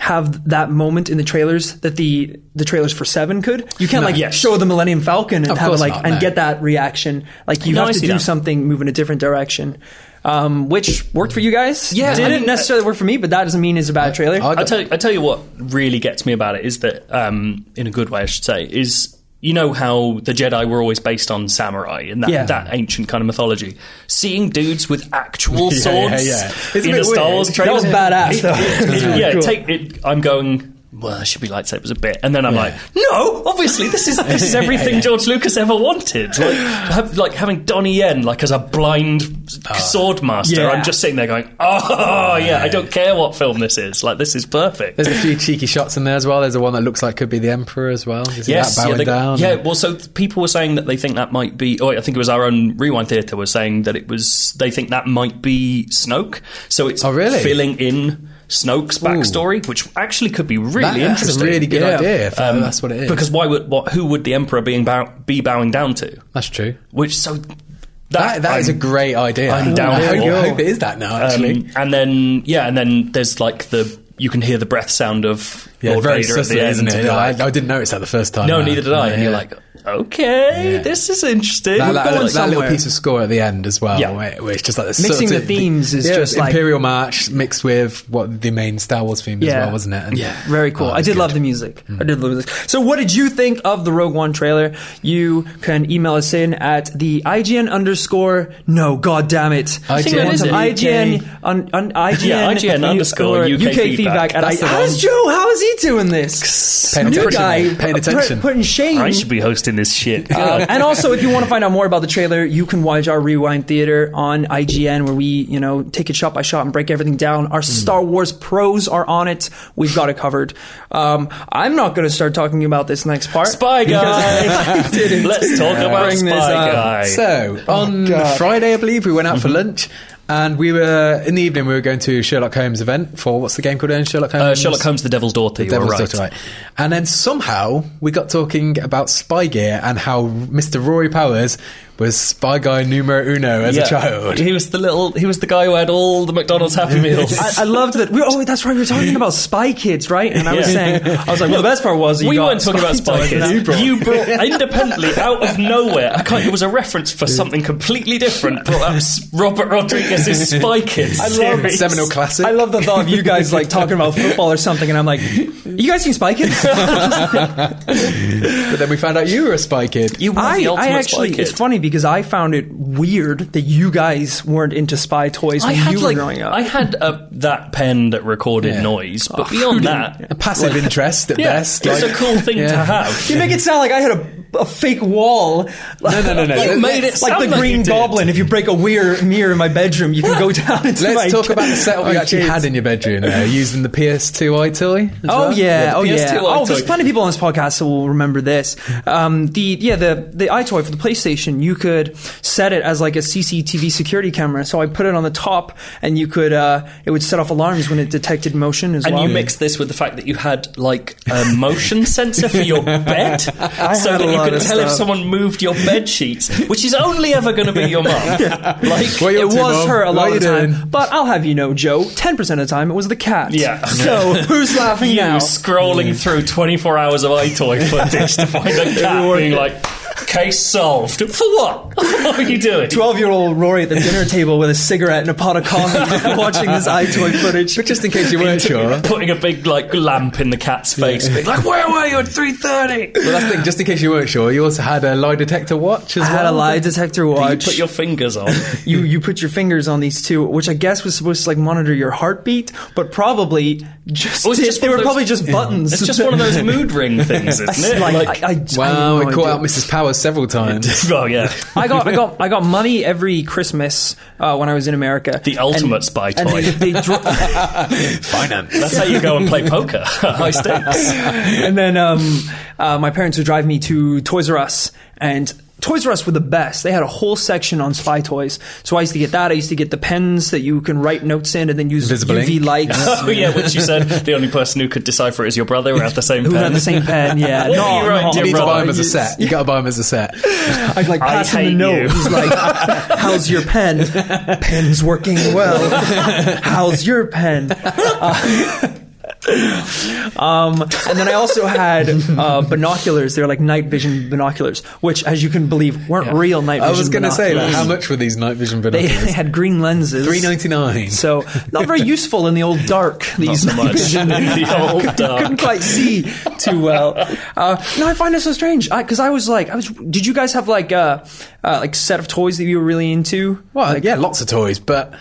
Speaker 1: have that moment in the trailers that the the trailers for Seven could. You can't like
Speaker 2: yes.
Speaker 1: show the Millennium Falcon and
Speaker 3: Of
Speaker 1: have it,
Speaker 3: course
Speaker 1: like
Speaker 3: not,
Speaker 1: and
Speaker 3: no.
Speaker 1: get that reaction. Like you
Speaker 2: No, I
Speaker 1: have to
Speaker 2: see
Speaker 1: do
Speaker 2: that.
Speaker 1: something, move in a different direction. Um, which worked for you guys.
Speaker 2: Yeah,
Speaker 1: didn't
Speaker 2: I mean,
Speaker 1: necessarily work for me, but that doesn't mean it's a bad trailer.
Speaker 3: I-
Speaker 2: I tell you, I tell you what really gets me about it is that um, in a good way I should say is you know how the Jedi were always based on samurai and that,
Speaker 1: Yeah.
Speaker 2: that ancient kind of mythology. Seeing dudes with
Speaker 1: <laughs>
Speaker 2: actual
Speaker 3: Yeah,
Speaker 2: swords
Speaker 3: yeah, yeah.
Speaker 1: It's a
Speaker 2: in
Speaker 1: bit
Speaker 2: the Star
Speaker 1: weird.
Speaker 2: Wars
Speaker 1: That
Speaker 2: trailer
Speaker 1: was badass, though. It's really
Speaker 2: yeah,
Speaker 1: cool.
Speaker 2: take it. I'm going. Well, there should be lightsabers a bit, and then I'm like, no, obviously this is
Speaker 1: <laughs>
Speaker 2: this is everything George Lucas ever wanted. Like, have, like having Donnie Yen like as a blind sword master.
Speaker 1: Ah. Yeah.
Speaker 2: I'm just sitting there going, oh yeah, I don't care what film this is. Like this is perfect.
Speaker 3: There's a few cheeky shots in there as well. There's a one that looks like could be the Emperor as well. You see that
Speaker 2: yeah,
Speaker 3: bowing
Speaker 2: they-
Speaker 3: down.
Speaker 2: yeah. Well, so th- people were saying that they think that might be. Oh, I think it was our own Rewind Theatre was saying that it was. They think that might be Snoke. So it's
Speaker 3: Oh, really?
Speaker 2: filling in Snoke's backstory, which actually could be really
Speaker 3: That-
Speaker 2: interesting. Um,
Speaker 3: That's a really good
Speaker 1: Yeah.
Speaker 3: idea. If uh, that's what it is.
Speaker 2: Because why would what? Who would the Emperor being bow, be bowing down to?
Speaker 3: that's true.
Speaker 2: Which so
Speaker 3: That, that is a
Speaker 2: I'm-
Speaker 3: great idea.
Speaker 2: I'm down
Speaker 3: I hope,
Speaker 2: for it.
Speaker 3: I hope it is that now. Actually,
Speaker 2: Um, and then yeah, and then there's like the you can hear the breath sound of
Speaker 3: yeah,
Speaker 2: Lord
Speaker 3: very
Speaker 2: Vader
Speaker 3: subtle,
Speaker 2: at the end.
Speaker 3: isn't it?
Speaker 2: You're
Speaker 3: Yeah, I,
Speaker 2: like,
Speaker 3: I didn't notice that the first time.
Speaker 2: no,
Speaker 3: round.
Speaker 2: neither did I. And you're
Speaker 3: Yeah.
Speaker 2: like, okay,
Speaker 3: Yeah.
Speaker 2: this is interesting.
Speaker 3: That,
Speaker 2: We're
Speaker 3: that-
Speaker 2: going
Speaker 3: that little
Speaker 1: somewhere.
Speaker 3: piece of score at the end as well,
Speaker 2: Yeah.
Speaker 3: where, where it's just like the
Speaker 1: Mixing
Speaker 3: subtle-
Speaker 1: the themes is
Speaker 3: yeah,
Speaker 1: just like-
Speaker 3: Imperial March mixed with what the main Star Wars theme as
Speaker 1: Yeah.
Speaker 3: well, wasn't it? And-
Speaker 2: Yeah.
Speaker 1: Very cool.
Speaker 3: Oh,
Speaker 1: I did
Speaker 3: good.
Speaker 1: love the music.
Speaker 3: Hmm.
Speaker 1: I did love the music. So, what did you think of the Rogue One trailer? You can email us in at the IGN underscore. No, god damn it.
Speaker 3: I think that is it.
Speaker 1: IGN un, un, IGN,
Speaker 2: Yeah, IGN underscore
Speaker 1: or
Speaker 2: UK feedback.
Speaker 1: at
Speaker 3: That's
Speaker 1: I,
Speaker 3: the
Speaker 1: how's
Speaker 3: one.
Speaker 1: Joe? How is he doing this?
Speaker 3: Paying
Speaker 1: New
Speaker 3: attention,
Speaker 1: guy,
Speaker 3: mate. Paying
Speaker 1: uh,
Speaker 3: attention.
Speaker 1: Put, putting shame.
Speaker 2: I should be hosting this <laughs> shit. Uh,
Speaker 1: Um, and also, if you want to find out more about the trailer, you can watch our Rewind Theater on IGN, where we, you know, take it shot by shot and break everything down.
Speaker 2: Hmm.
Speaker 1: Our Star Wars pros are on it. We've got it covered. Um, I'm not going to start talking about this next part.
Speaker 2: Spy Guy. <laughs>
Speaker 1: Because I
Speaker 3: <laughs>
Speaker 1: didn't.
Speaker 2: Let's talk about
Speaker 1: Bring
Speaker 2: Spy
Speaker 1: this up.
Speaker 2: Guy.
Speaker 3: So
Speaker 2: Oh,
Speaker 3: on Friday, I believe we went out
Speaker 2: Mm-hmm.
Speaker 3: for lunch, and we were in the evening. We were going to Sherlock Holmes event for what's the game called? Ian? Sherlock Holmes.
Speaker 2: uh, Sherlock Holmes, the Devil's Daughter. you were
Speaker 3: Devil's
Speaker 2: right.
Speaker 3: Daughter, right. And then somehow we got talking about spy gear and how Mr. Rory Powers was spy guy numero uno as
Speaker 2: Yeah.
Speaker 3: a child.
Speaker 2: he was the little. He was the guy who had all the McDonald's
Speaker 3: <laughs>
Speaker 2: Happy Meals.
Speaker 1: I, I loved that. We, oh, wait, that's right. We were talking about Spy Kids, right? And I was
Speaker 2: Yeah.
Speaker 1: saying, I was like, well, the best part was you
Speaker 2: we
Speaker 1: got
Speaker 2: weren't talking about Spy
Speaker 1: Kids.
Speaker 2: Kids. You
Speaker 1: <laughs>
Speaker 2: brought, independently out of nowhere. I can't. It was a reference for something completely different. Brought up s- Robert Rodriguez's Spy Kids. I
Speaker 1: love
Speaker 2: series.
Speaker 3: Seminal classic.
Speaker 1: I love the thought of you guys like talking about football or something, and I'm like, you guys seen Spy
Speaker 2: <laughs>
Speaker 1: Kids?
Speaker 3: But then we found out you were a spy kid.
Speaker 2: You were
Speaker 1: I,
Speaker 2: the
Speaker 1: I
Speaker 2: ultimate
Speaker 1: actually,
Speaker 2: Spy Kid.
Speaker 1: it's funny because I found it weird that you guys weren't into spy toys when
Speaker 2: I had
Speaker 1: you
Speaker 2: like
Speaker 1: were growing up. Oh,
Speaker 2: I had uh, that pen that recorded
Speaker 3: Yeah.
Speaker 2: noise,
Speaker 1: <laughs>
Speaker 2: but beyond that,
Speaker 3: a passive interest at
Speaker 2: yeah,
Speaker 3: best.
Speaker 2: it's
Speaker 3: like-
Speaker 2: a cool thing to
Speaker 3: Yeah.
Speaker 2: have.
Speaker 1: you make it sound like I had a, a fake
Speaker 2: <laughs>
Speaker 1: wall. No,
Speaker 3: no, no,
Speaker 1: <laughs>
Speaker 3: no. You
Speaker 2: made it
Speaker 1: like
Speaker 2: sound
Speaker 1: the
Speaker 2: like
Speaker 1: Green
Speaker 2: you did.
Speaker 1: Goblin. If you break a weir- mirror in my bedroom, you can go <laughs> down into
Speaker 3: Let's
Speaker 1: my Oh,
Speaker 3: talk about
Speaker 2: <laughs>
Speaker 3: the setup
Speaker 2: Oh,
Speaker 1: my <laughs>
Speaker 3: you actually
Speaker 1: kids.
Speaker 3: had in your bedroom there, using the PS2 eye toy. as
Speaker 1: Oh
Speaker 3: well.
Speaker 1: yeah, oh
Speaker 2: PS2
Speaker 1: yeah. Oh,
Speaker 2: iToy.
Speaker 1: there's plenty of people on this podcast that will remember this. Um, the yeah, the the iToy for the PlayStation, you could set it as like a CCTV security camera. So I put it on the top, and you could uh, it would set off alarms when it detected motion as
Speaker 2: And
Speaker 1: well.
Speaker 2: you mixed this with the fact that you had like a motion sensor for
Speaker 1: <laughs>
Speaker 2: your bed, so
Speaker 1: had
Speaker 2: that
Speaker 1: a
Speaker 2: you
Speaker 1: lot
Speaker 2: could
Speaker 1: of
Speaker 2: tell if
Speaker 1: stuff.
Speaker 2: someone moved your bed sheets, which is only ever going to be
Speaker 1: <laughs>
Speaker 2: your mum. Like <laughs>
Speaker 3: What you
Speaker 1: it
Speaker 3: up
Speaker 1: was
Speaker 3: to, Mum?
Speaker 1: her a lot
Speaker 3: What
Speaker 1: of the
Speaker 3: you
Speaker 1: time,
Speaker 3: doing?
Speaker 1: but I'll have you know, Joe. Ten percent of the time, it was the cat.
Speaker 2: Yeah. <laughs>
Speaker 1: So who's laughing
Speaker 2: you
Speaker 1: now?
Speaker 2: scrolling through 24 hours of iToy footage to
Speaker 1: <laughs>
Speaker 2: find a cat being like, case solved. For what? <laughs> What are you doing?
Speaker 1: Twelve-year-old Rory at the
Speaker 2: <laughs>
Speaker 1: dinner table with a cigarette and a pot of coffee, <laughs> watching this iToy footage.
Speaker 3: But just in case you
Speaker 2: <laughs>
Speaker 3: weren't sure.
Speaker 2: Putting a big like lamp in the cat's face, being like, "Where were you at
Speaker 1: <laughs>
Speaker 2: 3.30?
Speaker 3: Well, that's the thing. Just in case you weren't sure, you also had a lie detector watch as
Speaker 1: I had a
Speaker 3: well.
Speaker 1: lie detector
Speaker 2: You
Speaker 1: watch.
Speaker 2: put your
Speaker 1: <laughs>
Speaker 2: fingers on.
Speaker 1: you you put your fingers on these two, which I guess was supposed to like monitor your heartbeat, but probably just,
Speaker 2: It was just
Speaker 1: they
Speaker 2: one
Speaker 1: were
Speaker 2: of those-
Speaker 1: probably just buttons.
Speaker 2: It's just one
Speaker 1: <laughs>
Speaker 2: of those mood ring things, isn't it?
Speaker 1: like, I, I,
Speaker 3: Wow,
Speaker 1: I,
Speaker 3: we
Speaker 1: have no
Speaker 3: caught
Speaker 1: idea.
Speaker 3: out Mrs. Powers several
Speaker 1: <laughs>
Speaker 3: times.
Speaker 2: oh yeah.
Speaker 1: I got I got I got money every Christmas uh, when I was in America.
Speaker 2: The ultimate spy
Speaker 1: and
Speaker 2: toy.
Speaker 1: they, they dro- <laughs>
Speaker 3: Finance.
Speaker 2: That's how you go and play poker. <laughs>
Speaker 1: <laughs>
Speaker 2: High stakes. <laughs>
Speaker 1: and then um, uh, my parents would drive me to Toys R Us and. Toys R Us were the best. They had a whole section on spy toys. So I used to get that. I used to get the pens that you can write notes in and then use
Speaker 3: Invisible
Speaker 1: UV
Speaker 3: ink.
Speaker 1: lights.
Speaker 2: Oh yeah, which you said the only person who could decipher it is your brother. We're at the same
Speaker 1: Who had
Speaker 2: pen.
Speaker 1: the
Speaker 3: <laughs>
Speaker 1: same pen? Yeah,
Speaker 2: What
Speaker 1: no,
Speaker 2: were you writing,
Speaker 1: no.
Speaker 3: You
Speaker 2: dear
Speaker 3: need to
Speaker 2: brother?
Speaker 3: buy them as a set. You got to buy them as a set.
Speaker 1: I'd like
Speaker 2: I
Speaker 1: pass him the
Speaker 2: hate
Speaker 1: note.
Speaker 2: you.
Speaker 1: He's like, "How's your
Speaker 3: <laughs>
Speaker 1: pen? Pen's working well. How's your pen?" Uh, <laughs> Um, and then I also had uh, binoculars. They're like night vision binoculars, which, as you can believe, weren't real night
Speaker 3: I
Speaker 1: vision.
Speaker 3: was going to say that.
Speaker 1: binoculars.
Speaker 3: How much were these night vision
Speaker 1: <laughs> They
Speaker 3: binoculars?
Speaker 1: had green lenses.
Speaker 3: Three
Speaker 2: <laughs>
Speaker 3: ninety nine.
Speaker 1: So not very useful in the old dark. These
Speaker 2: so
Speaker 1: night
Speaker 2: much. <laughs>
Speaker 1: vision. <laughs>
Speaker 2: The old dark.
Speaker 1: Couldn't quite see too well. Uh, no, I find this so strange because I, was like, I was. Did you guys have like a uh, like set of toys that you were really into?
Speaker 3: Well, yeah, lots of toys, but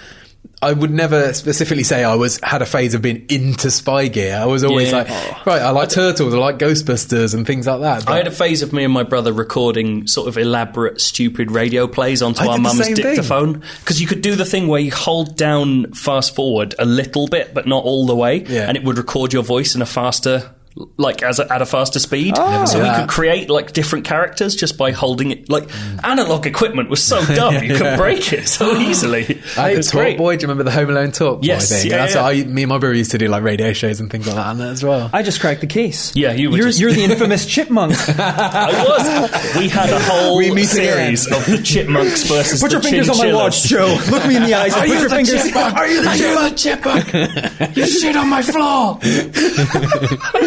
Speaker 3: I would never specifically say I was had a phase of being into spy gear. I was always
Speaker 2: Yeah.
Speaker 3: like, right, I like turtles, I like Ghostbusters, and things like that. but-
Speaker 2: I had a phase of me and my brother recording sort of elaborate, stupid radio plays onto
Speaker 3: I
Speaker 2: our
Speaker 3: did the
Speaker 2: mum's
Speaker 3: same thing.
Speaker 2: dictaphone. Because you could do the thing where you hold down fast forward a little bit, but not all the way,
Speaker 3: Yeah.
Speaker 2: and it would record your voice in a faster. Like as a, at a faster speed, so
Speaker 3: Oh. saw
Speaker 2: we
Speaker 3: that.
Speaker 2: could create like different characters just by holding it. Like analog equipment was
Speaker 3: <laughs>
Speaker 2: so dumb, you could break it so easily.
Speaker 3: I had
Speaker 2: It
Speaker 3: the
Speaker 2: was
Speaker 3: Talk
Speaker 2: great.
Speaker 3: Boy. Do you remember the Home Alone Talk
Speaker 2: Yes,
Speaker 3: Boy thing?
Speaker 2: yeah,
Speaker 3: That's
Speaker 2: yeah.
Speaker 3: what I, me and my brother used to do like radio shows and things like that on that as well.
Speaker 1: I just cracked the case.
Speaker 2: Yeah, you were
Speaker 1: You're,
Speaker 2: just-
Speaker 1: you're
Speaker 2: <laughs>
Speaker 1: the infamous chipmunk.
Speaker 2: I was. We had a whole
Speaker 3: <laughs> We meet again.
Speaker 2: series of the
Speaker 3: <laughs>
Speaker 2: chipmunks versus
Speaker 1: Put
Speaker 2: the
Speaker 1: your fingers on my
Speaker 2: chinchillas.
Speaker 1: watch, Joe. Look me in the eyes. Put your fingers.
Speaker 3: Are you the
Speaker 2: You shit on my floor.
Speaker 1: <laughs>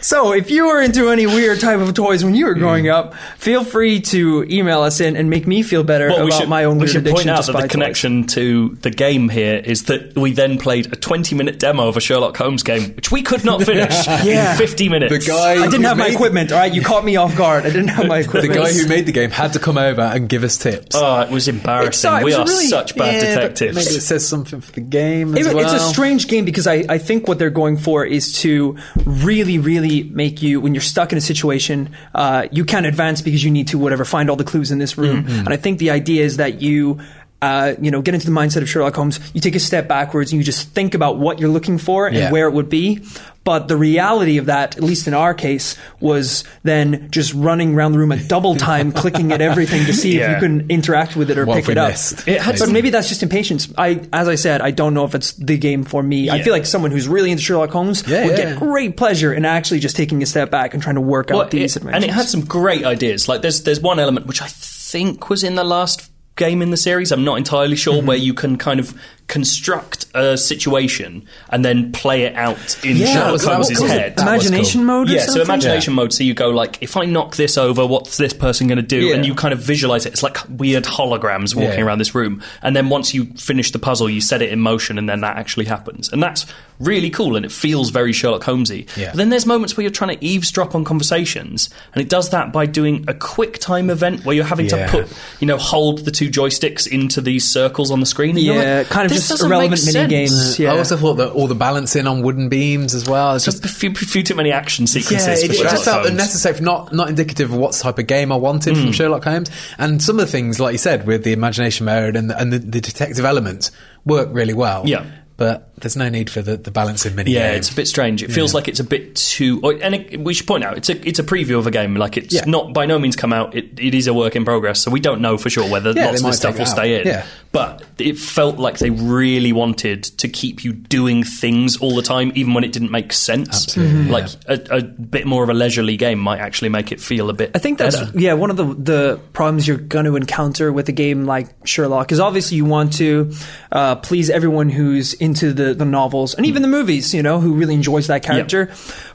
Speaker 1: So, if you were into any weird type of toys when you were growing
Speaker 2: Mm.
Speaker 1: up, feel free to email us in and make me feel better
Speaker 2: Well,
Speaker 1: about
Speaker 2: we should,
Speaker 1: my own
Speaker 2: we
Speaker 1: weird
Speaker 2: should
Speaker 1: addiction
Speaker 2: point out
Speaker 1: to
Speaker 2: that
Speaker 1: spy
Speaker 2: the connection to the game here is that we then played a 20 minute demo of a Sherlock Holmes game, which we
Speaker 1: <laughs>
Speaker 2: could not finish
Speaker 1: Yeah.
Speaker 2: in 50 minutes.
Speaker 3: The guy
Speaker 1: toys. I didn't
Speaker 3: who
Speaker 1: have my
Speaker 3: made-
Speaker 1: equipment. All right,
Speaker 3: <laughs>
Speaker 1: you caught me off guard. I didn't have my
Speaker 3: The
Speaker 1: equipment.
Speaker 3: guy who made the game had to come over and give us tips.
Speaker 2: Oh, it was embarrassing.
Speaker 1: It's- it
Speaker 2: we
Speaker 1: was
Speaker 2: are
Speaker 1: a really-
Speaker 2: such bad
Speaker 3: Yeah, but
Speaker 2: detectives.
Speaker 3: Maybe it says something for the game as
Speaker 1: It-
Speaker 3: well.
Speaker 1: It's a strange game because I, I think what they're going for is to really, really make you, when you're stuck in a situation, uh, you can't advance because you need to, whatever, find all the clues in this room.
Speaker 3: Mm-hmm.
Speaker 1: And I think the idea is that you. Uh, you know, get into the mindset of Sherlock Holmes. You take a step backwards and you just think about what you're looking for and
Speaker 3: Yeah.
Speaker 1: where it would be. But the reality of that, at least in our case, was then just running around the room at double time, clicking at everything to see
Speaker 2: Yeah.
Speaker 1: if you can interact with it or
Speaker 3: What
Speaker 1: pick
Speaker 3: we
Speaker 1: it up.
Speaker 3: missed.
Speaker 2: It had
Speaker 1: but
Speaker 2: some-
Speaker 1: maybe that's just impatience. I, as I said, I don't know if it's the game for me. I
Speaker 2: Yeah.
Speaker 1: feel like someone who's really into Sherlock Holmes
Speaker 3: Yeah,
Speaker 1: would
Speaker 3: yeah.
Speaker 1: get great pleasure in actually just taking a step back and trying to work
Speaker 2: Well,
Speaker 1: out these
Speaker 2: it-
Speaker 1: adventures.
Speaker 2: and it had some great ideas. Like there's there's one element which I think was in the last game in the series. I'm not entirely sure
Speaker 1: Mm-hmm.
Speaker 2: where you can kind of construct a situation and then play it out in
Speaker 1: Yeah,
Speaker 2: Sherlock
Speaker 3: that was- that was
Speaker 2: Holmes's
Speaker 3: cool.
Speaker 2: head.
Speaker 3: That was
Speaker 1: imagination
Speaker 3: cool.
Speaker 1: mode. Or
Speaker 2: yeah, so
Speaker 1: something?
Speaker 2: imagination mode. So you go like, if I knock this over, what's this person going to do?
Speaker 1: Yeah.
Speaker 2: And you kind of visualize it. It's like weird holograms walking
Speaker 3: Yeah.
Speaker 2: around this room. And then once you finish the puzzle, you set it in motion, and then that actually happens. And that's really cool, and it feels very Sherlock Holmesy.
Speaker 3: Yeah.
Speaker 2: But then there's moments where you're trying to eavesdrop on conversations, and it does that by doing a quick time event where you're having
Speaker 3: Yeah.
Speaker 2: to put, you know, hold the two joysticks into these circles on the screen. And you're
Speaker 1: Yeah,
Speaker 2: like,
Speaker 1: kind of
Speaker 2: "This
Speaker 1: just
Speaker 2: doesn't make
Speaker 1: irrelevant mini
Speaker 2: sense."
Speaker 1: games. Yeah.
Speaker 3: I also thought that all the balancing on wooden beams as well. It's just
Speaker 2: Just a few, few too many action sequences.
Speaker 3: Yeah, it,
Speaker 2: for
Speaker 3: it
Speaker 2: Sherlock
Speaker 3: just felt
Speaker 2: Holmes.
Speaker 3: unnecessary, not not indicative of what type of game I wanted from Sherlock Holmes. And some of the things, like you said, with the imagination mode and the, and the, the detective elements, work really well.
Speaker 2: Yeah.
Speaker 3: but there's no need for the, the balancing mini
Speaker 2: Yeah,
Speaker 3: game.
Speaker 2: it's a bit strange. It feels like it's a bit too. Or, and it, we should point out it's a it's a preview of a game. Like it's
Speaker 3: Yeah.
Speaker 2: not by no means come out. It, it is a work in progress, so we don't know for sure whether
Speaker 3: Yeah,
Speaker 2: lots
Speaker 3: they
Speaker 2: of this
Speaker 3: might
Speaker 2: stuff
Speaker 3: take
Speaker 2: will
Speaker 3: it out.
Speaker 2: stay in.
Speaker 3: Yeah.
Speaker 2: But it felt like they really wanted to keep you doing things all the time, even when it didn't make sense. Mm-hmm. Like a, a bit more of a leisurely game might actually make it feel a bit.
Speaker 1: I think that's yeah one of the the problems you're going to encounter with a game like Sherlock is obviously you want to uh, please everyone who's into the the novels and even the movies, you know, who really enjoys that character.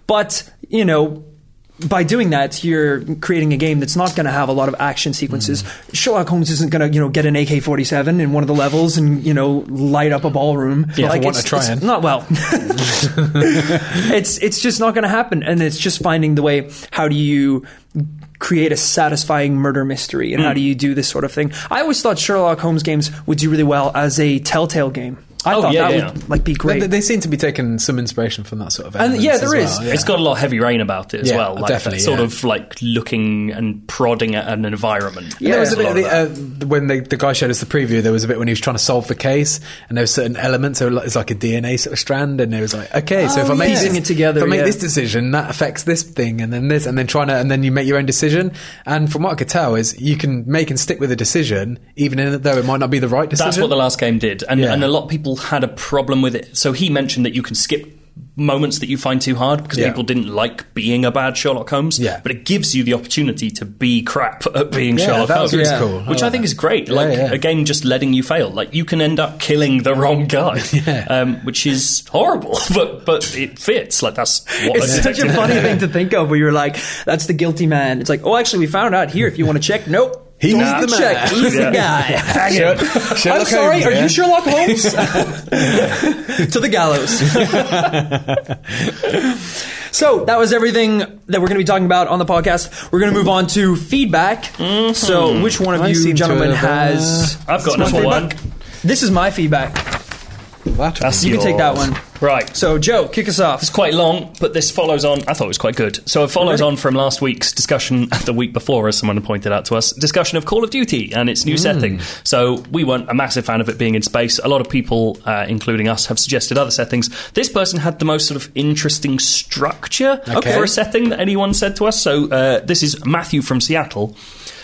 Speaker 1: But you know. By doing that, you're creating a game that's not going to have a lot of action sequences. Sherlock Holmes isn't going to, you know, get an AK-47 in one of the levels and you know light up a ballroom.
Speaker 2: If I
Speaker 3: wanna
Speaker 1: it's-
Speaker 3: try
Speaker 1: it's
Speaker 3: it.
Speaker 1: not well. <laughs> it's it's just not going to happen and it's just finding the way how do you create a satisfying murder mystery and how do you do this sort of thing i always thought sherlock holmes games would do really well as a telltale game i
Speaker 2: Oh,
Speaker 1: thought
Speaker 2: yeah,
Speaker 1: that
Speaker 2: yeah.
Speaker 1: would like be
Speaker 3: They,
Speaker 1: great
Speaker 3: they seem to be taking some inspiration from that sort of.
Speaker 1: And, yeah,
Speaker 3: elements as
Speaker 1: there
Speaker 3: well,
Speaker 1: is.
Speaker 3: yeah.
Speaker 2: It's got a lot of heavy rain about it as
Speaker 3: Yeah,
Speaker 2: well. Like
Speaker 3: definitely,
Speaker 2: that sort
Speaker 3: yeah.
Speaker 2: of like looking and prodding at an environment.
Speaker 1: Yeah.
Speaker 3: there was a
Speaker 2: There's
Speaker 3: bit
Speaker 2: lot
Speaker 3: of
Speaker 2: of
Speaker 3: the,
Speaker 2: that.
Speaker 3: uh, when the, the guy showed us the preview. There was a bit when he was trying to solve the case, and there were certain elements. So it's like a DNA sort of strand, and it was like, okay, so
Speaker 1: Oh,
Speaker 3: if I make
Speaker 1: yeah.
Speaker 3: this,
Speaker 1: Piecing it together,
Speaker 3: if I make
Speaker 1: yeah.
Speaker 3: this decision, that affects this thing, and then this, and then trying to, and then you make your own decision. And from what I could tell, is you can make and stick with a decision, even in- though it might not be the right decision.
Speaker 2: That's what the last game did, and
Speaker 3: Yeah.
Speaker 2: and a lot of people had a problem with it. So he mentioned that you can skip moments that you find too hard because
Speaker 3: Yeah.
Speaker 2: people didn't like being a bad Sherlock Holmes.
Speaker 3: Yeah.
Speaker 2: But it gives you the opportunity to be crap <laughs> at being
Speaker 3: Yeah,
Speaker 2: Sherlock
Speaker 3: that
Speaker 2: Holmes.
Speaker 3: was
Speaker 1: Yeah.
Speaker 3: cool. I
Speaker 2: Which I
Speaker 3: like
Speaker 2: think
Speaker 3: that.
Speaker 2: is great.
Speaker 3: Yeah,
Speaker 2: like
Speaker 3: yeah.
Speaker 2: again, just letting you fail. Like you can end up killing the wrong
Speaker 3: <laughs>
Speaker 2: guy, um, which is horrible. <laughs> But but it fits. Like that's what
Speaker 1: It's such a
Speaker 2: detective-
Speaker 1: funny thing to think of where you're like, that's the guilty man. It's like, oh, actually, we found out here. If you want to check, nope.
Speaker 3: He's
Speaker 1: Don't
Speaker 3: the man.
Speaker 1: check. He's the
Speaker 2: <laughs>
Speaker 1: guy.
Speaker 3: Hang on. <laughs> Sherlock
Speaker 1: I'm sorry,
Speaker 3: Holmes,
Speaker 1: are
Speaker 3: yeah?
Speaker 1: you Sherlock Holmes? to the gallows. so that was everything that we're going to be talking about on the podcast. We're going to move on to feedback. So, which one of
Speaker 3: I
Speaker 1: you
Speaker 3: seem to
Speaker 1: gentlemen
Speaker 3: have, uh,
Speaker 1: has.
Speaker 2: I've got
Speaker 1: This is my
Speaker 2: number one.
Speaker 1: feedback. This is my feedback.
Speaker 3: That
Speaker 2: That's
Speaker 3: one.
Speaker 1: You can take that
Speaker 2: yours.
Speaker 1: one.
Speaker 2: Right.
Speaker 1: So, Joe, kick us off.
Speaker 2: It's quite long, but this follows on. I thought it was quite good. So it follows on from last week's discussion, <laughs> the week before, as someone pointed out to us, discussion of Call of Duty and its new setting. So we weren't a massive fan of it being in space. A lot of people, uh, including us, have suggested other settings. This person had the most sort of interesting structure
Speaker 3: Okay.
Speaker 2: for a setting that anyone said to us. So uh, this is Matthew from Seattle.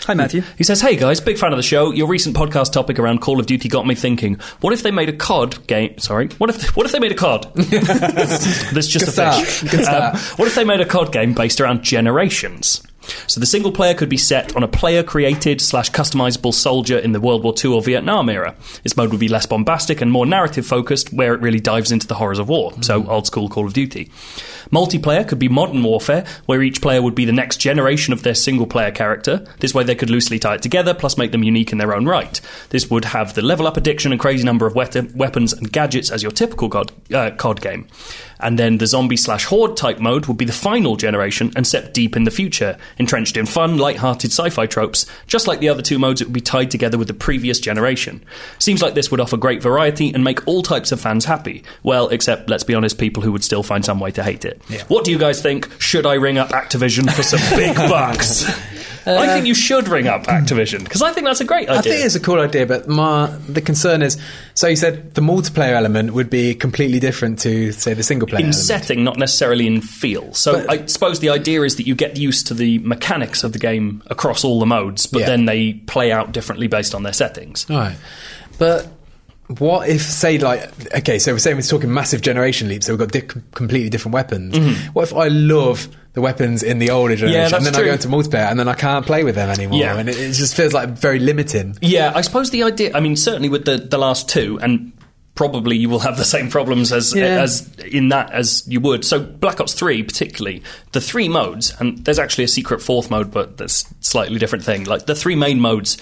Speaker 1: Hi, Matthew.
Speaker 2: He says, "Hey guys, big fan of the show. Your recent podcast topic around Call of Duty got me thinking. What if they made a COD game? Sorry, what if what if they made a COD? That's just
Speaker 3: Good
Speaker 2: a
Speaker 3: start.
Speaker 2: fish.
Speaker 3: Good
Speaker 2: Um, what if they made a COD game based around generations? So the single player could be set on a player-created slash customizable soldier in the World War II or Vietnam era. This mode would be less bombastic and more narrative-focused, where it really dives into the horrors of war.
Speaker 3: Mm-hmm.
Speaker 2: So old-school Call of Duty. Multiplayer could be modern warfare, where each player would be the next generation of their single-player character. This way, they could loosely tie it together, plus make them unique in their own right. This would have the level-up addiction and crazy number of wet- weapons and gadgets as your typical God, uh, COD game. And then the zombie slash horde type mode would be the final generation and set deep in the future, entrenched in fun, light-hearted sci-fi tropes. Just like the other two modes, it would be tied together with the previous generation. Seems like this would offer great variety and make all types of fans happy. Well, except let's be honest, people who would still find some way to hate it. What do you guys think? Should I ring up Activision for
Speaker 3: <laughs>
Speaker 2: some big bucks? I think you should ring up Activision because I think that's a great idea.
Speaker 3: Uh, I think it's a cool idea, but my the concern is. So you said the multiplayer element would be completely different to say the single player.
Speaker 2: in
Speaker 3: element.
Speaker 2: setting, not necessarily in feel. So I suppose the idea is that you get used to the mechanics of the game across all the modes, but
Speaker 3: Yeah.
Speaker 2: then they play out differently based on their settings.
Speaker 3: All right. But what if, say, like, okay, so we're saying we're talking massive generation leaps, so we've got di- completely different weapons. What if I love the weapons in the older generation,
Speaker 2: that's
Speaker 3: and then I
Speaker 2: true.
Speaker 3: go into multiplayer, and then I can't play with them anymore,
Speaker 2: Yeah.
Speaker 3: and it, it just feels like very limiting.
Speaker 2: Yeah, I suppose the idea. I mean, certainly with the the last two, and probably you will have the same problems as
Speaker 3: Yeah.
Speaker 2: as in that as you would. So Black Ops Three, particularly the three modes, and there's actually a secret fourth mode, but that's a slightly different thing. Like the three main modes.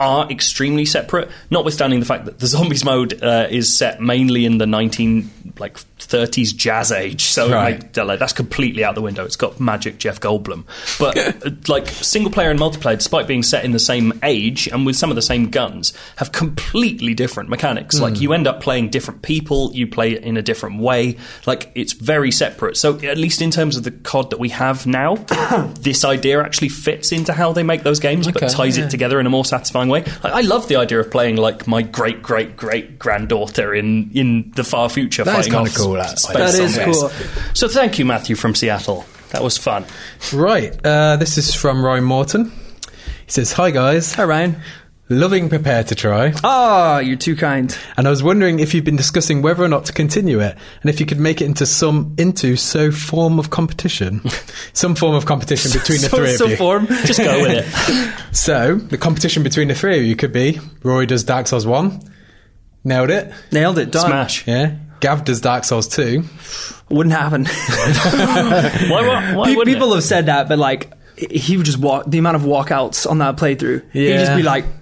Speaker 2: Are extremely separate, notwithstanding the fact that the <laughs> zombies mode uh, is set mainly in the nineteen like thirties jazz age. So
Speaker 3: Right.
Speaker 2: like, they're like, that's completely out the window. It's got magic Jeff Goldblum.
Speaker 3: <laughs>
Speaker 2: But uh, like single player and multiplayer, despite being set in the same age and with some of the same guns, have completely different mechanics.
Speaker 3: Hmm.
Speaker 2: Like you end up playing different people, you play it in a different way. Like it's very separate. So at least in terms of the COD that we have
Speaker 3: <coughs>
Speaker 2: now, this idea actually fits into how they make those games, but
Speaker 3: Okay,
Speaker 2: ties
Speaker 3: yeah.
Speaker 2: it together in a more satisfying way. Like, I love the idea of playing like my great great great granddaughter in in the far future.
Speaker 3: That is
Speaker 2: fighting
Speaker 3: kinda
Speaker 2: off
Speaker 3: cool, that
Speaker 2: space
Speaker 3: idea.
Speaker 1: That is
Speaker 2: zombies.
Speaker 1: cool.
Speaker 2: So thank you, Matthew from Seattle. That was fun.
Speaker 3: Right. Uh, this is from Ryan Morton. He says, Hi, guys.
Speaker 1: Hi, Ryan.
Speaker 3: Loving Prepare to Try.
Speaker 1: Ah, you're too kind.
Speaker 3: and I was wondering if you've been discussing whether or not to continue it, and if you could make it into some into so form of
Speaker 1: <laughs>
Speaker 3: competition, some form of competition between the
Speaker 1: so,
Speaker 3: three of
Speaker 1: so
Speaker 3: you.
Speaker 1: form.
Speaker 2: Just go with <laughs> it.
Speaker 3: So the competition between the three of you could be Rory does Dark Souls one, nailed it.
Speaker 1: Nailed it. Done.
Speaker 2: Smash.
Speaker 3: Yeah, Gav does Dark Souls two.
Speaker 1: Wouldn't happen. <laughs>
Speaker 2: Why, why, why
Speaker 1: Pe-
Speaker 2: wouldn't
Speaker 1: people
Speaker 2: it?
Speaker 1: have said that, but like he would just walk. The amount of walkouts on that playthrough, he'd just
Speaker 3: Yeah.
Speaker 1: be like,
Speaker 2: reckon?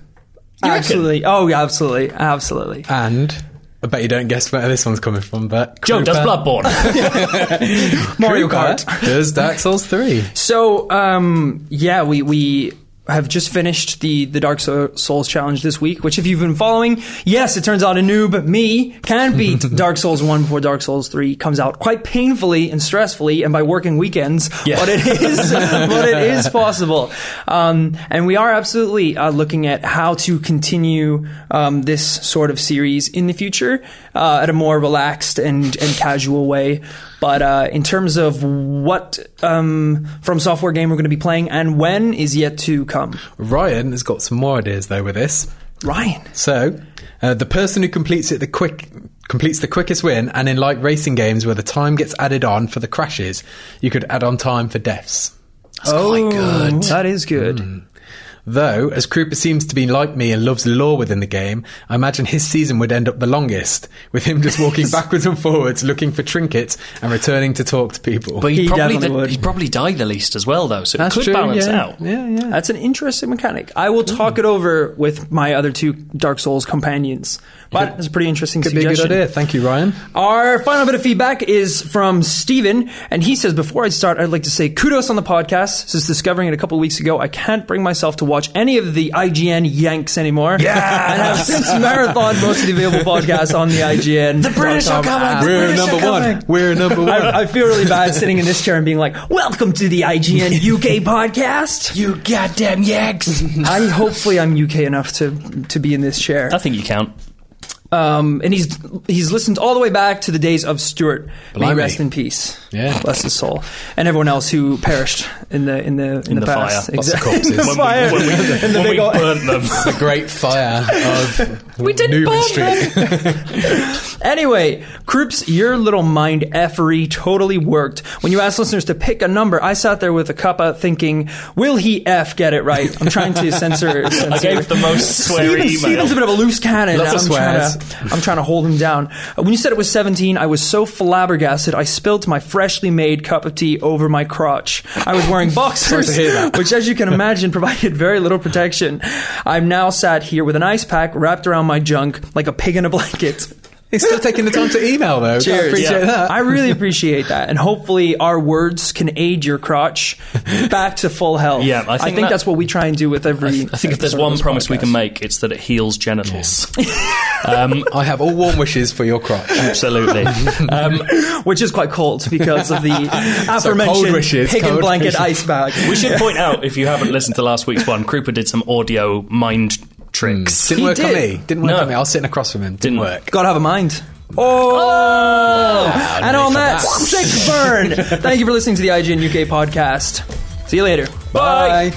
Speaker 1: absolutely. Oh yeah, absolutely, absolutely.
Speaker 3: And I bet you don't guess where this one's coming from, but
Speaker 2: Joe does
Speaker 3: Krupa-
Speaker 2: Bloodborne.
Speaker 1: Mario
Speaker 3: Krupa
Speaker 1: Kart.
Speaker 3: does Dark
Speaker 1: <laughs>
Speaker 3: Souls three.
Speaker 1: So um, yeah, we we have just finished the the Dark Sou- Souls challenge this week. Which, if you've been following, yes, it turns out a noob me can
Speaker 2: <laughs>
Speaker 1: beat Dark Souls one before Dark Souls three comes out, quite painfully and stressfully, and by working weekends.
Speaker 2: Yeah.
Speaker 1: But it is <laughs> but it is possible, um, and we are absolutely uh, looking at how to continue um, this sort of series in the future uh, at a more relaxed and and casual way. But uh, in terms of what um, from software game we're going to be playing and when is yet to come.
Speaker 3: Ryan has got some more ideas though with this.
Speaker 1: Ryan,
Speaker 3: So, uh, the person who completes it the quick completes the quickest win, and in like racing games where the time gets added on for the crashes, you could add on time for deaths.
Speaker 1: That's quite good. Oh, Mm. That is good.
Speaker 3: Though, as Krupa seems to be like me and loves lore within the game, I imagine his season would end up the longest, with him just walking backwards and forwards looking for trinkets and returning to talk to people.
Speaker 2: <laughs> But he,
Speaker 1: He
Speaker 2: probably
Speaker 1: definitely
Speaker 2: did-
Speaker 1: would.
Speaker 2: he probably died the least as well, though, so
Speaker 3: That's
Speaker 2: it could
Speaker 3: true,
Speaker 2: balance
Speaker 3: yeah.
Speaker 2: out.
Speaker 3: Yeah, yeah. Hmm.
Speaker 1: That's an interesting mechanic. I will talk it over with my other two Dark Souls companions. But it's a pretty interesting
Speaker 3: Could be a
Speaker 1: suggestion.
Speaker 3: good idea. Thank you, Ryan.
Speaker 1: Our final bit of feedback is from Steven, and he says, Before I start, I'd like to say kudos on the podcast. Since discovering it a couple weeks ago, I can't bring myself to watch any of the IGN Yanks anymore. Yeah! <laughs> and I've since marathoned most of the available podcasts on the IGN. The
Speaker 2: British are coming!
Speaker 1: Uh,
Speaker 2: The
Speaker 3: We're
Speaker 2: British are
Speaker 3: number one. We're
Speaker 1: <laughs>
Speaker 3: number one.
Speaker 1: I, I feel really bad sitting in this chair and being like, Welcome to the IGN UK
Speaker 2: <laughs>
Speaker 1: podcast.
Speaker 2: You goddamn yaks!
Speaker 1: I hopefully I'm UK enough to to be in this chair.
Speaker 2: <laughs> I think you count.
Speaker 1: Um, and he's he's listened all the way back to the days of Stuart. May he
Speaker 3: Blimey.
Speaker 1: rest in peace.
Speaker 3: Yeah.
Speaker 1: bless his soul, and everyone else who perished in the in the in,
Speaker 2: In the fire.
Speaker 1: past.
Speaker 2: Lots
Speaker 3: of
Speaker 1: Exactly.
Speaker 3: corpses.
Speaker 1: <laughs>
Speaker 3: When we-
Speaker 1: fire.
Speaker 2: <laughs> When we,
Speaker 1: And the
Speaker 2: when we
Speaker 1: big old-
Speaker 2: burnt them.
Speaker 3: the great fire of we
Speaker 1: didn't
Speaker 3: Newman
Speaker 1: burn
Speaker 3: Street.
Speaker 1: <laughs> Anyway, Krups, your little mind effery totally worked. When you asked listeners to pick a number, I sat there with a cuppa thinking, will he F get it right? I'm trying
Speaker 2: <laughs>
Speaker 1: to censor. censor.
Speaker 2: I gave the <laughs> most sweary
Speaker 1: Steven,
Speaker 2: email.
Speaker 1: Steven's a bit of a loose cannon.
Speaker 3: Lots
Speaker 1: I'm,
Speaker 3: of
Speaker 1: Trying to, I'm trying to hold him down. Uh, When you said it was 17, I was so flabbergasted, I spilled my freshly made cup of tea over my crotch. I was
Speaker 2: <laughs>
Speaker 1: wearing boxers,
Speaker 3: hear that.
Speaker 1: which, as you can imagine, <laughs> provided very little protection. I'm now sat here with an ice pack wrapped around my junk like a pig in a
Speaker 2: <laughs>
Speaker 1: blanket.
Speaker 3: He's still taking the time to email though. I appreciate
Speaker 2: Yeah.
Speaker 3: that.
Speaker 1: I
Speaker 2: <laughs>
Speaker 1: really appreciate that. And hopefully, our words can aid your
Speaker 2: <laughs>
Speaker 1: crotch back to full health.
Speaker 2: Yeah, I think that-
Speaker 1: that's what we try and do with every.
Speaker 2: I think if there's
Speaker 1: episode of
Speaker 2: one
Speaker 1: this
Speaker 2: promise we
Speaker 1: podcast.
Speaker 2: can make, it's that it heals genitals.
Speaker 3: I have all warm wishes for your
Speaker 2: <laughs>
Speaker 3: crotch.
Speaker 2: Absolutely. <laughs> Um,
Speaker 1: which is quite cold because <laughs> of the
Speaker 3: cold
Speaker 1: aforementioned
Speaker 3: wishes,
Speaker 1: pig and
Speaker 3: cold
Speaker 1: blanket
Speaker 3: wishes.
Speaker 1: ice bag.
Speaker 2: we should point out, if you haven't listened to last week's one, Krupa did some audio mind tricks.
Speaker 3: Didn't
Speaker 1: He
Speaker 3: work on
Speaker 1: did.
Speaker 3: me. Didn't work
Speaker 2: No.
Speaker 3: on me. I was sitting across from him. Didn't,
Speaker 2: Didn't
Speaker 3: work.
Speaker 1: Gotta have a mind. Oh, and
Speaker 3: no
Speaker 1: on
Speaker 3: need for
Speaker 1: that,
Speaker 3: that.
Speaker 1: sick burn. Thank you for listening to the IGN UK podcast. See you later.
Speaker 3: Bye.